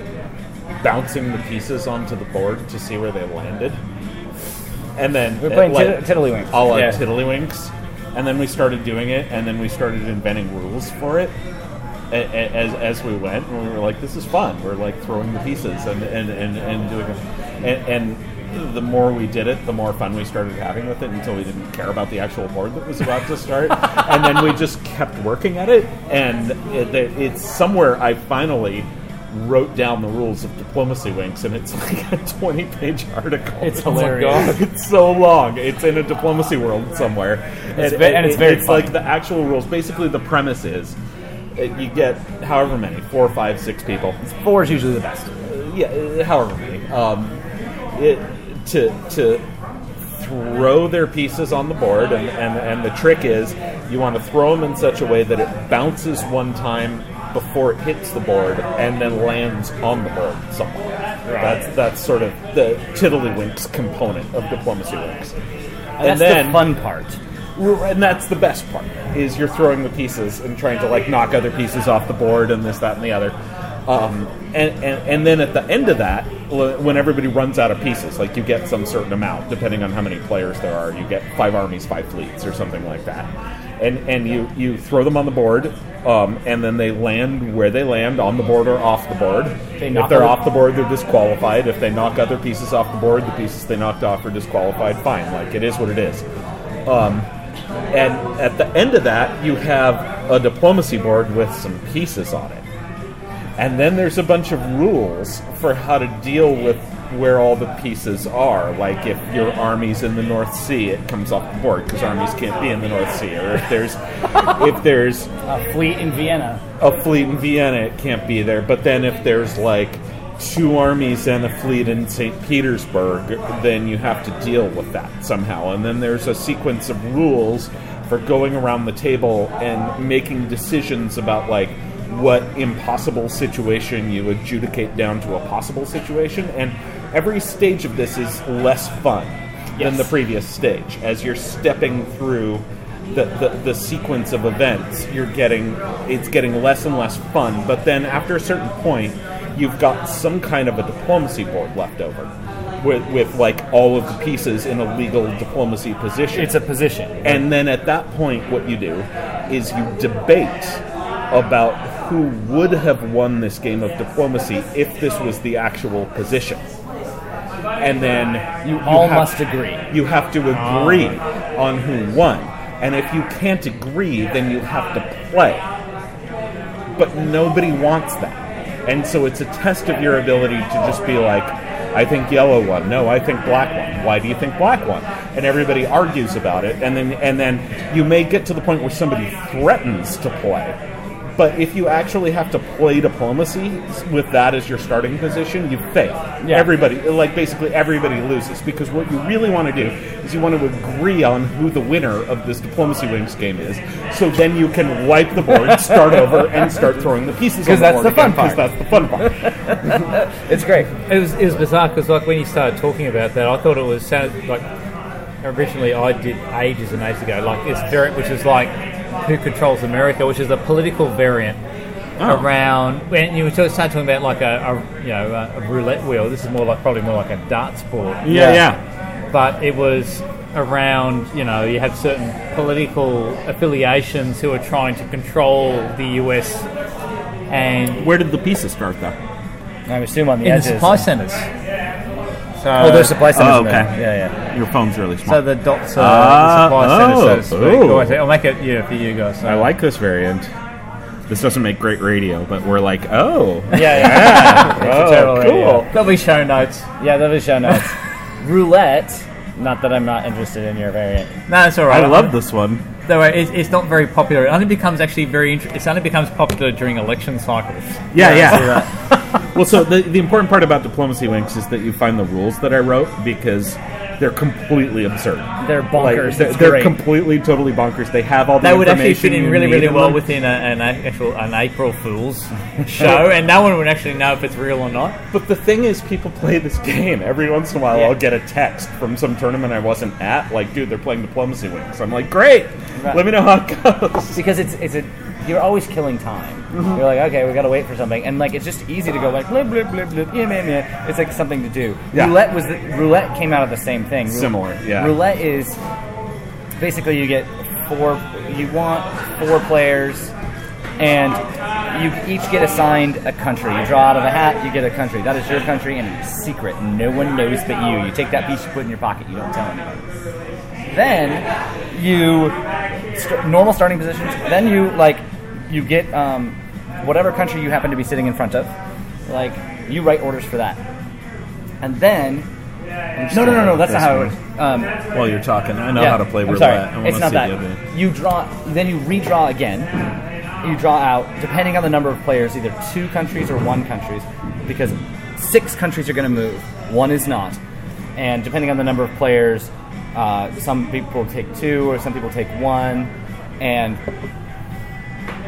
bouncing the pieces onto the board to see where they landed. And then We're playing it, like, Tid- Tiddlywinks. all like Yeah. Tiddlywinks, and then we started doing it, and then we started inventing rules for it a- a- as, as we went. And we were like, "This is fun." We're like throwing the pieces and and and, and doing it, and, and the more we did it, the more fun we started having with it until we didn't care about the actual board that was about to start, and then we just kept working at it. And it, it- it's somewhere I finally. Wrote down the rules of diplomacy winks, and it's like a twenty-page article. It's like, hilarious. it's so long. It's in a diplomacy world somewhere, It's ve- and it's very It's funny. like the actual rules. Basically, the premise is uh, you get however many four, five, six people. Four is usually the best. Yeah, uh, however many. Um, it, to to throw their pieces on the board, and, and and the trick is you want to throw them in such a way that it bounces one time before it hits the board and then lands on the board somewhere. That's that's sort of the tiddlywinks component of diplomacy winks. And, That's then the fun part. well, and that's the best part is you're throwing the pieces and trying to like knock other pieces off the board and this that and the other um, and, and, and then at the end of that l- when everybody runs out of pieces like you get some certain amount depending on how many players there are you get five armies five fleets or something like that and and you you throw them on the board um, and then they land where they land on the board or off the board if knock they're other- off the board they're disqualified if they knock other pieces off the board the pieces they knocked off are disqualified fine like it is what it is and at the end of that, you have a diplomacy board with some pieces on it. And then there's a bunch of rules for how to deal with where all the pieces are. Like if your army's in the North Sea, it comes off the board because armies can't be in the North Sea. Or if there's if there's A fleet in Vienna. a fleet in Vienna, it can't be there. But then if there's like two armies and a fleet in St. Petersburg, then you have to deal with that somehow. And then there's a sequence of rules for going around the table and making decisions about like what impossible situation you adjudicate down to a possible situation. And every stage of this is less fun than the previous stage as you're stepping through the, the, the sequence of events you're getting it's getting less and less fun but then after a certain point you've got some kind of a diplomacy board left over with, with like all of the pieces in a legal diplomacy position It's a position. and then at that point what you do is you debate about who would have won this game of diplomacy if this was the actual position. And then you, you all must agree. You have to agree on who won. And if you can't agree, then you have to play. But nobody wants that. And so it's a test of your ability to just be like, I think yellow won. No, I think black won. Why do you think black won? And everybody argues about it. And then and then you may get to the point where somebody threatens to play. But if you actually have to play diplomacy with that as your starting position, you fail. Everybody, like basically everybody loses because what you really want to do is you want to agree on who the winner of this diplomacy wings game is. So then you can wipe the board, start over, and start throwing the pieces. Because that's the fun Because that's the fun part. It's great. It was, it was bizarre because like when you started talking about that, I thought it was sounded like originally I did ages and ages ago. Like this variant, which is like "Who Controls America," which is a political variant Oh. around. When you were start talking about like a, a you know a, a roulette wheel, this is more like probably more like a darts board. Yeah, yeah. but it was around you know you had certain political affiliations who were trying to control the U.S. and Where did the pieces start though? I assume on the in the edges. supply centers. So, oh, there's supply centers. Oh, in okay. there. Yeah, yeah. Your phone's really so small. the dots are in Ah, the supply centers, so to speak. oh, Or I think- I'll make it yeah for you guys. So. I like this variant. This doesn't make great radio, but we're like, oh, Yeah, yeah. It's a terrible cool. idea. There'll be show notes. Yeah, that'll be show notes. Roulette. Not that I'm not interested in your variant. No, it's all right. I love this one. Though it's, it's not very popular. It only becomes actually very. Inter- it only becomes popular during election cycles. Yeah, yeah. well, so the, the important part about Diplomacy Links is that you find the rules that I wrote because they're completely absurd. They're Like, bonkers. they're it's they're great. completely, totally bonkers. They have all the That would actually information fit in you really, need really in well them. within a, an actual an April Fool's show, and no one would actually know if it's real or not. But the thing is, people play this game. Every once in a while, Yeah. I'll get a text from some tournament I wasn't at, like, dude, they're playing Diplomacy Wings. I'm like, great! Let me know how it goes. because it's it's a you're always killing time. Mm-hmm. You're like, okay, we gotta wait for something, and like it's just easy to go like blip blip blip blip. Yeah, man, yeah. It's like something to do. Yeah. Roulette was the, roulette came out of the same thing. Rou- Similar, yeah. Roulette is basically you get four. You want four players, and you each get assigned a country. You draw out of a hat, you get a country. That is your country, and it's secret. No one knows but you. You take that piece, you put it in your pocket. You don't tell anyone then you st- normal starting positions then you like you get um, whatever country you happen to be sitting in front of like you write orders for that and then no no no no that's not how it works um, While you're talking, I know yeah, how to play I'm roulette. sorry. I wanna it's not see that the other- you draw then you redraw again you draw out depending on the number of players either two countries or one countries because six countries are going to move one is not and depending on the number of players uh, some people take two or some people take one and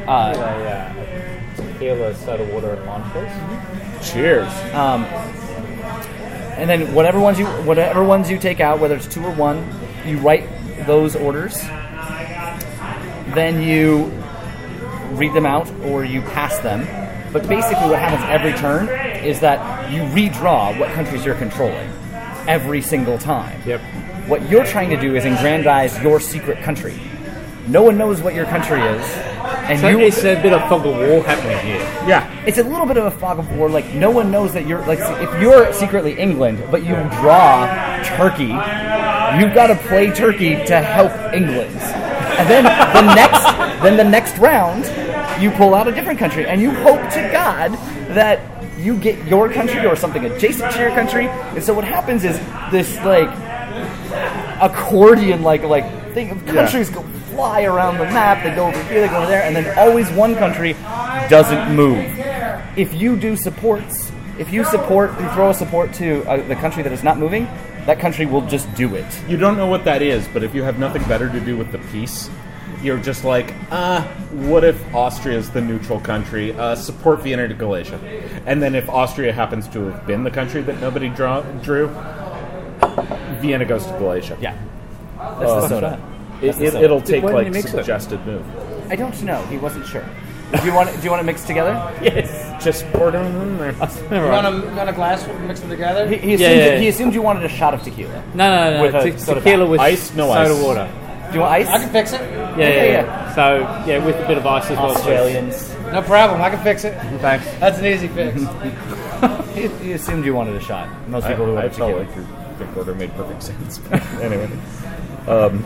uh, Tequila, soda water, and lime, please. Cheers. and then whatever ones you whatever ones you take out whether it's two or one you write those orders then you read them out or you pass them. But basically, what happens every turn is that you redraw what countries you're controlling every single time. Yep. What you're trying to do is aggrandize your secret country. No one knows what your country is, and So you. it's a bit of fog of war happening here. Yeah. It's a little bit of a fog of war. Like no one knows that you're like if you're secretly England, but you draw Turkey, you've got to play Turkey to help England. And then the next, then the next round, you pull out a different country, and you hope to God that you get your country or something adjacent to your country. And so what happens is this like accordion like like thing of countries go fly around the map, they go over here, they go over there, and then always one country doesn't move. If you do supports, if you support, you throw a support to uh, the country that is not moving, that country will just do it. You don't know what that is, but if you have nothing better to do with the piece, you're just like, ah, what if Austria is the neutral country? Uh, support Vienna Galicia. And then if Austria happens to have been the country that nobody draw, drew, Vienna goes to Galicia. Uh, Yeah, that's the soda. It, the same. will take Why didn't like you mix it? suggested move. I don't know. He wasn't sure. Do you want? Do you want to mix together? Yes. Just pour it in there. All On right. a, on a glass, mix them together. He, he, assumed, Yeah, yeah, yeah. he assumed you wanted a shot of tequila. No, no, no. Uh, With no. a Te- soda tequila with Ice? No soda ice. water. Do you want ice? I can fix it. Yeah, yeah, Okay, yeah. So yeah, with a bit of ice as well. please. Australians. No problem. I can fix it. Thanks. That's an easy fix. You, you assumed you wanted a shot. Most I, people who I, would felt like your pick order made perfect sense. But anyway, um,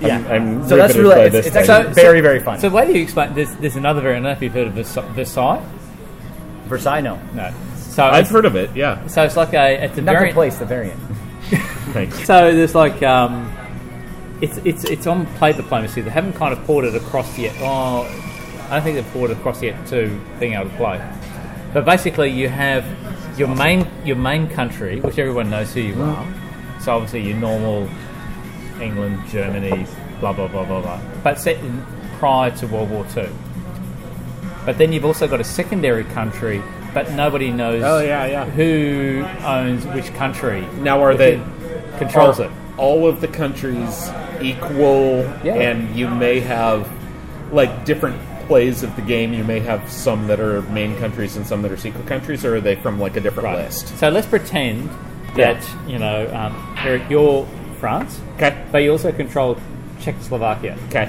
Yeah. I'm, I'm So that's riveted really- by it's- this it's thing. actually- So- Very, very fun. So why do you explain? There's, there's another variant. I don't know if you've heard of Vers- Versailles. Versailles, no. No. So I've it's, heard of it. Yeah, So it's like a it's a Not variant. replace the variant. thanks. So there's like um, it's it's it's on play diplomacy. They haven't kind of ported it across yet. Oh, I don't think they've ported across yet to being able to play. But basically, you have your main your main country, which everyone knows who you are. So obviously, your normal England, Germany, blah blah blah blah blah. But set in, prior to World War Two. But then you've also got a secondary country, but nobody knows Oh, yeah, yeah. who owns which country. Now, are they- Who controls Are it? All of the countries equal, Yeah. and you may have like different plays of the game. You may have some that are main countries and some that are secret countries, or are they from like a different Right. list? So let's pretend that you know, um, Eric, you're France, Okay. but you also control Czechoslovakia. Okay.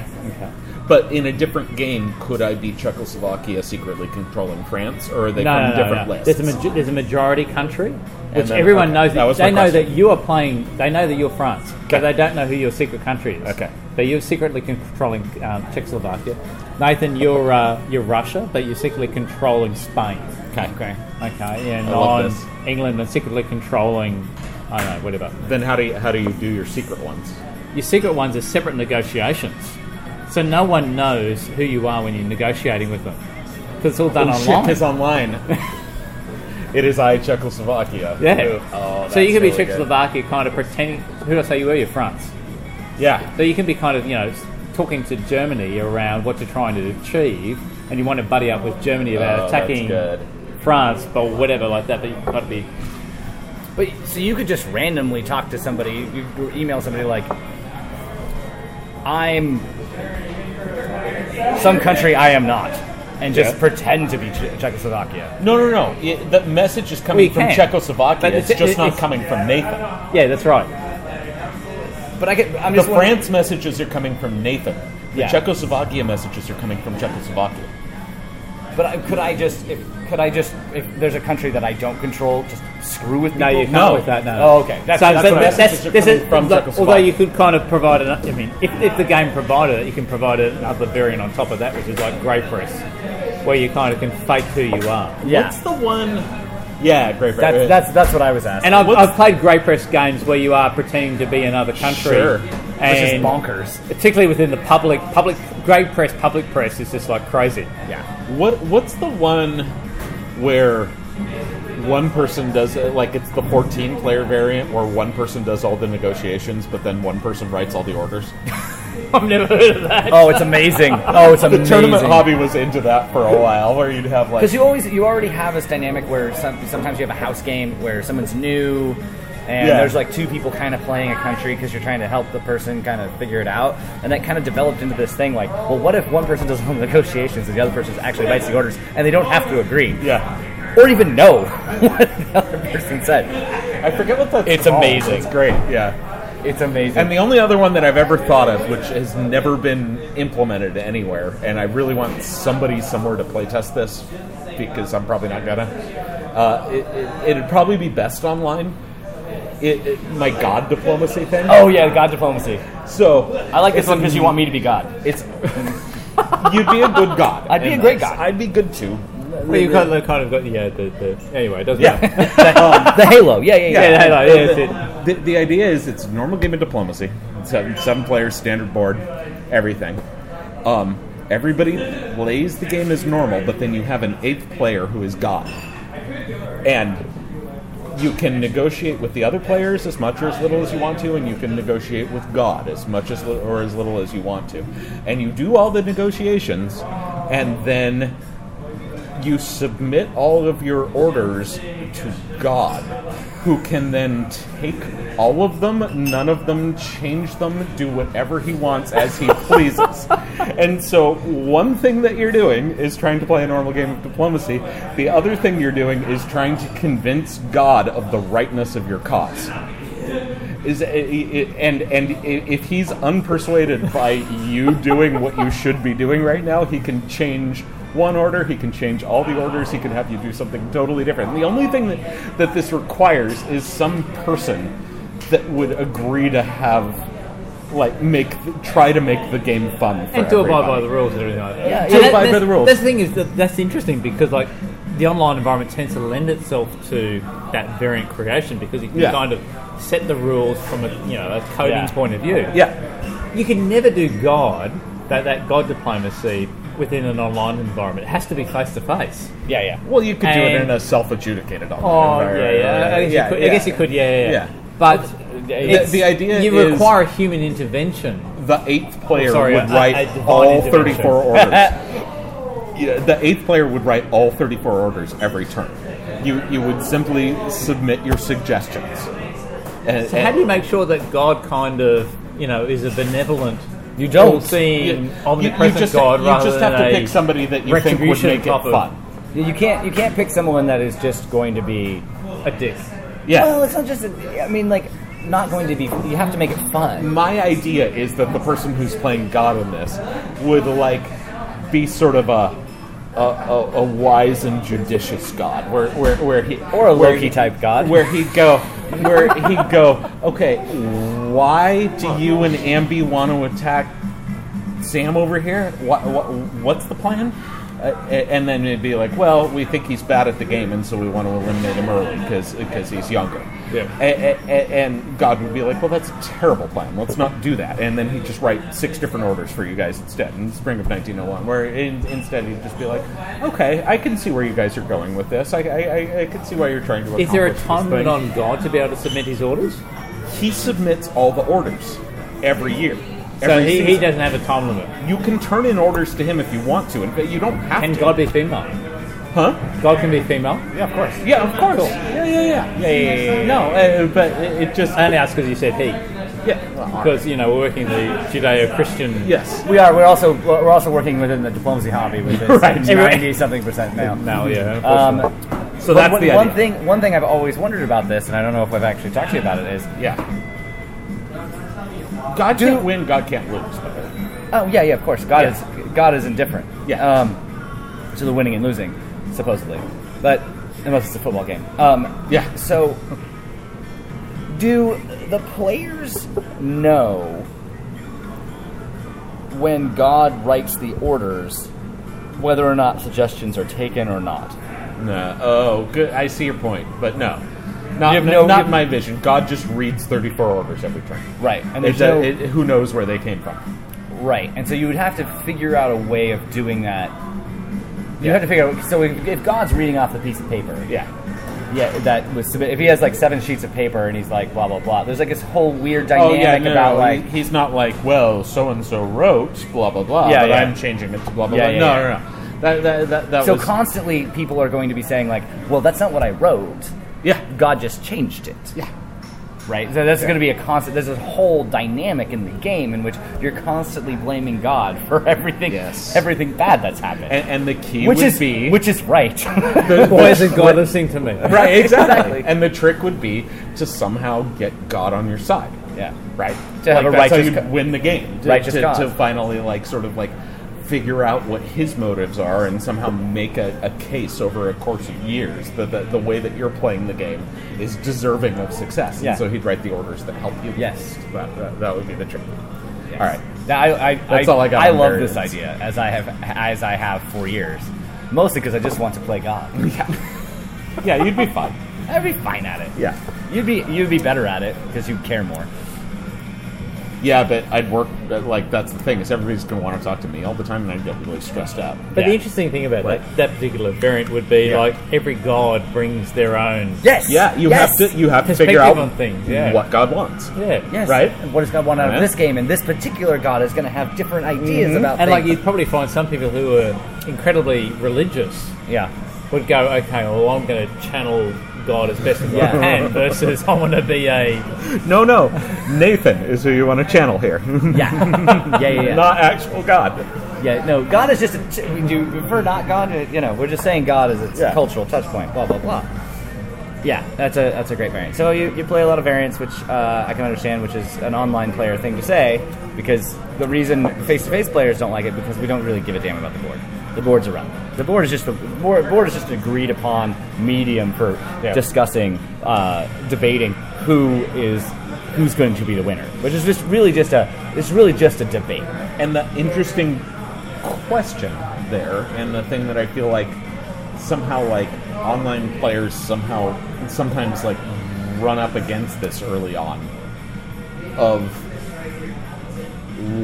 But in a different game, could I be Czechoslovakia secretly controlling France, or are they No, from no, no, different no. lists? There's a maj- there's a majority country, which then- everyone okay, knows. that was my they know question. that you are playing. They know that you're France, but they don't know who your secret country is. Okay. But you're secretly controlling um, Czechoslovakia. Nathan, you're uh, you're Russia, but you're secretly controlling Spain. Okay. Okay. Okay. And I love on this. England, and secretly controlling. I don't know. Whatever. then how do you, how do you do your secret ones? Your secret ones are separate negotiations. So no one knows who you are when you're negotiating with them. Because it's all done Oh, online. Shit is online. it is I Czechoslovakia. yeah. Oh, so you can that's be really good. Czechoslovakia kind of pretending, who did I say you were? You're France. Yeah. So you can be kind of, you know, s- talking to Germany around what you're trying to achieve and you want to buddy up with Germany about Oh, that's attacking good. France, but whatever like that, but you've got to be... But so you could just randomly talk to somebody, you you email somebody like, "I'm some country I am not," and just Yeah. pretend to be Che- Czechoslovakia. No, no, no. It, the message is Well, coming you from can. Czechoslovakia. But it's, it's- just it- not it's- coming from Nathan. Yeah, that's right. But I get, I'm The just wondering- France messages are coming from Nathan. The Yeah. Czechoslovakia messages are coming from Czechoslovakia. But I, could I just, if, could I just, if there's a country that I don't control, just screw with people? No, you can't No. with that, no. Oh, okay. That's, so, that's but that's, what I was- that's, Messages this are is, coming from although, although Czechoslovakia. you could kind of provide, an, I mean, if, if the game provided it, you can provide another variant on top of that, which is like Grey Press, where you kind of can fake who you are. yeah. What's the one? Yeah, great. That's, right. that's that's what I was asking. And I've, What's- I've played Grey Press games where you are pretending to be another country. Sure. Which is And bonkers. particularly within the public, public Grey Press, public press is just like crazy. Yeah. What what's the one where one person does it like it's the 14 player variant where one person does all the negotiations but then one person writes all the orders? I've never heard of that. Oh, it's amazing. Oh, it's The amazing. tournament hobby was into that for a while where you'd have like Because you always you already have this dynamic where some, sometimes you have a house game where someone's new, and Yeah. there's like two people kind of playing a country because you're trying to help the person kind of figure it out, and that kind of developed into this thing like, well, what if one person does all the negotiations and the other person actually writes the orders, and they don't have to agree yeah. or even know what the other person said? I forget what that's It's called. amazing. It's great. Yeah. It's amazing. And the only other one that I've ever thought of which has never been implemented anywhere and I really want somebody somewhere to playtest this because I'm probably not gonna uh, it, it, it'd probably be best online. It, it, my god diplomacy thing. oh yeah, God diplomacy. So I like this one because you want me to be God. it's you'd be a good god. I'd be a And great god. I'd be good too. But you've got the kind of got yeah, the, the anyway, it doesn't matter. the Halo. Yeah, yeah, yeah. Yeah, no, yeah, it's it. The, the idea is it's a normal game of diplomacy. Seven, seven players, standard board, everything. Um, everybody plays the game as normal, but then you have an eighth player who is god, and you can negotiate with the other players as much or as little as you want to, and you can negotiate with God as much as li- or as little as you want to, and you do all the negotiations, and then you submit all of your orders to God, who can then take all of them, none of them, change them, do whatever he wants as he pleases. And so, one thing that you're doing is trying to play a normal game of diplomacy, the other thing you're doing is trying to convince God of the rightness of your cause is uh, and and if he's unpersuaded by you doing what you should be doing right now, he can change one order. He can change all the orders. He can have you do something totally different. The only thing that, that this requires is some person that would agree to have. Like make try to make the game fun for and to abide by everybody. the rules and everything like that. Yeah, And to that- abide by that's- the rules. That's the thing is that that's interesting because like the online environment tends to lend itself to that variant creation because you can Yeah. kind of set the rules from a you know a coding Yeah. point of view. Yeah, You can never do God that that God diplomacy within an online environment. It has to be face to face. Yeah, yeah. Well, you could do it And- in a self-adjudicated Oh online yeah, environment, yeah. I right? guess, you, could, I guess you could. Yeah, yeah. yeah. Yeah. But The, the idea you is require human intervention. the eighth player Oh, sorry, would I- write I divine all intervention. 34 orders. yeah, the eighth player would write all 34 orders every turn. You you would simply submit your suggestions. And, So how do you make sure that God kind of, you know, is a benevolent, you don't. seeing you- omnipresent you just, God you rather just than have to a pick somebody that you think would retribution make it type of- fun. You can't you can't pick someone that is just going to be a dick? Yeah. Well, it's not just. A, I mean, like, not going to be. You have to make it fun. my idea is that the person who's playing God in this would like be sort of a a, a, a wise and judicious God, where where, where he Or a where Loki he- type God. where he'd go, where he'd go. Okay, why do you and Ambi want to attack Sam over here? What, what what's the plan? Uh, a- and then it'd be like, well, we think he's bad at the game, and so we want to eliminate him early because he's younger. Yeah. A- a- a- and God would be like, well, that's a terrible plan. Let's not do that. And then he'd just write six different orders for you guys instead in the spring of 1901, where in, instead he'd just be like, okay, I can see where you guys are going with this. I, I, I, I can see why you're trying to accomplish Is there a this time thing." limit on God to be able to submit his orders? He submits all the orders every year. So he, Every he season. doesn't have a time limit. You can turn in orders to him if you want to, and but you don't have Can to. God be female? huh? God can be female. Yeah, of course. Yeah, of course. Yeah, yeah, yeah. Yeah, yeah, yeah, yeah. No, uh, but it, it just I only asked because you said he, yeah. well, because you know we're working the Judeo-Christian. yes. We are. We're also. We're also working within the diplomacy hobby with this Right. ninety something percent now. Now, yeah. Um, unfortunately. so that's one, the one idea. thing. One thing I've always wondered about this, and I don't know if I've actually talked to you about it, is Yeah. God can't win. God can't lose. oh yeah, yeah, of course, God Yeah. is God is indifferent. Yeah. Um, to the winning and losing, supposedly, but unless it's a football game. Um, Yeah. So, do the players know when God writes the orders whether or not suggestions are taken or not? No. Oh, good. I see your point, but no. You Not, have no- not my vision. God just reads 34 orders every turn. Right, and It's there's a- no, it- who knows where they came from? right, and so you would have to figure out a way of doing that. You have to figure out. So if, if God's reading off the piece of paper, Yeah. yeah, that was submit. If he has like seven sheets of paper and he's like blah blah blah, there's like this whole weird Oh, dynamic yeah. No, about no, like he- he's not like, well, so and so wrote blah blah blah. Yeah, but yeah. I'm changing it to blah blah blah. Yeah, yeah, no, yeah. no, no. That that that, that So was constantly, people are going to be saying like, "Well, that's not what I wrote. yeah. God just changed it." Yeah. Right. So that's going to be a constant. There's a whole dynamic in the game in which you're constantly blaming God for everything, Yes. everything bad that's happened, And, and the key which would is be which is right. Why isn't God listening to me? right exactly. and the trick would be to somehow get God on your side. yeah. right? To have Like, that's a how righteous you co- win the game. To, righteous to, cause. to finally like sort of like figure out what his motives are and somehow make a, a case over a course of years that the, the way that you're playing the game is deserving of success. Yeah. And so he'd write the orders that help you. Yes. That, that, that would be the trick. All right. Now, I, I, That's all I got on love variants. this idea as I have as I have for years, mostly because I just want to play God. Yeah, you'd be fine. I'd be fine at it. Yeah. You'd be you'd be better at it because you care more. Yeah, but I'd work, like, that's the thing, is everybody's going to want to talk to me all the time, and I'd get really stressed out. But the Yeah. interesting thing about Right. that, that particular variant would be Yeah. like every god brings their own. Yes. Yeah, you Yes! have to you have to Perspective figure out on things, yeah. what God wants. Yeah. Yes. Right? And what does God want out Yeah. of this game? And this particular God is going to have different ideas Mm-hmm. about And like things. you'd probably find some people who are incredibly religious yeah. would go, okay, well I'm going to channel God as best as I Yeah. can versus I want to be a No, no. Nathan is who you want to channel here. Yeah. yeah. Yeah. Yeah. Not actual God. yeah. No. God is just. A, we do we prefer not God. uh, You know, we're just saying God is its Yeah. cultural touch point. Blah blah blah. Yeah, that's a that's a great variant. So you, you play a lot of variants, which uh, I can understand, which is an online player thing to say, because the reason face to face players don't like it because we don't really give a damn about the board. The board's around. The board is just the board, board is just an agreed upon medium for Yeah. discussing, uh, debating who is who's going to be the winner, which is just really just a it's really just a debate. And the interesting question there, and the thing that I feel like somehow like online players somehow sometimes like run up against this early on of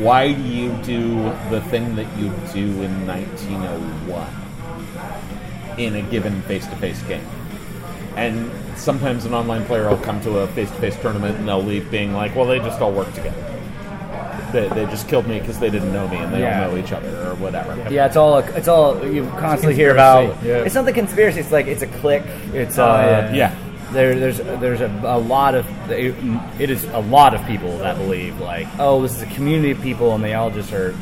why do you do the thing that you do in 1901 in a given face-to-face game and sometimes an online player will come to a face-to-face tournament and they'll leave being like well they just all work together they, they just killed me because they didn't know me and they Yeah. all know each other or whatever Yeah, it's all it's all you constantly hear about. yeah. It's not the conspiracy. It's like it's a click. It's uh, yeah. Yeah. There, there's there's a, a lot of it is a lot of people that believe like oh this is a community of people and they all just are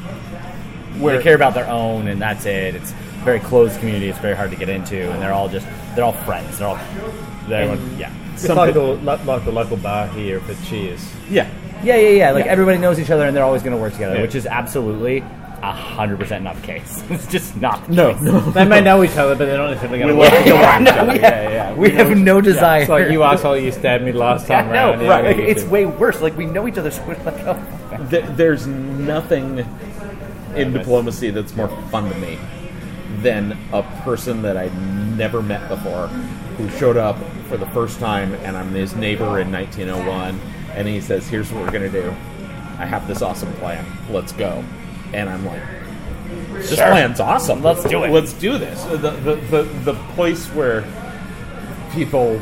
they care about their own and that's it. It's a very closed community. It's very hard to get into and they're all just they're all friends. They're all they're yeah. It's like the, lo- like the local bar here for Cheers. yeah Yeah, yeah, yeah. Like everybody knows each other and they're always going to work together, Yeah. which is absolutely hundred percent not the case. It's just not. no no They may know each other, but they're not necessarily going to work. Yeah, no, we have- We have no desire. It's like you asshole, you stabbed me last time Yeah, round. no, yeah, right. we Like, get it's to- way worse. Like we know each other. So we're like, oh. Th- there's nothing in diplomacy that's more fun to me than a person that I'd never met before who showed up for the first time and I'm his neighbor in 1901 and he says, Here's what we're going to do. I have this awesome plan. Let's go. And I'm like, This plan's awesome. Let's do it." Let's do this. The, the, the, the place where people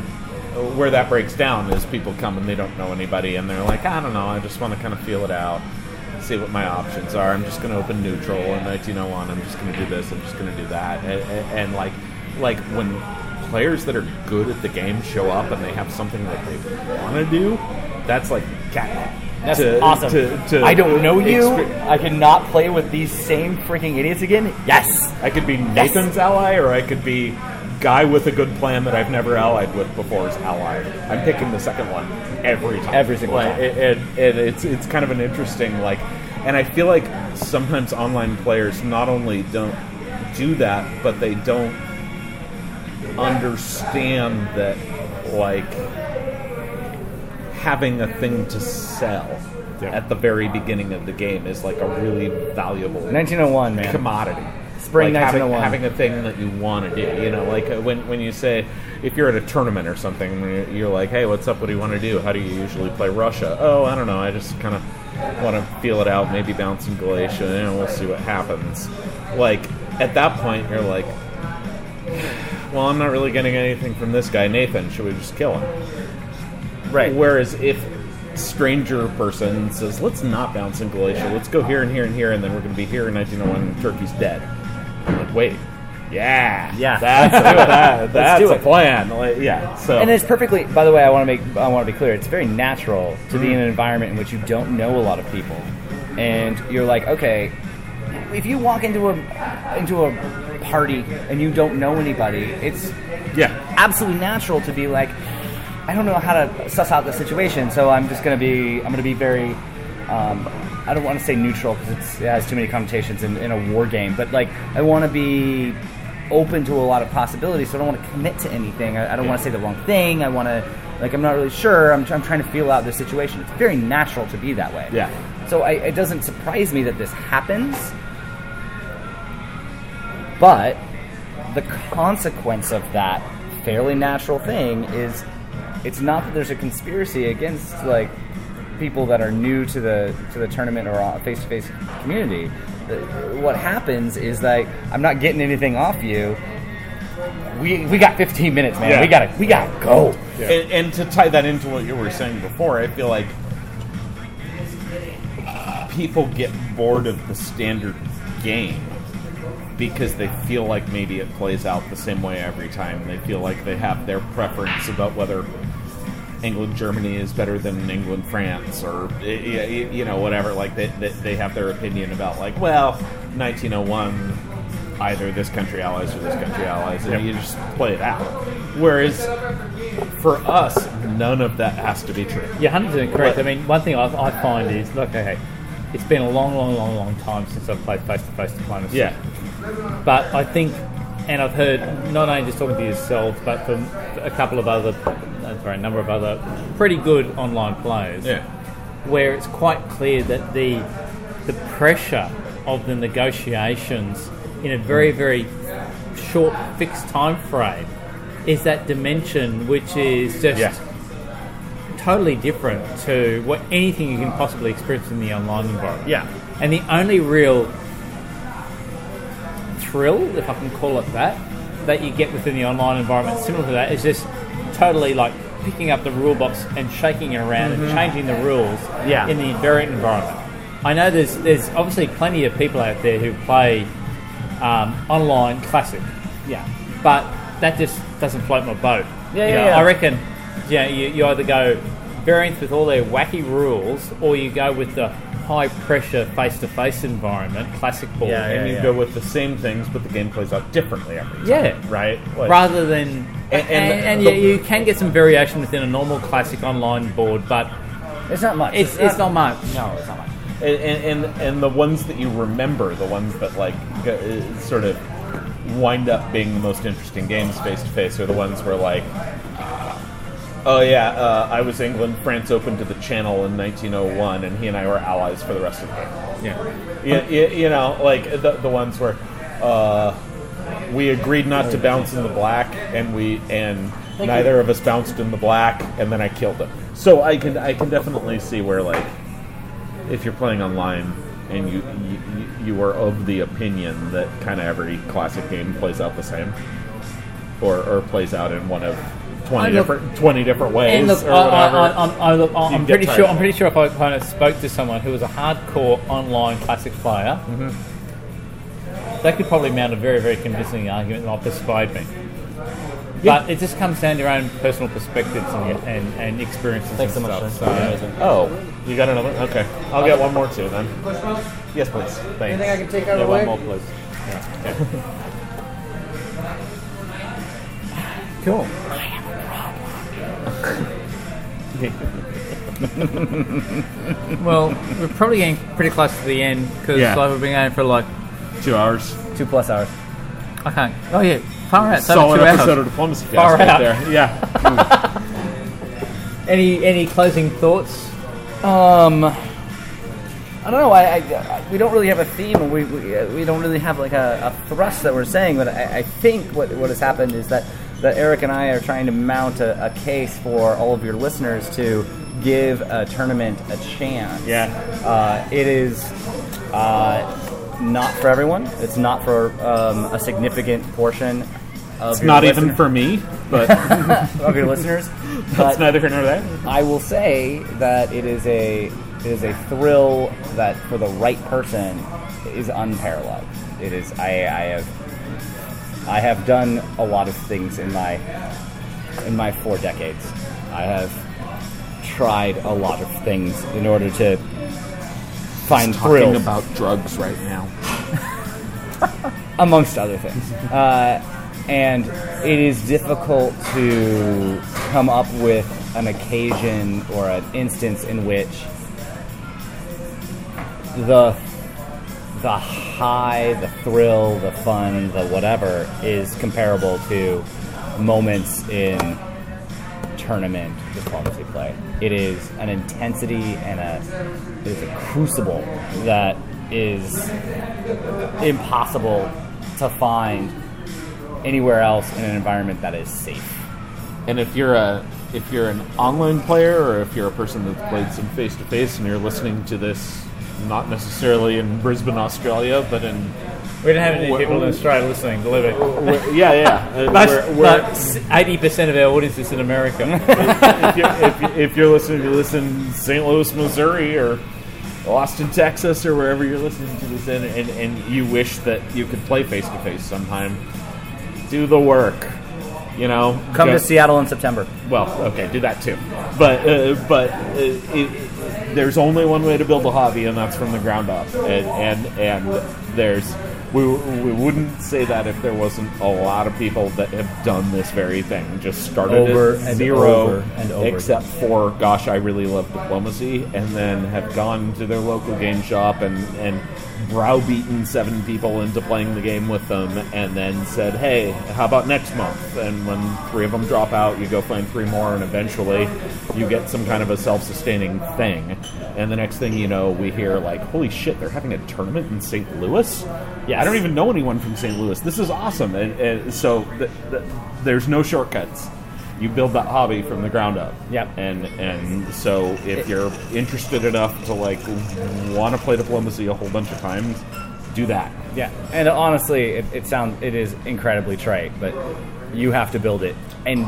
where that breaks down is people come and they don't know anybody and they're like i don't know i just want to kind of feel it out see what my options are i'm just going to open neutral and 1901 i'm just going to do this i'm just going to do that and, and, and like like when players that are good at the game show up and they have something that they want to do that's like catnip That's To- awesome. to- to I don't know you. exper- I cannot play with these same freaking idiots again. Yes. I could be Nathan's ally, or I could be guy with a good plan that I've never allied with before's ally. I'm picking the second one every time. Every single Like, time. It, it, it- it's it's kind of an interesting like, and I feel like sometimes online players not only don't do that, but they don't understand that like having a thing to sell at the very beginning of the game is like a really valuable 1901, man. commodity. Spring Like, having- 1901. Having, a thing that you want to do. You know, like uh, when, when you say, if you're at a tournament or something, you're- you're like, hey, what's up? What do you want to do? How do you usually play Russia? Oh, I don't know. I just kind of want to feel it out, maybe bounce in Galatia, and we'll see what happens. Like, at that point, you're like, well, I'm not really getting anything from this guy, Nathan. Should we just kill him? Right. Whereas if stranger person says, let's not bounce in Galatia, let's go here and here and here, and then we're going to be here in 1901, and Turkey's dead. I'm like, wait, yeah, Yeah. that's a, that, that's do a it. plan. Like, yeah, so And it's perfectly. By the way, I want to make. I want to be clear. It's very natural to be in Mm. an environment in which you don't know a lot of people, and you're like, okay, if you walk into a into a party and you don't know anybody, it's yeah, absolutely natural to be like, I don't know how to suss out the situation, so I'm just gonna be, I'm gonna be very, um, I don't want to say neutral because it has too many connotations in, in a war game, but like I want to be open to a lot of possibilities, so I don't want to commit to anything. I, I don't want to say the wrong thing. I want to, like, I'm not really sure. I'm, try- I'm trying to feel out the situation. It's very natural to be that way. Yeah. So I, it doesn't surprise me that this happens, but the consequence of that fairly natural thing is it's not that there's a conspiracy against like people that are new to the to the tournament or face to face community. The- What happens is like I'm not getting anything off you. We, we got 15 minutes, man. Yeah. We gotta we gotta go. And, and to tie that into what you were saying before, I feel like people get bored of the standard game because they feel like maybe it plays out the same way every time. They feel like they have their preference about whether England Germany is better than England France or y- y- y- you know whatever. Like they, they they have their opinion about like well 1901 either this country allies or this country allies and you just play it out. Whereas for us, none of that has to be true. You're 100% correct. I mean, one thing I, I find is, look, okay, It's been a long, long, long, long time since I've played face-to-face diplomacy. Yeah. But I think, and I've heard not only just talking to yourself, but from a couple of other, uh, sorry, a number of other pretty good online players, Yeah. where it's quite clear that the the pressure of the negotiations in a very, Mm. very short, fixed time frame is that dimension which is just Yeah. totally different to what anything you can possibly experience in the online environment. Yeah. And the only real thrill, if I can call it that, that you get within the online environment similar to that is just totally like picking up the rule box and shaking it around and changing the rules Yeah. in the invariant environment. I know there's there's obviously plenty of people out there who play um, online classic. Yeah. But that just doesn't float my boat. Yeah, You yeah, know, yeah. I reckon yeah, you, you either go variance with all their wacky rules or you go with the high pressure face to face environment, classic ball. Yeah, and yeah, you yeah. go with the same things, but the game plays out differently every time. Yeah. Right? Like- rather than And- and, and- and, yeah, you can get some variation within a normal classic online board, but It's not much. it's it's not much. No, it's not much. and, and, and- and the ones that you remember, the ones that like g- uh, sort of wind up being the most interesting games face to face, are the ones where like, oh yeah, uh, I was England, France opened to the Channel in 1901, and he and I were allies for the rest of the game. Yeah, you, you, know, like the, the ones where uh, we agreed not to bounce in the black, and we and neither of us bounced in the black, and then I killed him. So I can I can definitely see where like if you're playing online and you you, you are of the opinion that kind of every classic game plays out the same, or, or plays out in one of twenty I look- different twenty different ways And look, uh, I, or I, whatever. I, I'm- I, look, You I'm get pretty tired sure. of I'm it. pretty sure if I kind of spoke to someone who was a hardcore online classic player, they could probably mount a very, very convincing argument and I'll persuade me. But it just comes down to your own personal perspectives and, and, and experiences Thanks so and much. stuff. Shane. so- Amazing. oh, you got another? Okay, I'll get one more too then. Yes, please. Thanks. Anything I can take out yeah, of the one way? more, please. Cool. Well, we're probably getting pretty close to the end because Yeah. like, we've been going for like Two hours. Two plus hours. I can't. Oh yeah, far out. so Solid two hours. episode of Diplomacy Cast Far right out. there. Yeah. Any any closing thoughts? Um, I don't know. I, I, I- we don't really have a theme, and we we, uh, we don't really have like a, a thrust that we're saying. But I, I think what what has happened is that that Eric and I are trying to mount a, a case for all of your listeners to give a tournament a chance. Yeah. uh, it is. Uh, not for everyone. It's not for um, a significant portion of It's your not even listener- for me, but of your listeners. that's but- neither here nor there. I will say that it is a it is a thrill that for the right person is unparalleled. It is I, I have I have done a lot of things in my in my four decades. I have tried a lot of things in order to find thrill drugs right now. amongst other things. Uh, and it is difficult to come up with an occasion or an instance in which the the high, the thrill, the fun, the whatever is comparable to moments in tournament diplomacy play. It is an intensity and a it is a crucible that is impossible to find anywhere else in an environment that is safe. And if you're a if you're an online player or if you're a person that's played some face to face and you're listening to this not necessarily in Brisbane, Australia, but in We don't have any Wh- people in Australia listening. Believe it. where- yeah, yeah, uh, where- where- Eighty percent of our audience is in America. if, you're, if, you- if you're listening to this in St. Louis, Missouri, or Austin, Texas, or wherever you're listening to this in, and, and you wish that you could play face to face sometime, do the work. You know, Come Go- to Seattle in September. Well, okay, do that too. But uh, but uh, it, there's only one way to build a hobby, and that's from the ground up. And and, and there's we, we wouldn't say that if there wasn't a lot of people that have done this very thing. Just started Over at and zero, over and over. except for gosh, I really love diplomacy, and then have gone to their local game shop and and browbeaten seven people into playing the game with them, and then said, hey, how about next month? And when three of them drop out, you go find three more, and eventually you get some kind of a self-sustaining thing. And the next thing you know, we hear like, holy shit, they're having a tournament in St. Louis. Yeah, I don't even know anyone from St. Louis. This is awesome. And, and so th- th- there's no shortcuts. You build that hobby from the ground up. Yep. And and so if you're interested enough to like want to play diplomacy a whole bunch of times, do that. Yeah. And honestly, it, it sounds it is incredibly trite, but you have to build it, and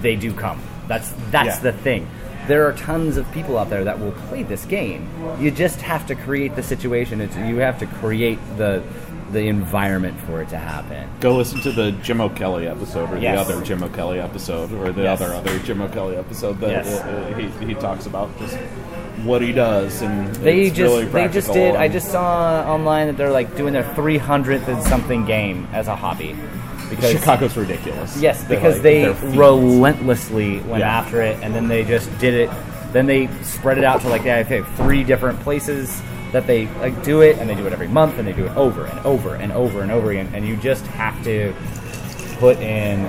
they do come. That's that's Yeah. the thing. There are tons of people out there that will play this game. You just have to create the situation. It's, you have to create the the environment for it to happen. Go listen to the Jim O'Kelly episode or Yes. the other Jim O'Kelly episode or the Yes. other other Jim O'Kelly episode that Yes. uh, uh, he, he talks about just what he does and They it's just really they just practical did. I and- just saw online that they're like doing their 300th and something game as a hobby because Chicago's ridiculous. Yes, They're because like- they they're fiends. relentlessly went Yeah. after it, and then they just did it. Then they spread it out to like yeah, I think three different places that they like do it, and they do it every month, and they do it over and over and over and over again. And you just have to put in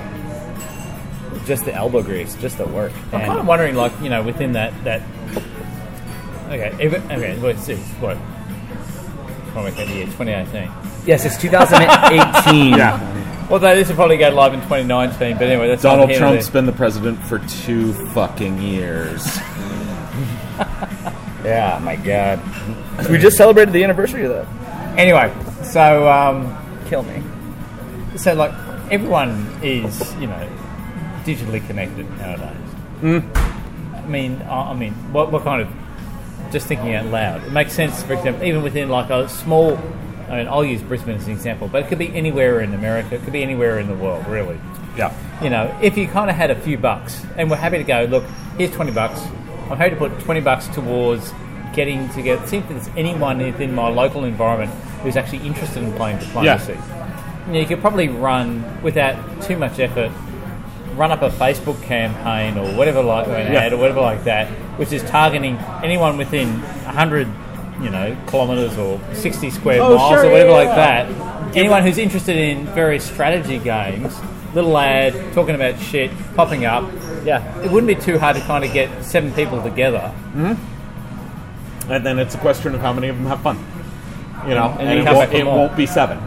just the elbow grease, just the work. I'm And- kind of wondering, like, you know, within that that. Okay, if, okay, let's see. What? What am I the year? 2018. yes, it's 2018. Although this will probably go live in 2019, but anyway, that's Donald not here nor Trump's there. been the president for two fucking years. Yeah, my god. We just celebrated the anniversary of that. Anyway, so um, Kill me. so like everyone is you know digitally connected nowadays. I mean, I I mean, what what kind of just thinking out loud? It makes sense. For example, even within like a small. I mean, I'll use Brisbane as an example, but it could be anywhere in America. It could be anywhere in the world, really. yeah. you know, if you kind of had a few bucks and were happy to go, look, here's 20 bucks. I'm happy to put 20 bucks towards getting together. See if there's anyone within my local environment who's actually interested in playing diplomacy. You, know, you could probably run without too much effort, run up a Facebook campaign or whatever like or an ad or whatever like that, which is targeting anyone within 100, you know, kilometres or 60 square miles or whatever like that. Anyone who's interested in various strategy games, little ad talking about shit popping up. Yeah. It wouldn't be too hard to kind of get seven people together. And then it's a question of how many of them have fun. You know, and, you it, have won't, it for it more. won't be seven.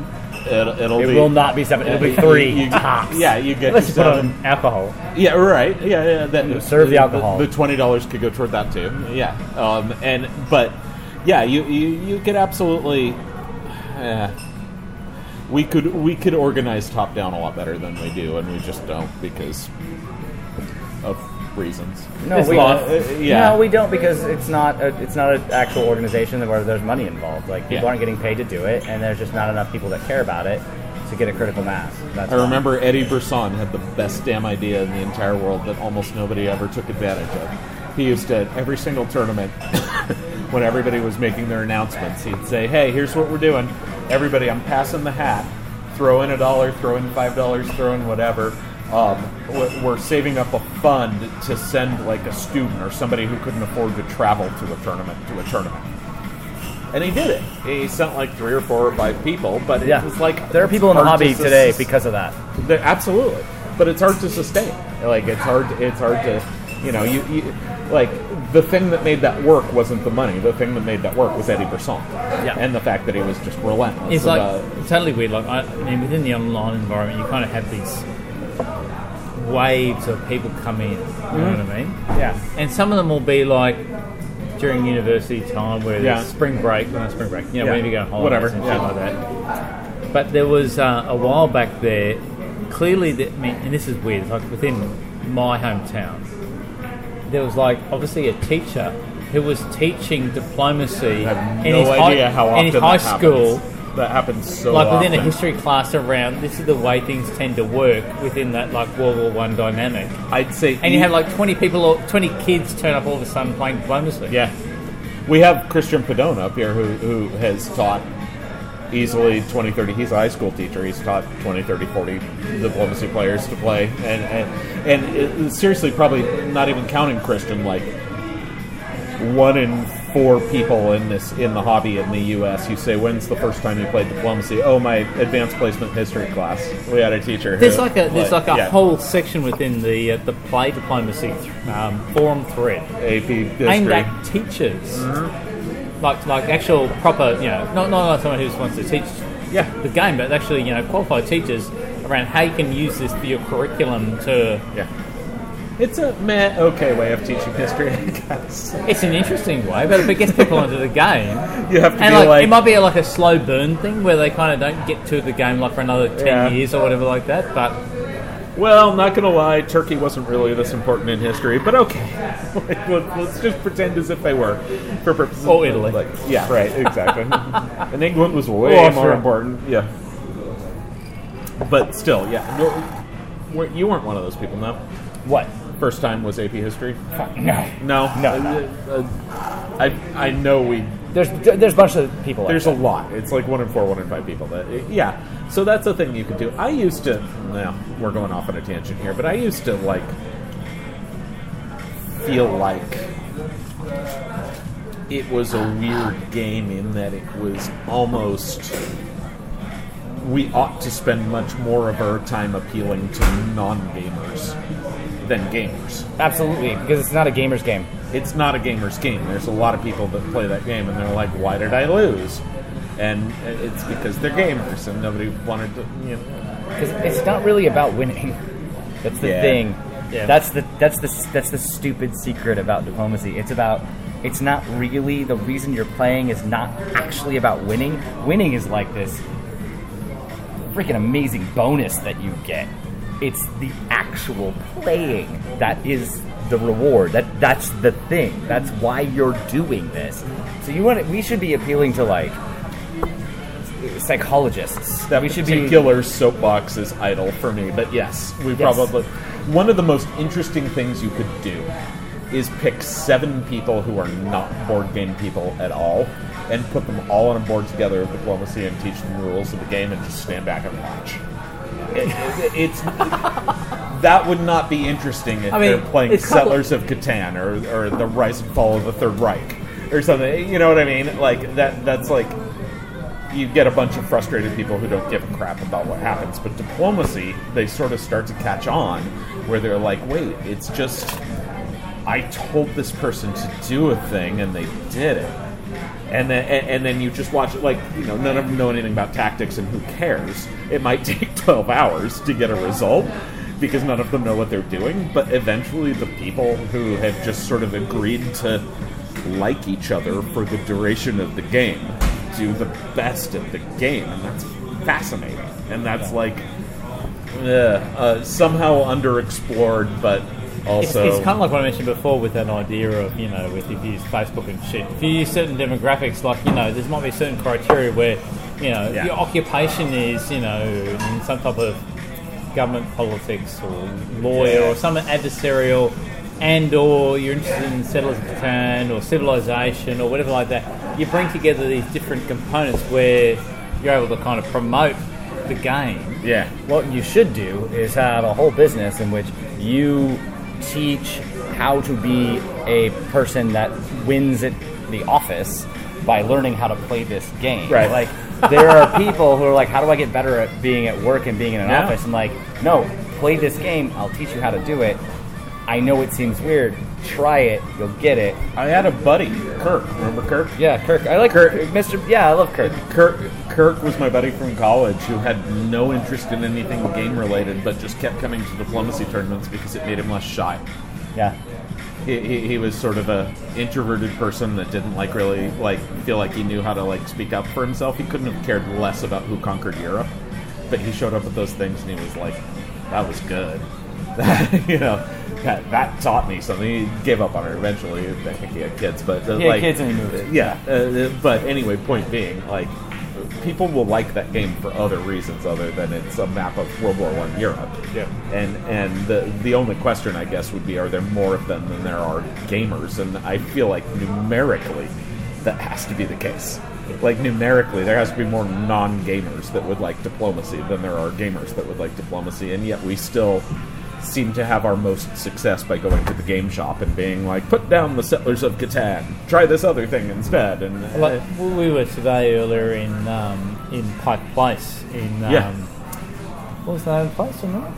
It'll, it'll It be, will not be seven. It'll be three You- you- tops. Yeah, you get Let's to put seven. on alcohol. Yeah, right. Yeah, yeah. That, serve the alcohol. The, twenty dollars could go toward that too. Yeah. Um, and but yeah, you you, you could absolutely. eh, we could we could organize top down a lot better than we do, and we just don't because of reasons. No, we law. Uh, yeah. No, we don't because it's not a, it's not an actual organization where there's money involved. Like people Yeah. aren't getting paid to do it, and there's just not enough people that care about it to get a critical mass. That's I why. remember Eddie Burson had the best damn idea in the entire world that almost nobody ever took advantage of. He used to, at every single tournament, when everybody was making their announcements, he'd say, Hey, here's what we're doing. Everybody, I'm passing the hat. Throw in a dollar, throw in five dollars, throw in whatever. Um, we're- we're saving up a fund to send like a student or somebody who couldn't afford to travel to a tournament to a tournament. And he did it. He sent like three or four or five people, but Yeah. it was like There are people in the hard to hobby today sus- because of that. there- absolutely, but it's hard to sustain. Like it's hard. It's hard to, you know, you, you like the thing that made that work wasn't the money. The thing that made that work was Eddie Burson. Yeah. And the fact that he was just relentless. It's like about- totally weird. Like I, I mean, within the online environment, you kind of have these waves of people come in. You Mm-hmm. know what I mean? Yeah. And some of them will be like during university time, where there's Yeah. spring break, well, not spring break, you know, Yeah. whenever you go on holidays Whatever, and yeah. shit like that. But there was uh, a while back there. Clearly, that I mean, and this is weird. Like within my hometown, there was like obviously a teacher who was teaching diplomacy I have in no his idea high, how often in his that high happens. school That happens so like often. within a history class around this is the way things tend to work within that like World War One dynamic. I'd say And you have like twenty people or twenty kids turn up all of a sudden playing diplomacy. Yeah. We have Christian Padone up here who, who has taught easily 20, 30. He's a high school teacher. He's taught 20, 30, 40 diplomacy players to play. And, and, and it, seriously, probably not even counting Christian, like one in four people in this in the hobby in the U.S. You say, when's the first time you played diplomacy? Oh, my advanced placement history class. We had a teacher. who- There's like a there's like a yeah, whole section within the uh, the play diplomacy th- um, forum thread AP history. aimed at teachers, like like actual proper you know not not like someone who just wants to teach Yeah. the game, but actually you know qualified teachers around how you can use this for your curriculum to. Yeah. It's a meh okay way of teaching history, I guess. It's an interesting way, but if it gets people into the game, You have to and be like, like, it might be like a slow burn thing where they kind of don't get to the game like for another ten Yeah. years or whatever like that, but. well, not gonna lie, Turkey wasn't really this important in history, but okay. Like, let- let's just pretend as if they were, for purposes. Or Italy. Like, yeah, right, exactly. Oh, Oh, and England was way Or more Austria. important. Yeah. But still, yeah. No, weren't- you weren't one of those people, no. What? First time was AP history. No. No, No, Uh, no. uh, I I know we There's there's a bunch of people. Like There's a lot. It's like one in four, one in five people. That yeah. So that's a thing you could do. I used to. Now we're going off on a tangent here, but I used to like feel like it was a weird game in that it was almost we ought to spend much more of our time appealing to non-gamers than gamers Absolutely, because it's not a gamer's game. it's not a gamer's game. There's a lot of people that play that game and they're like, why did I lose? And it's because they're gamers and nobody wanted to, you know. Because it's not really about winning. That's the Yeah. thing. Yeah. That's the that's the that's the stupid secret about diplomacy. It's about it's not really the reason you're playing is not actually about winning. Winning is like this freaking amazing bonus that you get. It's the actual playing that is the reward. That that's the thing. That's why you're doing this. So you want to, we should be appealing to like psychologists. That we should be particular soapbox is idle for me, but yes, we probably. One of the most interesting things you could do is pick seven people who are not board game people at all and put them all on a board together of diplomacy and teach them the rules of the game and just stand back and watch. It- it- it's that would not be interesting if I mean, they're playing it's couple- Settlers of Catan or, or the Rise and Fall of the Third Reich or something. You know what I mean? Like that. That's like you get a bunch of frustrated people who don't give a crap about what happens. But diplomacy, they sort of start to catch on, where they're like, wait, it's just I told this person to do a thing and they did it. And then, and, and then you just watch it like you know none of them know anything about tactics and who cares it might take 12 hours to get a result because none of them know what they're doing but eventually the people who have just sort of agreed to like each other for the duration of the game do the best at the game and that's fascinating and that's like uh, uh, somehow underexplored but It's, also it's kind of like what I mentioned before with that idea of, you know, with if you use Facebook and shit. If you use certain demographics, like, you know, there might be certain criteria where, you know, Yeah. your occupation is, you know, in some type of government politics or lawyer or some adversarial and or you're interested in settlers of Catan or civilization or whatever like that. You bring together these different components where you're able to kind of promote the game. yeah what you should do is have a whole business in which you teach how to be a person that wins at the office by learning how to play this game. Right. Like there are people who are like, how do I get better at being at work and being in an Yeah. office? And like, no, play this game. I'll teach you how to do it. I know it seems weird. Try it. You'll get it. I had a buddy Kirk remember Kirk Yeah, Kirk. I like Kirk. Mr. Yeah, I love Kirk. Kirk, Kirk was my buddy from college who had no interest in anything game related, but just kept coming to diplomacy tournaments because it made him less shy. Yeah. He, he, he was sort of a introverted person that didn't like really like feel like he knew how to like speak up for himself. He couldn't have cared less about who conquered Europe, but he showed up at those things and he was like, "That was good." you know, that, that taught me something. He gave up on her eventually. I think he had kids, but uh, He had like kids and he moved. yeah, uh, but anyway, point being, like, people will like that game for other reasons other than it's a map of World War One Europe. Yeah. And and the the only question I guess would be, are there more of them than there are gamers? And I feel like numerically, that has to be the case. like numerically, there has to be more non-gamers that would like diplomacy than there are gamers that would like diplomacy, and yet we still seem to have our most success by going to the game shop and being like, "Put down the Settlers of Catan, try this other thing instead." And Like, we were today earlier in um, in Pike Place in um, Yeah. what was the name of the place? Remember?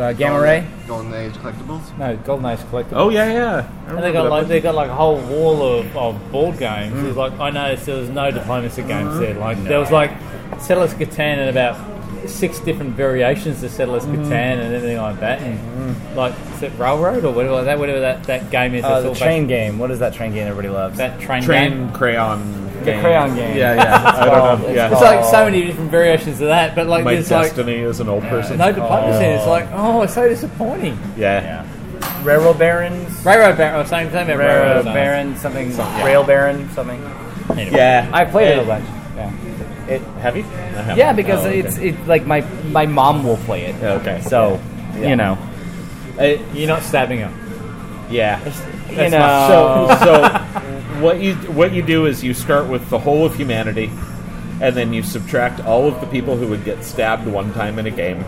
Uh, Gamma Ray? Golden Age collectibles. No, Golden Age Collectible. oh yeah, yeah, I And they remember got that like place. they got like a whole wall of, of board games. Mm. It's like I noticed there was no diplomacy games there. Like there was like Settlers of Catan and about six different variations of Settlers of Mm. Catan and everything like that. And like is it Railroad or whatever like that, whatever that, that game is. Uh, that's Mm. the all train game. What is that train game everybody loves? That train, game. train crayon, the crayon game. yeah, yeah. I don't know. Yeah, It's like so many different variations of that, but like my there's like destiny is an old person. no diplomacy. It's like oh, it's so disappointing. yeah. Railroad Barons? Railroad Baron. oh, I was saying something about Railroad Railroad Baron, something. Something. Rail Baron, something. yeah, I played it a Hey. bunch. Yeah. It, Have you? I haven't. yeah, because Oh, okay. it's it like my my mom will play it. okay. So, you know. You're not stabbing him. yeah. you know. So, so what you what you do is you start with the whole of humanity, and then you subtract all of the people who would get stabbed one time in a game,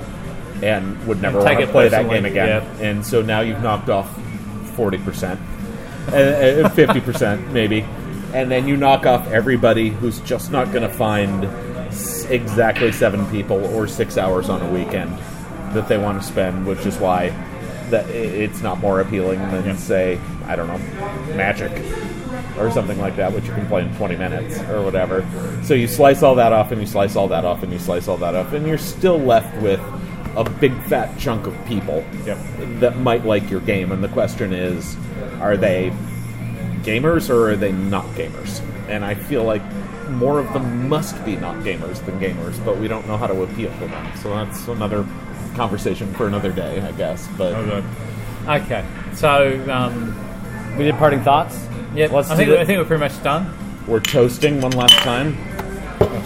and would never And want take to it play that personally, game again. yeah. And so now you've knocked off forty percent, Uh, fifty percent maybe, and then you knock off everybody who's just not going to find s- exactly seven people or six hours on a weekend that they want to spend, which is why that i- it's not more appealing than say I don't know magic or something like that, which you can play in 20 minutes or whatever. So you slice all that off, and you slice all that off, and you slice all that off, and you're still left with a big fat chunk of people that might like your game. And the question is, are they gamers or are they not gamers? And I feel like more of them must be not gamers than gamers, but we don't know how to appeal to them. So that's another conversation for another day, I guess. But Okay, so um, we did parting thoughts. yeah, Let's I think do it. I think we're pretty much done. we're toasting one last time.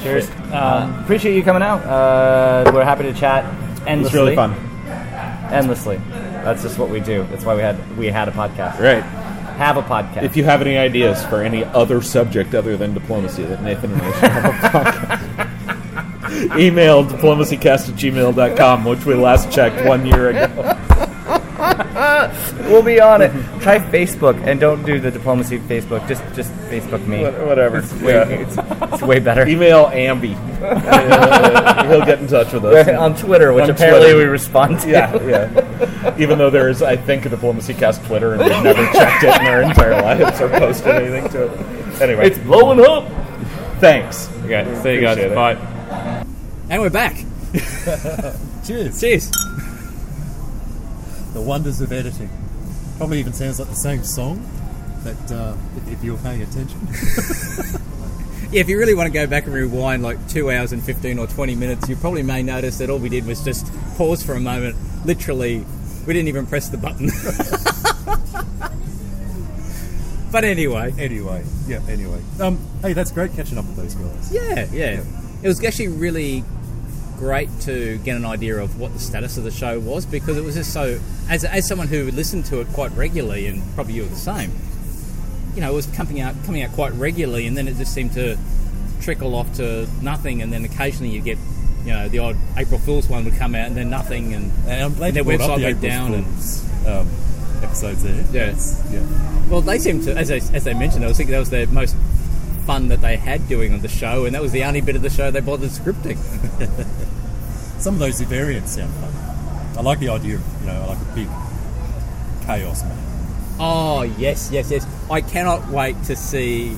Cheers. Uh, appreciate you coming out. Uh, we're happy to chat endlessly. It's really fun. Endlessly. That's just what we do. That's why we had we had a podcast. Right. Have a podcast. If you have any ideas for any other subject other than diplomacy that Nathan and I should have on podcast, email diplomacycast at gmail.com, which we last checked one year ago. we'll be on it. Try Facebook and don't do the diplomacy Facebook. Just just Facebook me. Whatever. Way, it's, it's way better. Email Ambi. Uh, he'll get in touch with us. We're on Twitter, which On apparently Twitter. we respond to. Yeah, yeah. Even though there is, I think, a diplomacy cast Twitter, and we've never checked it in our entire lives or posted anything to it. Anyway, It's blowing up. thanks. Okay, see you guys. Appreciate it. Bye. And we're back. Cheers. Cheers. The wonders of editing. Probably even sounds like the same song, but uh, if, if you were paying attention. Yeah, if you really want to go back and rewind like two hours and 15 or 20 minutes, you probably may notice that all we did was just pause for a moment. Literally, we didn't even press the button. but anyway, Anyway, yeah. Anyway, um, hey, that's great catching up with those guys. yeah, yeah. It was actually really great to get an idea of what the status of the show was because it was just so, as, as someone who listened to it quite regularly, and probably you were the same, you know, it was coming out coming out quite regularly, and then it just seemed to trickle off to nothing, and then occasionally you get, you know, the odd April Fool's one would come out, and then nothing, and, uh, And I'm glad and their you brought up website the went April down, and Fools, um, episodes there. Yeah. It's- yeah. well, they seemed to, as they, as they mentioned, I was thinking that was their most fun that they had doing on the show, and that was the only bit of the show they bothered scripting. Some of those variants sound fun. I like the idea of you know, I like a big chaos man. Oh yes, yes, yes! I cannot wait to see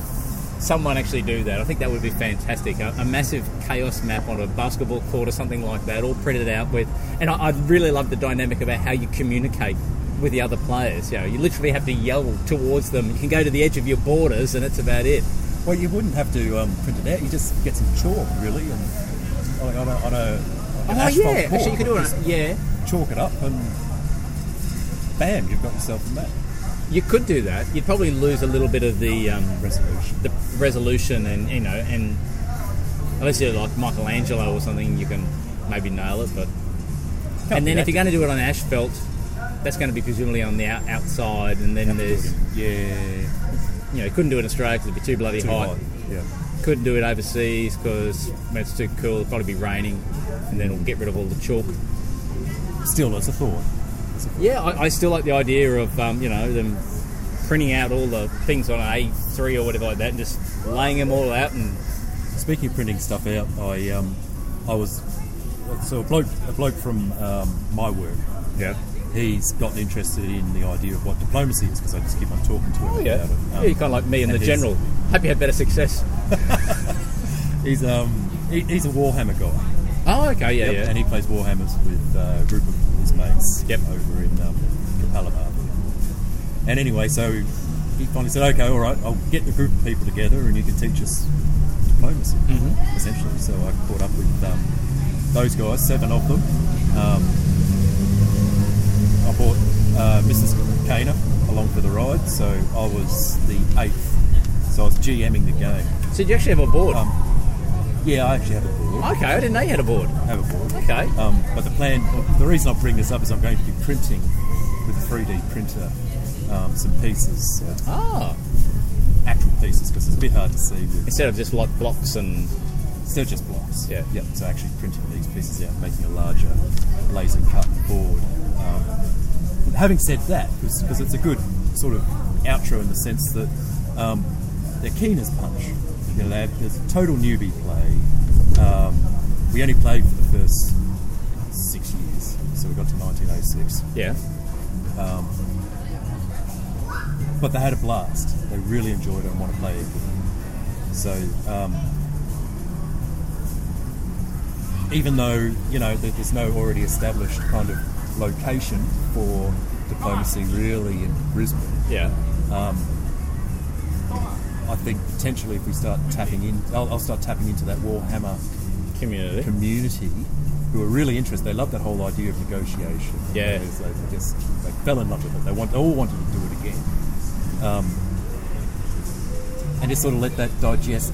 someone actually do that. I think that would be fantastic. A, a massive chaos map on a basketball court or something like that, all printed out with. And I, I really love the dynamic about how you communicate with the other players. You know, you literally have to yell towards them. You can go to the edge of your borders, and that's about it. Well, you wouldn't have to um, print it out. You just get some chalk, really, and like on a on a like an Oh asphalt yeah, floor, actually you could do it. just on- Yeah, Chalk it up, and bam, you've got yourself a map. you could do that. You'd probably lose a little bit of the um, Resolution. the resolution and you know and unless you're like Michelangelo or something you can maybe nail it but and then if you're going to do it on asphalt that's going to be presumably on the out- outside and then there's Yeah, you know you couldn't do it in Australia because it'd be too bloody too hot. hot. Yeah. Couldn't do it overseas because it's too cool. It'll probably be raining, and then it'll get rid of all the chalk. Still, it's a thought. Yeah, I, I still like the idea of um, you know them printing out all the things on an A3 or whatever like that, and just laying them all out. And Speaking of printing stuff out, I um, I was so a bloke a bloke from um, my work. yeah, He's gotten interested in the idea of what diplomacy is because I just keep on talking to him Oh, yeah, about it. Um, yeah you kind of like me and the and his- general. Hope you had better success. He's um he, he's a Warhammer guy. Oh, okay, yeah, Yep, yeah. And he plays Warhammers with uh, a group of his mates Yep. over in um, Palomar. And anyway, so he finally said, okay, all right, I'll get a group of people together and you can teach us diplomacy, essentially. So I caught up with um, those guys, seven of them. Um, I bought uh, Mrs. Kana along for the ride, so I was the eighth. So I was GMing the game. So you actually have a board? Um, yeah, I actually have a board. okay, I didn't know you had a board. I have a board. Okay. Um, but the plan, the reason I bring this up is I'm going to be printing with a 3D printer um, some pieces, uh, Ah, actual pieces, because it's a bit hard to see. With, instead of just like blocks and it's not just blocks. Yeah. Yep. So actually printing these pieces out, making a larger laser cut board. Um, having said that, because it's a good sort of outro in the sense that um, they're keen as punch. You know, they have- there's total newbie play. Um, we only played for the first six years, so we got to 1906. yeah, but they had a blast. They really enjoyed it and want to play again. So, um, even though you know that there's no already established kind of location for diplomacy really in Brisbane, yeah. I think potentially if we start tapping in, I'll, I'll start tapping into that Warhammer Community. community who are really interested. They love that whole idea of negotiation. Yeah. They, they just they fell in love with it. They want they all wanted to do it again. Um, and just sort of let that digest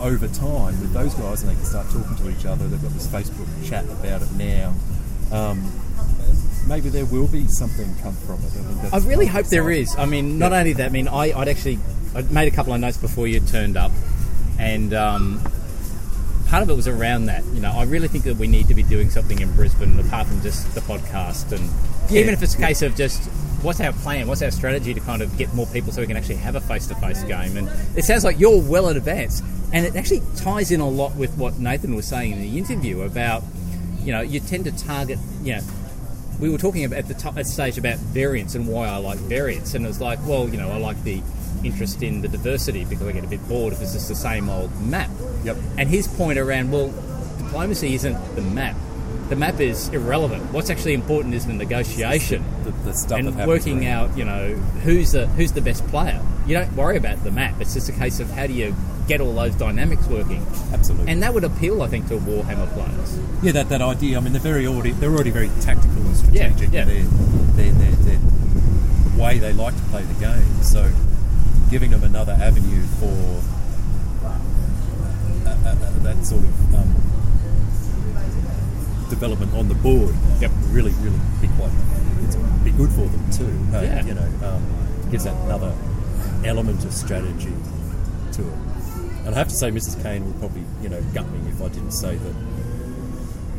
over time with those guys, and they can start talking to each other. They've got this Facebook chat about it now. Um, maybe there will be something come from it. I, think I that's- really hope there is. I mean, not only that. I mean, I, I'd actually I made a couple of notes before you turned up, and um, part of it was around that. You know, I really think that we need to be doing something in Brisbane apart from just the podcast, and even if it's a case of just what's our plan, what's our strategy to kind of get more people so we can actually have a face-to-face game. And it sounds like you're well in advance, and it actually ties in a lot with what Nathan was saying in the interview about. You know, you tend to target. You know, we were talking about at the top, at stage about variance and why I like variance, and it was like, well, you know, I like the interest in the diversity because I get a bit bored if it's just the same old map. Yep. And his point around, well, diplomacy isn't the map. The map is irrelevant. What's actually important is the negotiation the, the stuff that and happens working around. out, you know, who's the who's the best player. You don't worry about the map. It's just a case of how do you get all those dynamics working. Absolutely. And that would appeal, I think, to Warhammer players. Yeah, that, that idea. I mean, they're very already they're already very tactical and strategic. Yeah, yeah. They're, they're, they're, they're way they like to play the game. So, giving them another avenue for uh, uh, uh, that sort of um, development on the board, Yep. really, really be quite it's be good for them too. Uh, Yeah. you know, um, gives that another element of strategy to it. And I have to say, Mrs. Kane would probably you know gut me if I didn't say that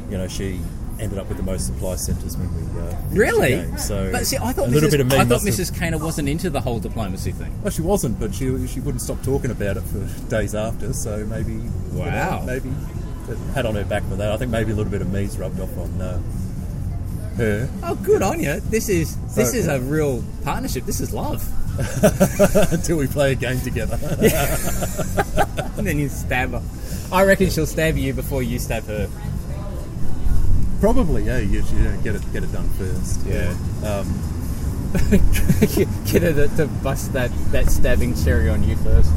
you know, she ended up with the most supply centres when we uh, finished the Really? game. So but see, I thought a little Mrs. bit of me I thought must have- Mrs. Kana wasn't into the whole diplomacy thing. Well, she wasn't, but she she wouldn't stop talking about it for days after. So maybe you know, Wow. maybe it had on her back for that. I think maybe a little bit of me's rubbed off on uh, her. Oh, good on you! This is this So- is a real partnership. This is love. until we play a game together. And then you stab her. I reckon she'll stab you before you stab her. Probably, yeah. You, you know, get it get it done first. Yeah. Um, Get her to, to bust that that stabbing cherry on you first.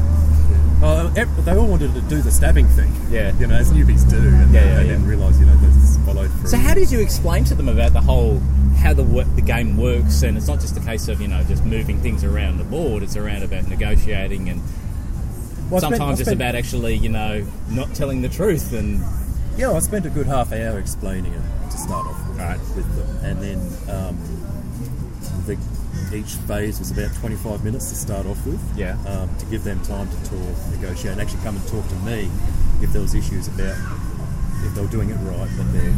well, ev- Oh, um, they all wanted to do the stabbing thing. Yeah. You know, as newbies do, and Yeah, they, yeah, they yeah. didn't realise you know that's followed through. So, how did you explain to them about the whole how the wo- the game works? And it's not just a case of you know just moving things around the board. It's around about negotiating and. Well, I spent- I Sometimes it's spent- about actually, you know, not telling the truth and Yeah, I spent a good half hour explaining it to start off with, with them, and then um, the, each phase was about 25 minutes to start off with. Yeah. Um, to give them time to talk, negotiate, and actually come and talk to me if there was issues about if they were doing it right, what their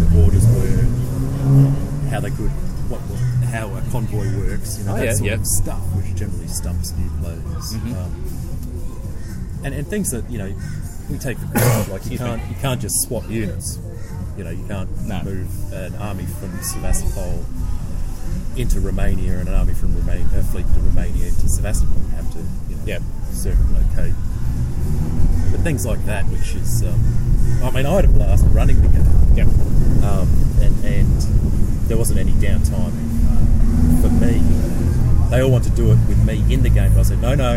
the orders were, how they could, what, what how a convoy works, you know, Oh, that yeah, sort yeah. Mm-hmm. of stuff, which generally stumps new players. Um, and, and things that you know we take for granted, like you can't you can't just swap units. You know, you can't No. move an army from Sevastopol into Romania and an army from Romania, a fleet to Romania into Sevastopol. You have to, you know, Yep. circumlocate. But things like that, which is, um, I mean, I had a blast running the game, Yep. um, and, and there wasn't any downtime uh, for me. They all want to do it with me in the game, but I said, no, no,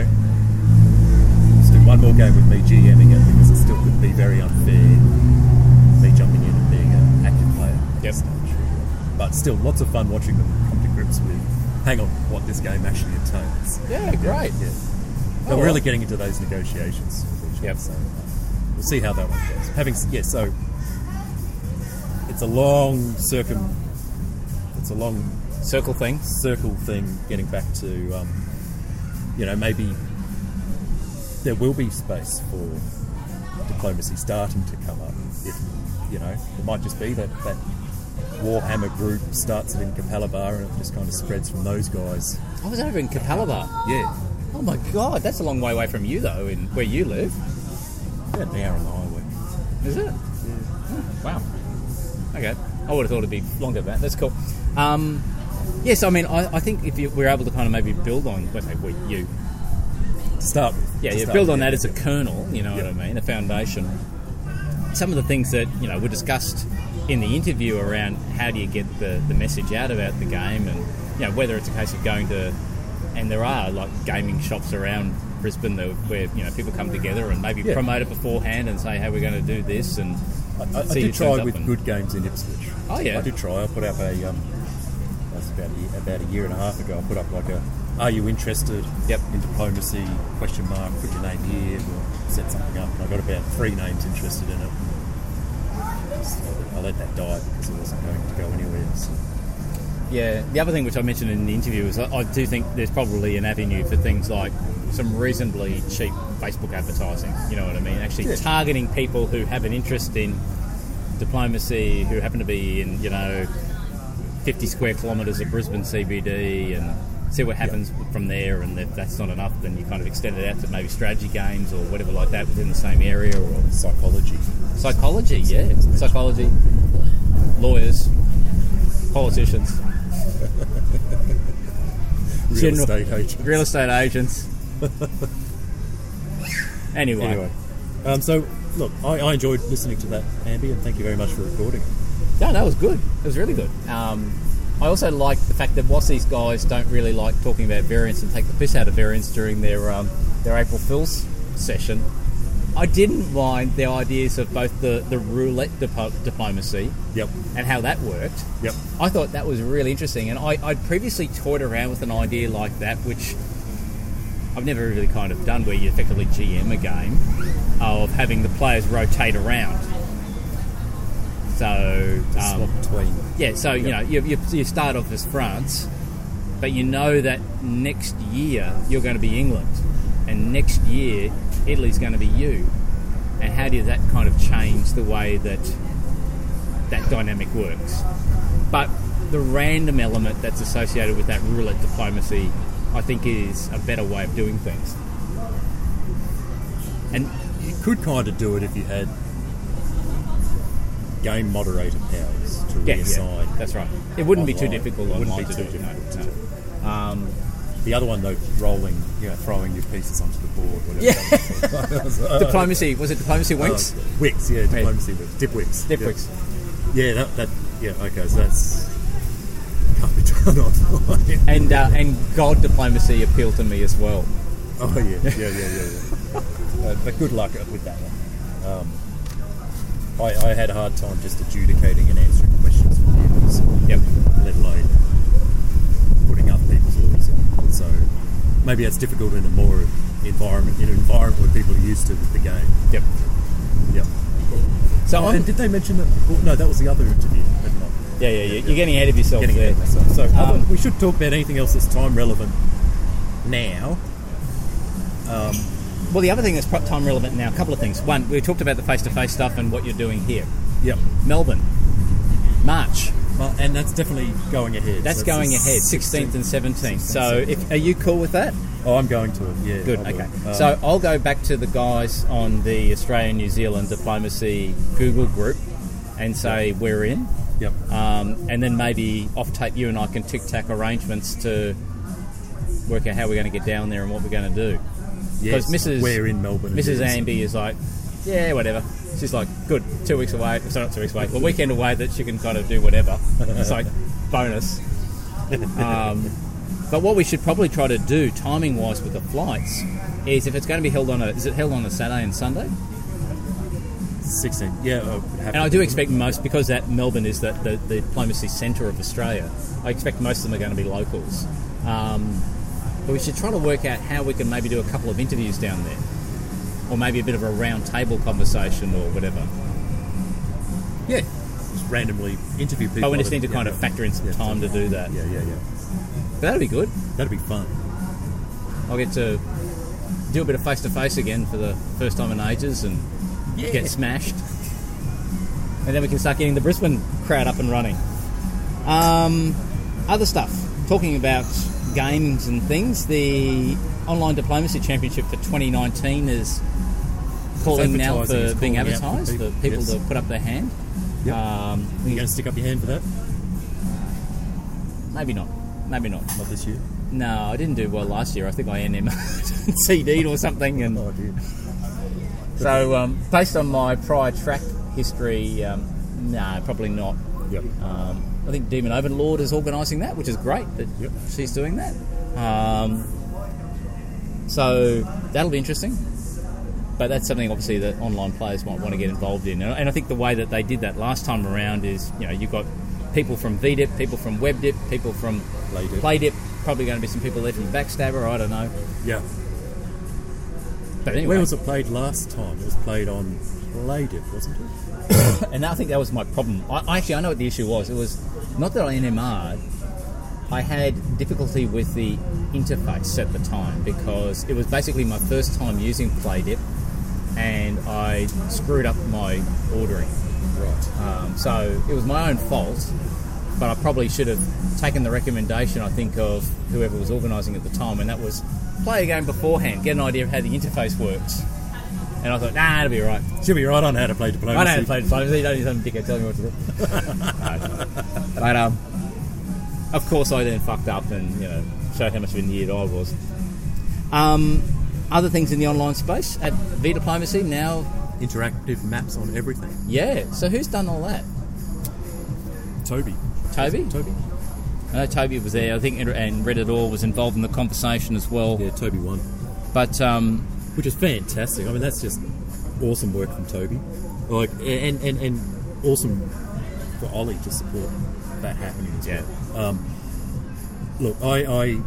let's do one more game with me GMing it because it still could be very unfair me jumping in and being an active player at Yep. this stage. But still, lots of fun watching them come to grips with, hang on, what this game actually entails. Yeah, great. Yeah. But we're really getting into those negotiations with each other. Oh. Yep. So uh, we'll see how that one goes. Having s- yeah, so it's a long circum, it's a long Circle thing. circle thing. Getting back to um, you know maybe there will be space for diplomacy starting to come up. If you know, it might just be that that Warhammer group starts it in Capalabar and it just kind of spreads from those guys. I was over in Capalaba. Yeah, Oh my god, that's a long way away from you though, in where you live. about an hour on the highway. Is it? Hmm, Wow. Okay. I would have thought it'd be longer than that. That's cool. Um, yes, I mean, I, I think if you, we're able to kind of maybe build on, well, say we, you, To start with, yeah, to you start build with, on yeah. that as a kernel, you know what I mean, a foundation. Some of the things that you know were discussed in the interview around how do you get the, the message out about the game, and you know whether it's a case of going to, and there are like gaming shops around Brisbane that, where you know people come together and maybe Yeah. promote it beforehand and say, hey, we're going to do this, and I, I, I see who did turns try up with and- good games in Ipswich. Oh, yeah. I did try. I put up a um, that's about a, year- about a year and a half ago. I put up like a Are you interested? Yep. In diplomacy? Question mark. Put your name here. We'll set something up. And I got about three names interested in it. So I let that die because it wasn't going to go anywhere. So. Yeah, the other thing which I mentioned in the interview is I, I do think there's probably an avenue for things like some reasonably cheap Facebook advertising. You know what I mean? Actually Yeah. targeting people who have an interest in diplomacy, who happen to be in you know 50 square kilometres of Brisbane CBD, and see what happens from there. And if that's not enough, then you kind of extend it out to maybe strategy games or whatever like that within the same area or Psychology. psychology. Yeah, psychology, lawyers, politicians. Real General- estate agent. real estate agents. anyway, Anyway, um, so look, I, I enjoyed listening to that, Andy, and thank you very much for recording. no, that was good. It was really good. Um, I also like the fact that whilst these guys don't really like talking about variants and take the piss out of variants during their um, their April Fools session, I didn't mind their ideas of both the the roulette dip- diplomacy Yep. and how that worked. Yep. I thought that was really interesting, and I, I'd previously toyed around with an idea like that, which I've never really kind of done, where you effectively GM a game of having the players rotate around. So, um, Swap between. yeah, so you know, you, you, you start off as France, but you know that next year you're going to be England, and next year Italy's going to be you. And how did that kind of change the way that that dynamic works? But the random element that's associated with that roulette diplomacy, I think, is a better way of doing things. And You could kind of do it if you had game moderator powers to yeah, reassign. yeah, that's right. It wouldn't be too online. difficult. It wouldn't online be to too do it, no, difficult to no. do. The other one, though, rolling, you know, throwing your pieces onto the board, whatever. Yeah. Oh, Diplomacy was it diplomacy winks? Wicks, yeah, diplomacy wicks. Dip wicks. Dip yeah. wicks. Yeah, that, that, yeah, okay, so that's. Can't be done online. and uh, and gold diplomacy appealed to me as well. Oh yeah, yeah, yeah, yeah. yeah. uh, but good luck with that one. Um, I, I had a hard time just adjudicating and answering questions from viewers, Yep. let alone putting other people's orders in. So maybe that's difficult in a more environment, in an environment where people are used to the game. Yep. Yep. So Oh, I'm, and did they mention that? Well, no, that was the other interview. but not- Yeah, yeah, yeah. You're getting ahead of yourself Getting there. ahead of myself. So, Other- um, we should talk about anything else that's time relevant now. um, well, the other thing that's pro- time relevant now, a couple of things. One, we talked about the face-to-face stuff and what you're doing here, Yep. Melbourne, March. Well, and that's definitely going ahead. That's So it's going the ahead, 16th and 17th. So, if, are you cool with that? Oh, I'm going to it. Yeah. Good. I will. Okay. Um, so I'll go back to the guys on the Australian New Zealand diplomacy Google group and say we're in, Yep. um, and then maybe off tape you and I can tic tac arrangements to work out how we're going to get down there and what we're going to do. Yes, Mrs. We're in Melbourne. it Mrs. is. Amby is like, yeah, whatever. She's like, good, two weeks away. Sorry, not two weeks away. A weekend away that she can kind of do whatever. It's like bonus. Um, but what we should probably try to do, timing wise, with the flights, is if it's going to be held on a, is it held on a Saturday and Sunday? 16. Yeah. oh, it And I happened. do expect most, because that Melbourne is the, the, the diplomacy centre of Australia, I expect most of them are going to be locals. Um, but we should try to work out how we can maybe do a couple of interviews down there. Or maybe a bit of a round table conversation or whatever. Yeah. Just randomly interview people. But Oh, we just that- need to yeah, kind of yeah. factor in some Yeah, time to do that. Yeah, yeah, yeah. But that'll be good. That'd be fun. I'll get to do a bit of face to face again for the first time in ages and get smashed. And then we can start getting the Brisbane crowd up and running. Um, other stuff. Talking about games and things, the Online Diplomacy Championship for 2019 is calling now advertising, for it's being calling out for advertised, for people, people, yes. to put up their hand. Yep. Um, you going to stick up your hand for that? maybe not. Maybe not. Not this year. No, I didn't do well last year. I think I NM CD'd or something. And Oh, dear. so, um, based on my prior track history, um, no, probably not. Yep. Um, I think Demon Overlord is organising that, which is great that Yep. she's doing that. Um, so that'll be interesting. But that's something obviously that online players might want to get involved in. And I- and I think the way that they did that last time around is, you know, you've got people from VDIP, people from WebDIP, people from Playdip. PlayDip, probably going to be some people there from Backstabber, I don't know. yeah. But anyway, Where was it played last time? It was played on Playdip, wasn't it? and I think that was my problem. I, I actually I know what the issue was. It was not that I NMR'd. I had difficulty with the interface at the time because it was basically my first time using PlayDip, and I screwed up my ordering. Right. Um, so it was my own fault, but I probably should have taken the recommendation I think of whoever was organising at the time, and that was play a game beforehand, get an idea of how the interface works. And I thought, nah, it'll be all right. Should be right on how to play diplomacy. I know how to play diplomacy. You don't need some dickhead telling me what to do. No. But um, of course, I then fucked up and you know showed how much of an idiot I was. Um, other things in the online space at V Diplomacy now, Interactive maps on everything. yeah. So who's done all that? Toby. Toby. Toby? I know Toby was there. I think and- and Reddit all was involved in the conversation as well. Yeah, Toby won. But um, which is fantastic. I mean, that's just awesome work from Toby, like, and and, and awesome for Ollie to support that happening as well. Um, look, I, I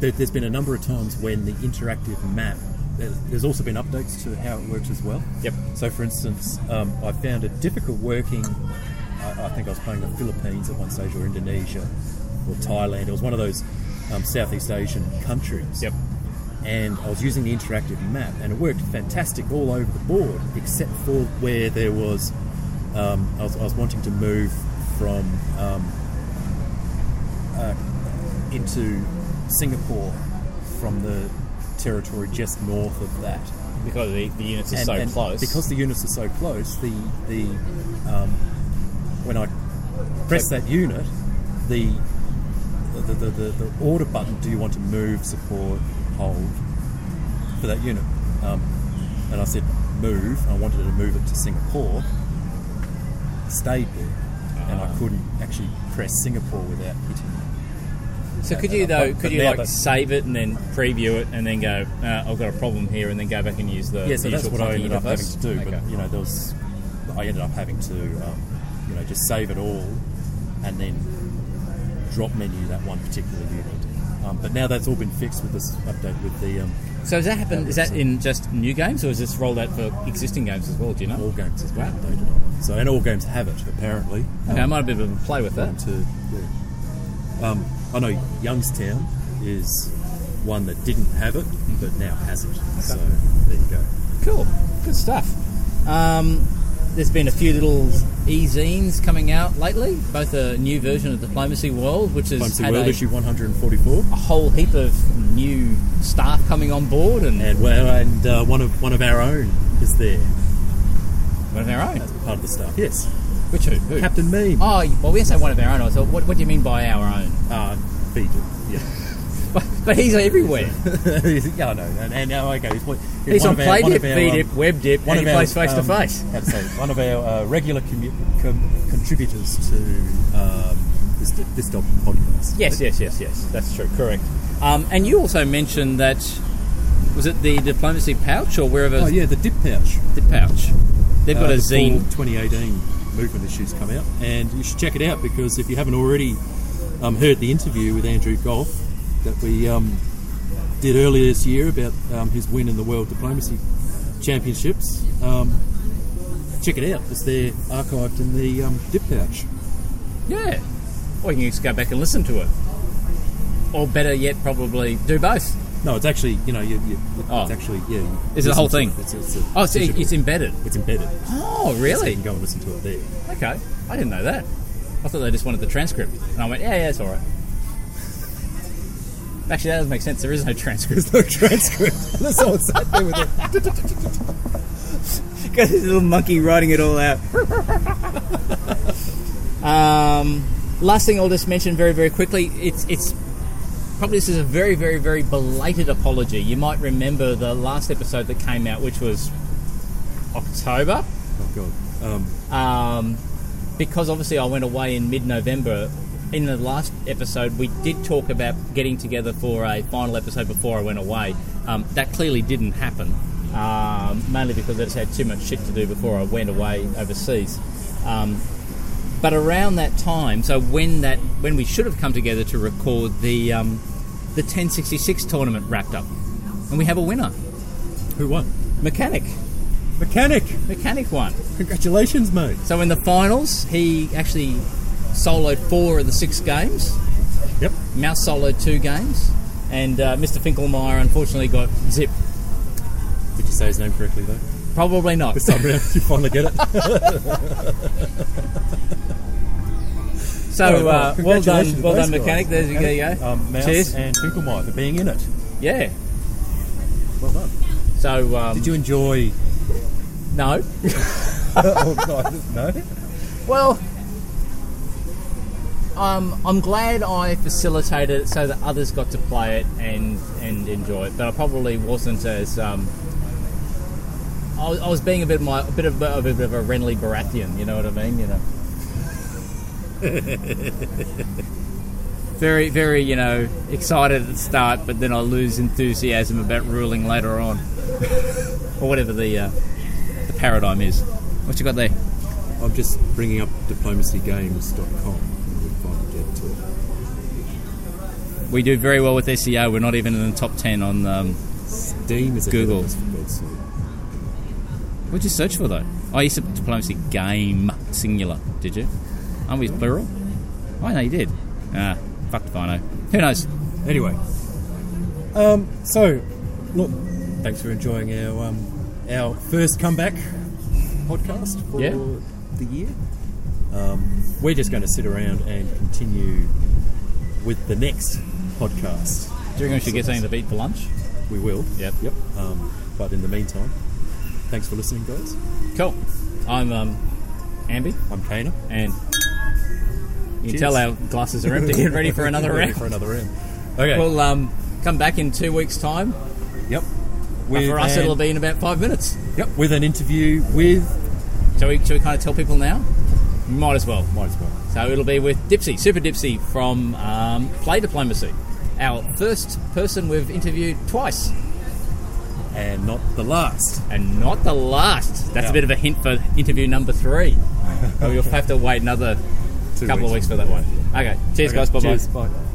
there, there's been a number of times when the interactive map. there- There's also been updates to how it works as well. Yep. So, for instance, um, I found it difficult working. I, I think I was playing the Philippines at one stage, or Indonesia, or Thailand. It was one of those um, Southeast Asian countries Yep. and I was using the interactive map, and it worked fantastic all over the board, except for where there was. Um, I, was I was wanting to move from um, uh, into Singapore from the territory just north of that, because the, the units are And- so and close, because the units are so close. The the um, when I press that unit, the the, the, the, the order button do you want to move, support, hold for that unit? Um, and I said move. I wanted to move it to Singapore. Stayed there, and Ah. I couldn't actually press Singapore without hitting. So could you though? But Could you now like that- save it and then preview it and then go? Uh, I've got a problem here, and then go back and use the. Yeah, so the that's usual what I clunky ended up having to interface? do. Okay. But you know, there was I ended up having to um, you know just save it all and then drop menu that one particular unit. Um, but now that's all been fixed with this update with the um, So has that happened? Is that in just new games, or is this rolled out for existing games as well? Do you know? all games has been updated on it. So and all games have it apparently. Um, Okay, I might have a bit of a play with that. to yeah. um, I know Youngstown is one that didn't have it but now has it. So there you go. Cool, good stuff. Um, there's been a few little e-zines coming out lately. Both a new version of Diplomacy World, which has Diplomacy had World a, issue 144, a whole heap of new staff coming on board, and and well, and uh, one of one of our own is there one of our own. as part of the staff. Yes, Which who? who? Captain Meme. Oh, well, we say one of our own. I thought, what, what do you mean by our own? Uh, Beetle. Yeah, But, but he's everywhere. yeah, I know. And, and uh, okay, he's, one- He's one on of our- one PlayDip, of our, um, VDip, WebDip, one and he of our, plays face to um, face. How to say, it, one of our uh, regular commu- com- contributors to um, this this dog podcast. Yes, yes, yes, yes. That's true. Correct. Um, and you also mentioned that was it the diplomacy pouch or wherever Oh yeah, the dip pouch. the pouch. They've got Uh, a the full zine. 2018 movement issues come out, and you should check it out because if you haven't already um, heard the interview with Andrew Golf that we um, did earlier this year about um, his win in the World Diplomacy Championships, um, check it out. It's there archived in the um, dip pouch. Yeah. Or you can just go back and listen to it. Or better yet, probably do both. No, it's actually you know you, you, Oh. it's actually yeah. you Is it the whole listen to thing? It's, it's, a Oh, so it- digital- it's embedded. it's embedded. Oh, So you really? can go and listen to it there. Okay. I didn't know that. I thought they just wanted the transcript. And I went, yeah, yeah, it's all right. Actually, that doesn't make sense. There is no transcript. No transcript. That's all it's out there with it. Got this little monkey writing it all out. um, last thing I'll just mention very, very quickly. It's it's probably this is a very, very, very belated apology. You might remember the last episode that came out, which was October, Oh god. Um, um, because obviously I went away in mid-November. In the last episode, we did talk about getting together for a final episode before I went away. Um, that clearly didn't happen, um, mainly because I just had too much shit to do before I went away overseas. Um, but around that time, so when that when we should have come together to record the um, the 1066 tournament wrapped up, and we have a winner, who won? mechanic, Mechanic. mechanic won. Congratulations, mate. So in the finals, he actually soloed four of the six games. Yep. Mouse soloed two games, and uh, Mr. Finkelmeyer unfortunately got zip. Did you say his name correctly though? Probably not. This time around, you finally get it. So uh, well Congratulations done, to well those done, guys. mechanic. There you go. you go. Um, Mouse Cheers. and Finkelmeyer for being in it. Yeah. Well done. So um, Did you enjoy? no. oh God, no. Well, um, I'm glad I facilitated it so that others got to play it and and enjoy it. But I probably wasn't as um, I, was, I was being a bit my a bit of a, a bit of a Renly Baratheon. You know what I mean? You know. Very, very, you know, excited at the start, but then I lose enthusiasm about ruling later on, or whatever the uh, the paradigm is. What you got there? I'm just bringing up diplomacygames.com. and we'll finally get to it. We do very well with SEO. We're not even in the top 10 on. Um, Steam is ahead of Google. us, for God's sake. what'd you search for, though? Oh, you said diplomacy game singular, did you? Aren't we plural? I know you did. Ah, fuck if I know. Who knows? Anyway, um, so look, thanks for enjoying our um, our first comeback podcast for Yeah. the year. Um, we're just going to sit around and continue with the next podcast. Do you reckon we should get something to eat for lunch? We will. Yep. Yep. Um, but in the meantime, thanks for listening, guys. Cool. I'm um, Ambi, I'm Kana. and you can Cheers. tell our glasses are empty and ready for another Ready round. For another round. Okay. We'll um, come back in two weeks' time. yep. But for us, an, it'll be in about five minutes. yep with an interview with Shall we, shall we kind of tell people now? Might as well. might as well. So it'll be with Dipsy, Super Dipsy from um, Play Diplomacy, our first person we've interviewed twice, And not the last. and not the last. That's Yeah. a bit of a hint for interview number three. But We'll have to wait another Two couple of weeks. weeks for that one. Okay, cheers, Okay, guys. Bye bye. cheers, Bye.